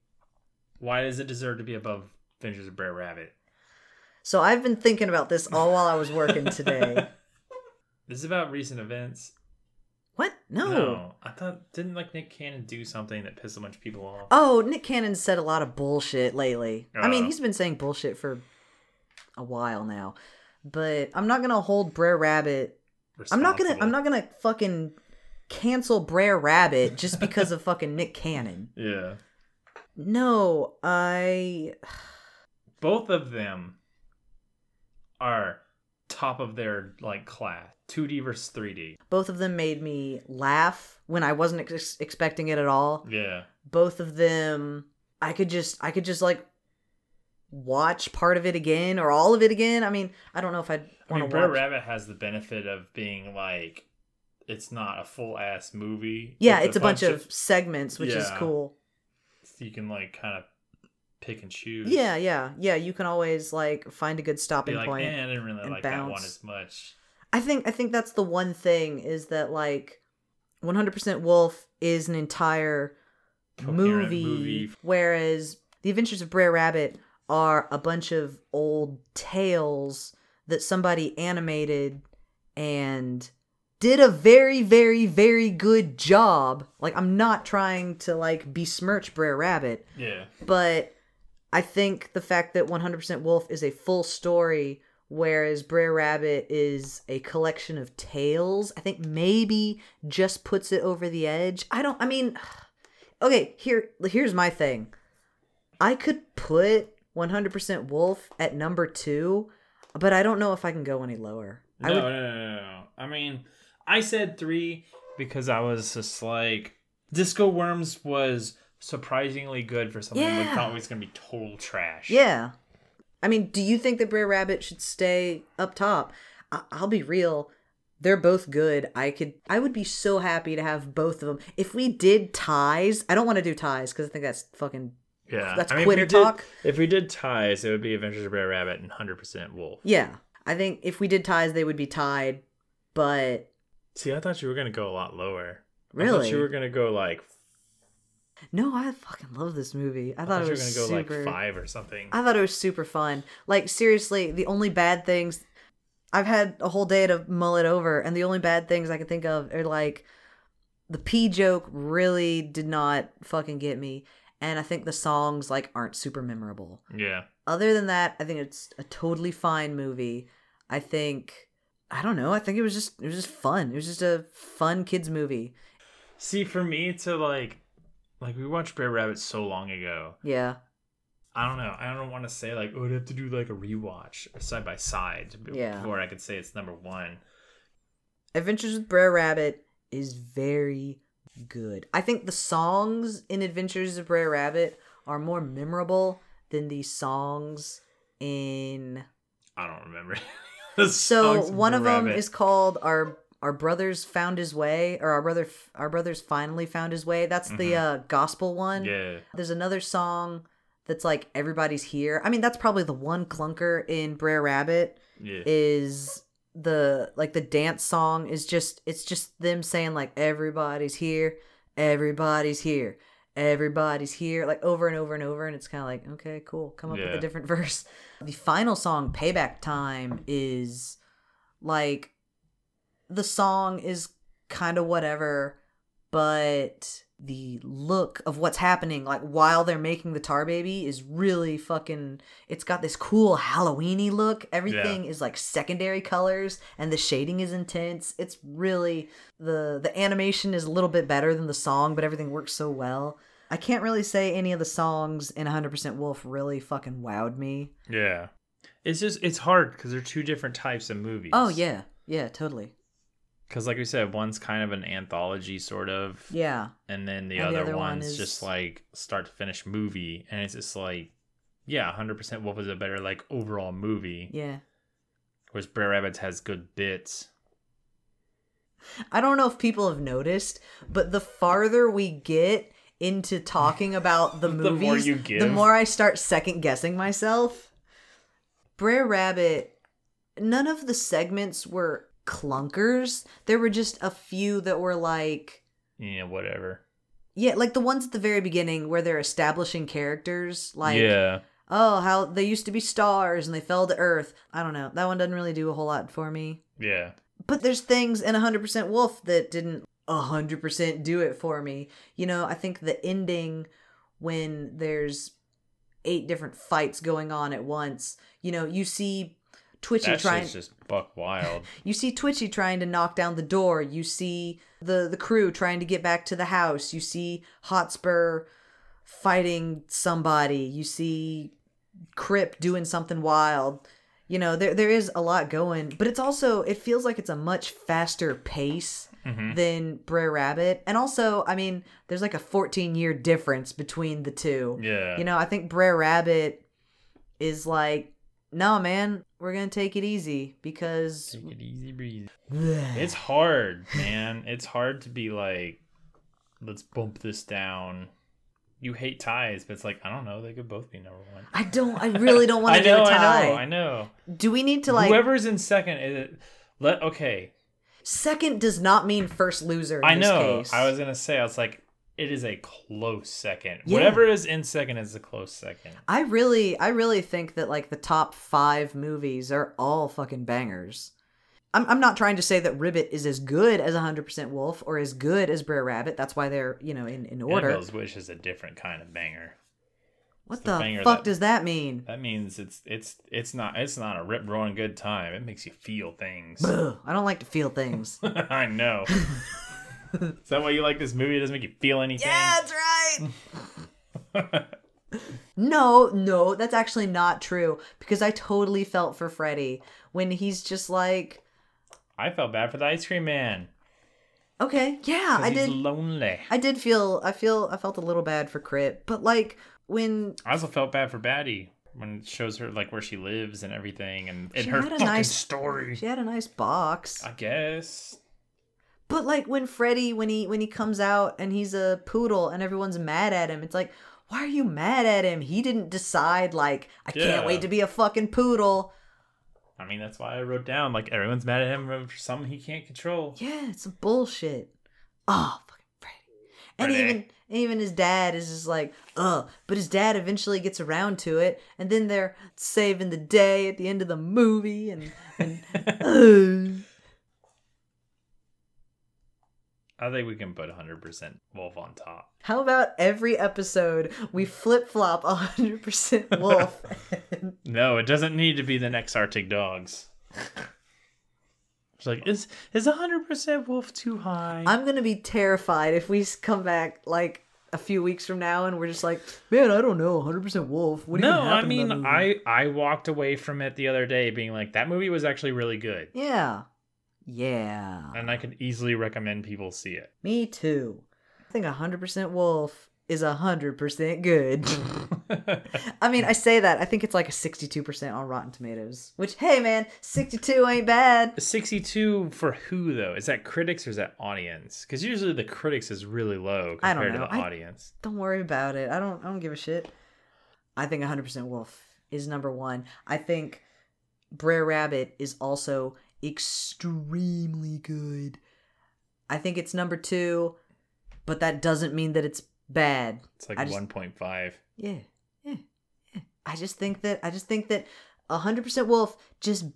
Speaker 2: why does it deserve to be above Avengers of Brer Rabbit?
Speaker 1: so i've been thinking about this all while i was working today
Speaker 2: This is about recent events.
Speaker 1: what no.
Speaker 2: No, I thought didn't like Nick Cannon do something that pissed a bunch of people off.
Speaker 1: oh nick cannon said a lot of bullshit lately i mean
Speaker 2: Oh.
Speaker 1: he's been saying bullshit for a while now but i'm not gonna hold brer rabbit i'm not gonna i'm not gonna fucking cancel brer rabbit just because of fucking nick cannon
Speaker 2: Yeah,
Speaker 1: no i
Speaker 2: both of them are top of their like class. 2D versus 3D.
Speaker 1: both of them made me laugh when i wasn't ex- expecting it at all
Speaker 2: Yeah,
Speaker 1: both of them i could just i could just like watch part of it again or all of it again i mean i don't know if i'd
Speaker 2: I
Speaker 1: want
Speaker 2: mean,
Speaker 1: to
Speaker 2: Brer
Speaker 1: watch
Speaker 2: Rabbit has the benefit of being like it's not a full ass movie.
Speaker 1: yeah it's, a bunch, of, segments which is
Speaker 2: Yeah.
Speaker 1: cool
Speaker 2: you can like kind of pick and choose.
Speaker 1: yeah yeah yeah you can always like find a good
Speaker 2: be
Speaker 1: stopping
Speaker 2: like,
Speaker 1: point
Speaker 2: eh, I didn't really
Speaker 1: and
Speaker 2: like that one
Speaker 1: bounce.
Speaker 2: as much.
Speaker 1: i think i think that's the one thing is that like 100% wolf is an entire
Speaker 2: Coherent
Speaker 1: movie,
Speaker 2: movie.
Speaker 1: whereas the adventures of brer rabbit are a bunch of old tales that somebody animated and did a very very very good job like i'm not trying to like besmirch brer rabbit
Speaker 2: Yeah.
Speaker 1: but i think the fact that 100% wolf is a full story whereas brer rabbit is a collection of tales i think maybe just puts it over the edge i don't i mean okay here here's my thing i could put 100% wolf at number two but i don't know if i can go any lower
Speaker 2: No,
Speaker 1: i
Speaker 2: no, no, no, no. I mean, I said three because I was just like, Disco Worms was surprisingly good for something we
Speaker 1: Yeah.
Speaker 2: thought was gonna be total trash.
Speaker 1: Yeah. I mean, do you think that Brer Rabbit should stay up top? I- I'll be real. They're both good. I could I would be so happy to have both of them. If we did ties, I don't want to do ties cuz I think that's fucking
Speaker 2: yeah.
Speaker 1: That's
Speaker 2: I mean,
Speaker 1: quitter
Speaker 2: if we did-
Speaker 1: talk.
Speaker 2: If we did ties, it would be Adventures of Brer Rabbit and Hundred Percent Wolf.
Speaker 1: yeah. I think if we did ties, they would be tied. But
Speaker 2: See, I thought you were gonna go a lot lower. I thought
Speaker 1: Really?
Speaker 2: you were gonna go like.
Speaker 1: no, I fucking love this movie. I
Speaker 2: I
Speaker 1: thought,
Speaker 2: thought
Speaker 1: it
Speaker 2: you were
Speaker 1: was
Speaker 2: gonna go
Speaker 1: super.
Speaker 2: like five or something.
Speaker 1: I thought it was super fun. Like seriously, the only bad things I've had a whole day to mull it over, and the only bad things I can think of are like the pee joke really did not fucking get me, and I think the songs like aren't super memorable.
Speaker 2: yeah.
Speaker 1: Other than that, I think it's a totally fine movie. I think I don't know. I think it was just it was just fun. It was just a fun kids movie.
Speaker 2: See, for me to like, like we watched Bear Rabbit so long ago.
Speaker 1: Yeah,
Speaker 2: I don't know. I don't want to say like, oh, I'd have to do like a rewatch side by side b-
Speaker 1: Yeah.
Speaker 2: before I could say it's number one.
Speaker 1: Adventures with Brer Rabbit is very good. I think the songs in Adventures of Brer Rabbit are more memorable than the songs in.
Speaker 2: I don't remember. The
Speaker 1: So
Speaker 2: songs of
Speaker 1: one
Speaker 2: Brer
Speaker 1: of them
Speaker 2: Rabbit.
Speaker 1: is called "Our Our Brothers Found His Way" or "Our Brother Our Brothers Finally Found His Way." That's the uh, gospel one.
Speaker 2: Mm-hmm. yeah.
Speaker 1: There's another song that's like "Everybody's Here." I mean, that's probably the one clunker in Brer Rabbit
Speaker 2: Yeah.
Speaker 1: is the like the dance song is just it's just them saying like everybody's here everybody's here everybody's here like over and over and over and it's kind of like okay cool come up with
Speaker 2: Yeah.
Speaker 1: a different verse the final song payback time is like the song is kind of whatever but the look of what's happening like while they're making the tar baby is really fucking it's got this cool halloweeny look everything is like secondary colors and the shading is intense it's really the the animation is a little bit better than the song but everything works so well i can't really say any of the songs in 100% wolf really fucking wowed me
Speaker 2: Yeah. It's just it's hard because they're two different types of movies.
Speaker 1: oh yeah yeah totally
Speaker 2: Because like we said, one's kind of an anthology sort of,
Speaker 1: yeah
Speaker 2: and then the,
Speaker 1: And
Speaker 2: other,
Speaker 1: the other one
Speaker 2: one's
Speaker 1: is-
Speaker 2: just like start to finish movie, and it's just like, yeah, hundred percent. Wolf is a better like overall movie,
Speaker 1: yeah
Speaker 2: whereas Brer Rabbits has good bits.
Speaker 1: I don't know if people have noticed, but the farther we get into talking about the
Speaker 2: The more
Speaker 1: movies,
Speaker 2: you
Speaker 1: the
Speaker 2: give.
Speaker 1: more I start second guessing myself. Brer Rabbit, none of the segments were clunkers. There were just a few that were like,
Speaker 2: Yeah, whatever.
Speaker 1: yeah, like the ones at the very beginning where they're establishing characters, like,
Speaker 2: yeah,
Speaker 1: oh, how they used to be stars and they fell to earth. I don't know. That one doesn't really do a whole lot for me.
Speaker 2: yeah.
Speaker 1: But there's things in 100% Wolf that didn't 100% do it for me. You know, I think the ending when there's eight different fights going on at once, you know, you see Twitchy
Speaker 2: That
Speaker 1: trying
Speaker 2: shit's just buck wild.
Speaker 1: you see Twitchy trying to knock down the door, you see the the crew trying to get back to the house, you see Hotspur fighting somebody, you see Crip doing something wild. You know, there there is a lot going, but it's also it feels like it's a much faster pace than Brer Rabbit. And also, I mean, there's like a 14 year difference between the two.
Speaker 2: Yeah.
Speaker 1: You know, I think Brer Rabbit is like, no, man, we're gonna take it easy because
Speaker 2: Take it easy breezy. it's hard, man. It's hard to be like, let's bump this down. You hate ties, but it's like I don't know. They could both be number one.
Speaker 1: I don't. I really don't want
Speaker 2: I
Speaker 1: to do
Speaker 2: know,
Speaker 1: a
Speaker 2: I
Speaker 1: tie.
Speaker 2: know, I know.
Speaker 1: Do we need to like
Speaker 2: Whoever's in second, it, let okay.
Speaker 1: second does not mean first loser. In
Speaker 2: I
Speaker 1: this
Speaker 2: know.
Speaker 1: Case.
Speaker 2: I was gonna say, I was like, it is a close second.
Speaker 1: Yeah.
Speaker 2: Whatever is in second is a close second.
Speaker 1: I really, I really think that like the top five movies are all fucking bangers. I'm, I'm not trying to say that Ribbit is as good as 100% Wolf or as good as Brer Rabbit. That's why they're you know in in order.
Speaker 2: Annabelle's Wish is a different kind of banger.
Speaker 1: what
Speaker 2: the
Speaker 1: the,
Speaker 2: banger
Speaker 1: fuck
Speaker 2: that-
Speaker 1: does that mean?
Speaker 2: That means it's it's it's not it's not a rip roaring good time. It makes you feel things.
Speaker 1: Ugh, I don't like to feel things.
Speaker 2: I know. is that why you like this movie? It doesn't make you feel anything.
Speaker 1: Yeah, that's right. no, no, that's actually not true because I totally felt for Freddy when he's just like,
Speaker 2: I felt bad for the ice cream man.
Speaker 1: okay, yeah,
Speaker 2: 'cause
Speaker 1: I
Speaker 2: he's
Speaker 1: did.
Speaker 2: lonely.
Speaker 1: I did feel. I feel. I felt a little bad for Crit, but like when
Speaker 2: I also felt bad for Batty when it shows her like where she lives and everything, and, and
Speaker 1: She
Speaker 2: her
Speaker 1: had a
Speaker 2: fucking
Speaker 1: nice-
Speaker 2: story.
Speaker 1: she had a nice box,
Speaker 2: I guess.
Speaker 1: but like when Freddy, when he when he comes out and he's a poodle and everyone's mad at him, it's like. Why are you mad at him? He didn't decide, like, I
Speaker 2: Yeah.
Speaker 1: can't wait to be a fucking poodle.
Speaker 2: I mean, that's why I wrote down like everyone's mad at him for something he can't control.
Speaker 1: Yeah, it's some bullshit. Oh, fucking Freddy. And
Speaker 2: Freddy.
Speaker 1: even and even his dad is just like, ugh. But his dad eventually gets around to it, and then they're saving the day at the end of the movie, and, and ugh.
Speaker 2: I think we can put 100% Wolf on top.
Speaker 1: How about every episode we flip flop 100% wolf?
Speaker 2: No, it doesn't need to be the next Arctic Dogs. It's like is is 100% Wolf too high?
Speaker 1: I'm gonna be terrified if we s- come back like a few weeks from now and we're just like, man, I don't know, 100% wolf. What
Speaker 2: no,
Speaker 1: even
Speaker 2: I
Speaker 1: happened to that
Speaker 2: mean
Speaker 1: movie?"
Speaker 2: I I walked away from it the other day being like that movie was actually really good.
Speaker 1: yeah, yeah.
Speaker 2: And I could easily recommend people see it.
Speaker 1: Me too. I think 100% Wolf is 100% good. I mean, I say that. I think it's like a 62% on Rotten Tomatoes, which, hey man, 62 ain't bad.
Speaker 2: 62 for who though? Is that critics or is that audience? Cuz usually the critics is really low
Speaker 1: I don't
Speaker 2: compared to
Speaker 1: know.
Speaker 2: the
Speaker 1: I-
Speaker 2: audience.
Speaker 1: Don't worry about it. I don't I don't give a shit. I think 100% Wolf is number 1. I think Brer Rabbit is also extremely good. I think it's number 2, but that doesn't mean that it's bad.
Speaker 2: It's like
Speaker 1: I just-
Speaker 2: 1.5.
Speaker 1: Yeah, yeah, yeah. I just think that I just think that hundred percent wolf just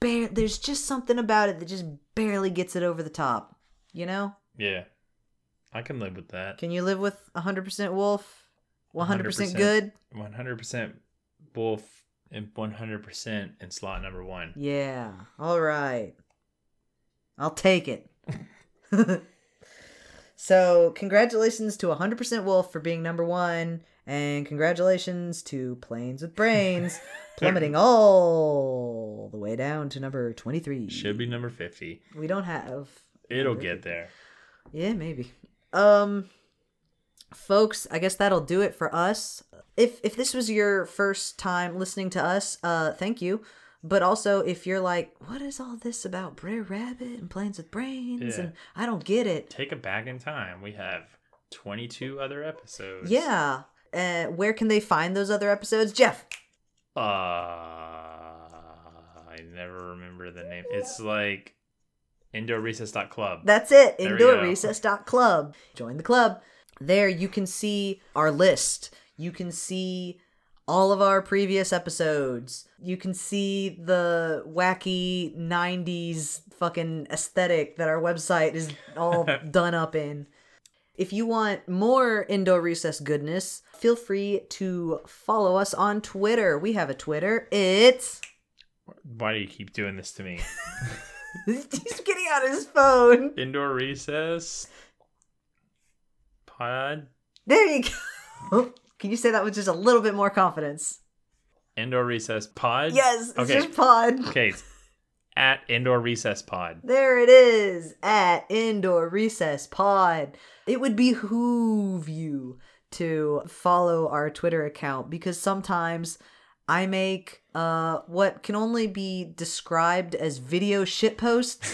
Speaker 1: bare. There's just something about it that just barely gets it over the top. You know?
Speaker 2: Yeah. I can live with that.
Speaker 1: Can you live with hundred percent wolf? One hundred percent good.
Speaker 2: 100% Wolf and 100% in slot number 1.
Speaker 1: Yeah. All right. I'll take it. so, congratulations to 100% Wolf for being number one, and congratulations to Planes with Brains plummeting all the way down to number 23.
Speaker 2: Should be number 50.
Speaker 1: We don't have.
Speaker 2: It'll get there.
Speaker 1: Yeah, maybe. Um folks, I guess that'll do it for us. If if this was your first time listening to us, uh thank you. But also if you're like, what is all this about Brer Rabbit and Planes with Brains
Speaker 2: Yeah.
Speaker 1: and I don't get it.
Speaker 2: Take it back in time. We have 22 other episodes.
Speaker 1: Yeah. Uh, where can they find those other episodes? Jeff.
Speaker 2: Uh, I never remember the name. It's like indoorrecess.club.
Speaker 1: That's it.
Speaker 2: There we go.
Speaker 1: IndoorRecess.club. Join the club. There you can see our list. You can see all of our previous episodes. You can see the wacky 90s fucking aesthetic that our website is all done up in. If you want more Indoor Recess goodness, feel free to follow us on Twitter. We have a Twitter. It's.
Speaker 2: Why do you keep doing this to me?
Speaker 1: He's getting out his phone.
Speaker 2: Indoor recess pod.
Speaker 1: There you go. Can you say that with just a little bit more confidence?
Speaker 2: Indoor recess pod.
Speaker 1: Yes, it's
Speaker 2: Okay.
Speaker 1: just pod.
Speaker 2: okay. It's at indoor recess pod.
Speaker 1: There it is at Indoor Recess Pod. It would behoove you to follow our Twitter account because sometimes I make uh, what can only be described as video shit posts.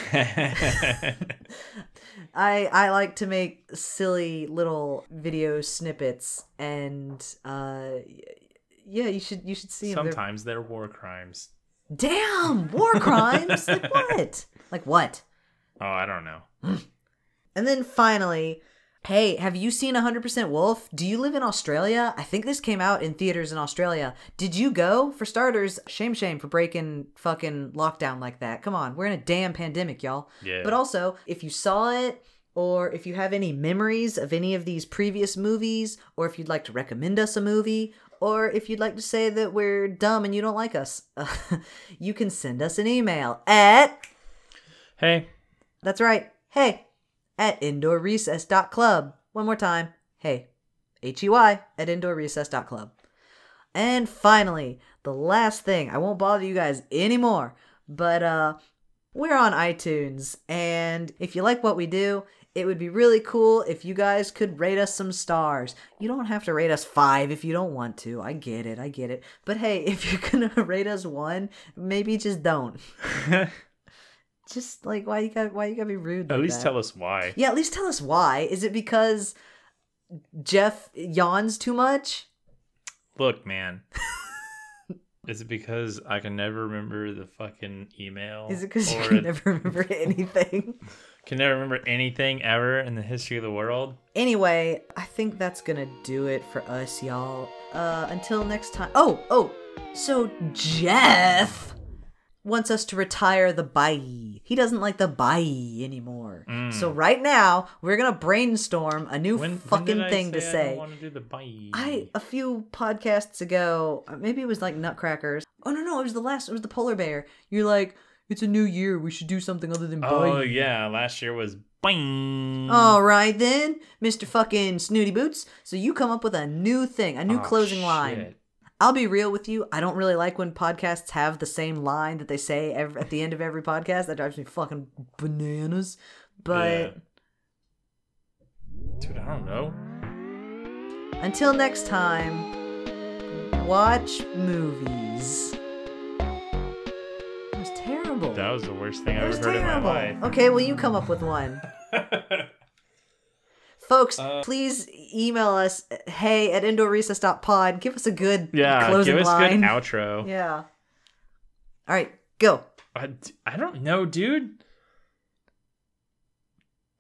Speaker 1: I I like to make silly little video snippets and uh, y- yeah, you should you should see 'em. They're-
Speaker 2: Sometimes they're war crimes.
Speaker 1: Damn, war crimes? like what? Like what?
Speaker 2: Oh, I don't know.
Speaker 1: And then finally, hey, have you seen 100% Wolf? Do you live in Australia? I think this came out in theaters in Australia. Did you go? For starters, shame, shame for breaking fucking lockdown like that. Come on, we're in a damn pandemic, y'all.
Speaker 2: Yeah.
Speaker 1: But also, if you saw it, or if you have any memories of any of these previous movies, or if you'd like to recommend us a movie, or if you'd like to say that we're dumb and you don't like us, you can send us an email at
Speaker 2: Hey,
Speaker 1: that's right. Hey, at indoorrecess.club. One more time. Hey, H E Y at indoorrecess.club. And finally, the last thing, I won't bother you guys anymore, but uh, we're on iTunes. And if you like what we do, it would be really cool if you guys could rate us some stars. You don't have to rate us five if you don't want to. I get it. I get it. But hey, if you're going to rate us one, maybe just don't. just like why you got to why you got to be rude
Speaker 2: at
Speaker 1: like
Speaker 2: least
Speaker 1: that?
Speaker 2: tell us why.
Speaker 1: Yeah, at least tell us why. Is it because Jeff yawns too much?
Speaker 2: Look, man. Is it because I can never remember the fucking email?
Speaker 1: Is it because you
Speaker 2: or
Speaker 1: can never remember anything?
Speaker 2: can never remember anything ever in the history of the world?
Speaker 1: anyway, I think that's gonna do it for us, y'all. Uh, until next time. Oh, oh. So Jeff wants us to retire the bye. He doesn't like the bye anymore. So right now, we're gonna brainstorm a new
Speaker 2: Mm. When
Speaker 1: fucking
Speaker 2: when did
Speaker 1: thing
Speaker 2: I
Speaker 1: to
Speaker 2: say I
Speaker 1: say.
Speaker 2: don't want to do the bye.
Speaker 1: I a few podcasts ago, uh, maybe it was like Nutcrackers. Oh no, no, it was the last. It was the polar bear. You're like, it's a new year. We should do something other than bye. Oh,
Speaker 2: oh yeah, last year was bing.
Speaker 1: All right then, Mr. fucking Snooty Boots. So you come up with a new thing, a new
Speaker 2: Oh,
Speaker 1: closing line. I'll be real with you. I don't really like when podcasts have the same line that they say ev at the end of every podcast. That drives me fucking bananas. But
Speaker 2: Dude, I don't know.
Speaker 1: until next time, watch movies. That was terrible.
Speaker 2: That was the worst thing I
Speaker 1: That
Speaker 2: ever
Speaker 1: was
Speaker 2: heard in
Speaker 1: terrible.
Speaker 2: my life.
Speaker 1: Okay, well, you come up with one. Folks,
Speaker 2: Uh,
Speaker 1: please email us, hey at indorecess.pod. Give us a good
Speaker 2: Yeah,
Speaker 1: closing
Speaker 2: give us
Speaker 1: line.
Speaker 2: good outro.
Speaker 1: Yeah. All right, go.
Speaker 2: I, d- I don't know, dude.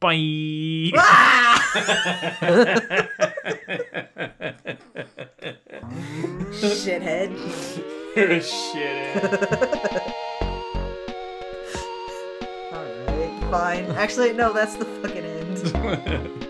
Speaker 2: Bye.
Speaker 1: Shithead. Oh,
Speaker 2: Shit.
Speaker 1: All right, fine. Actually, no, that's the fucking end.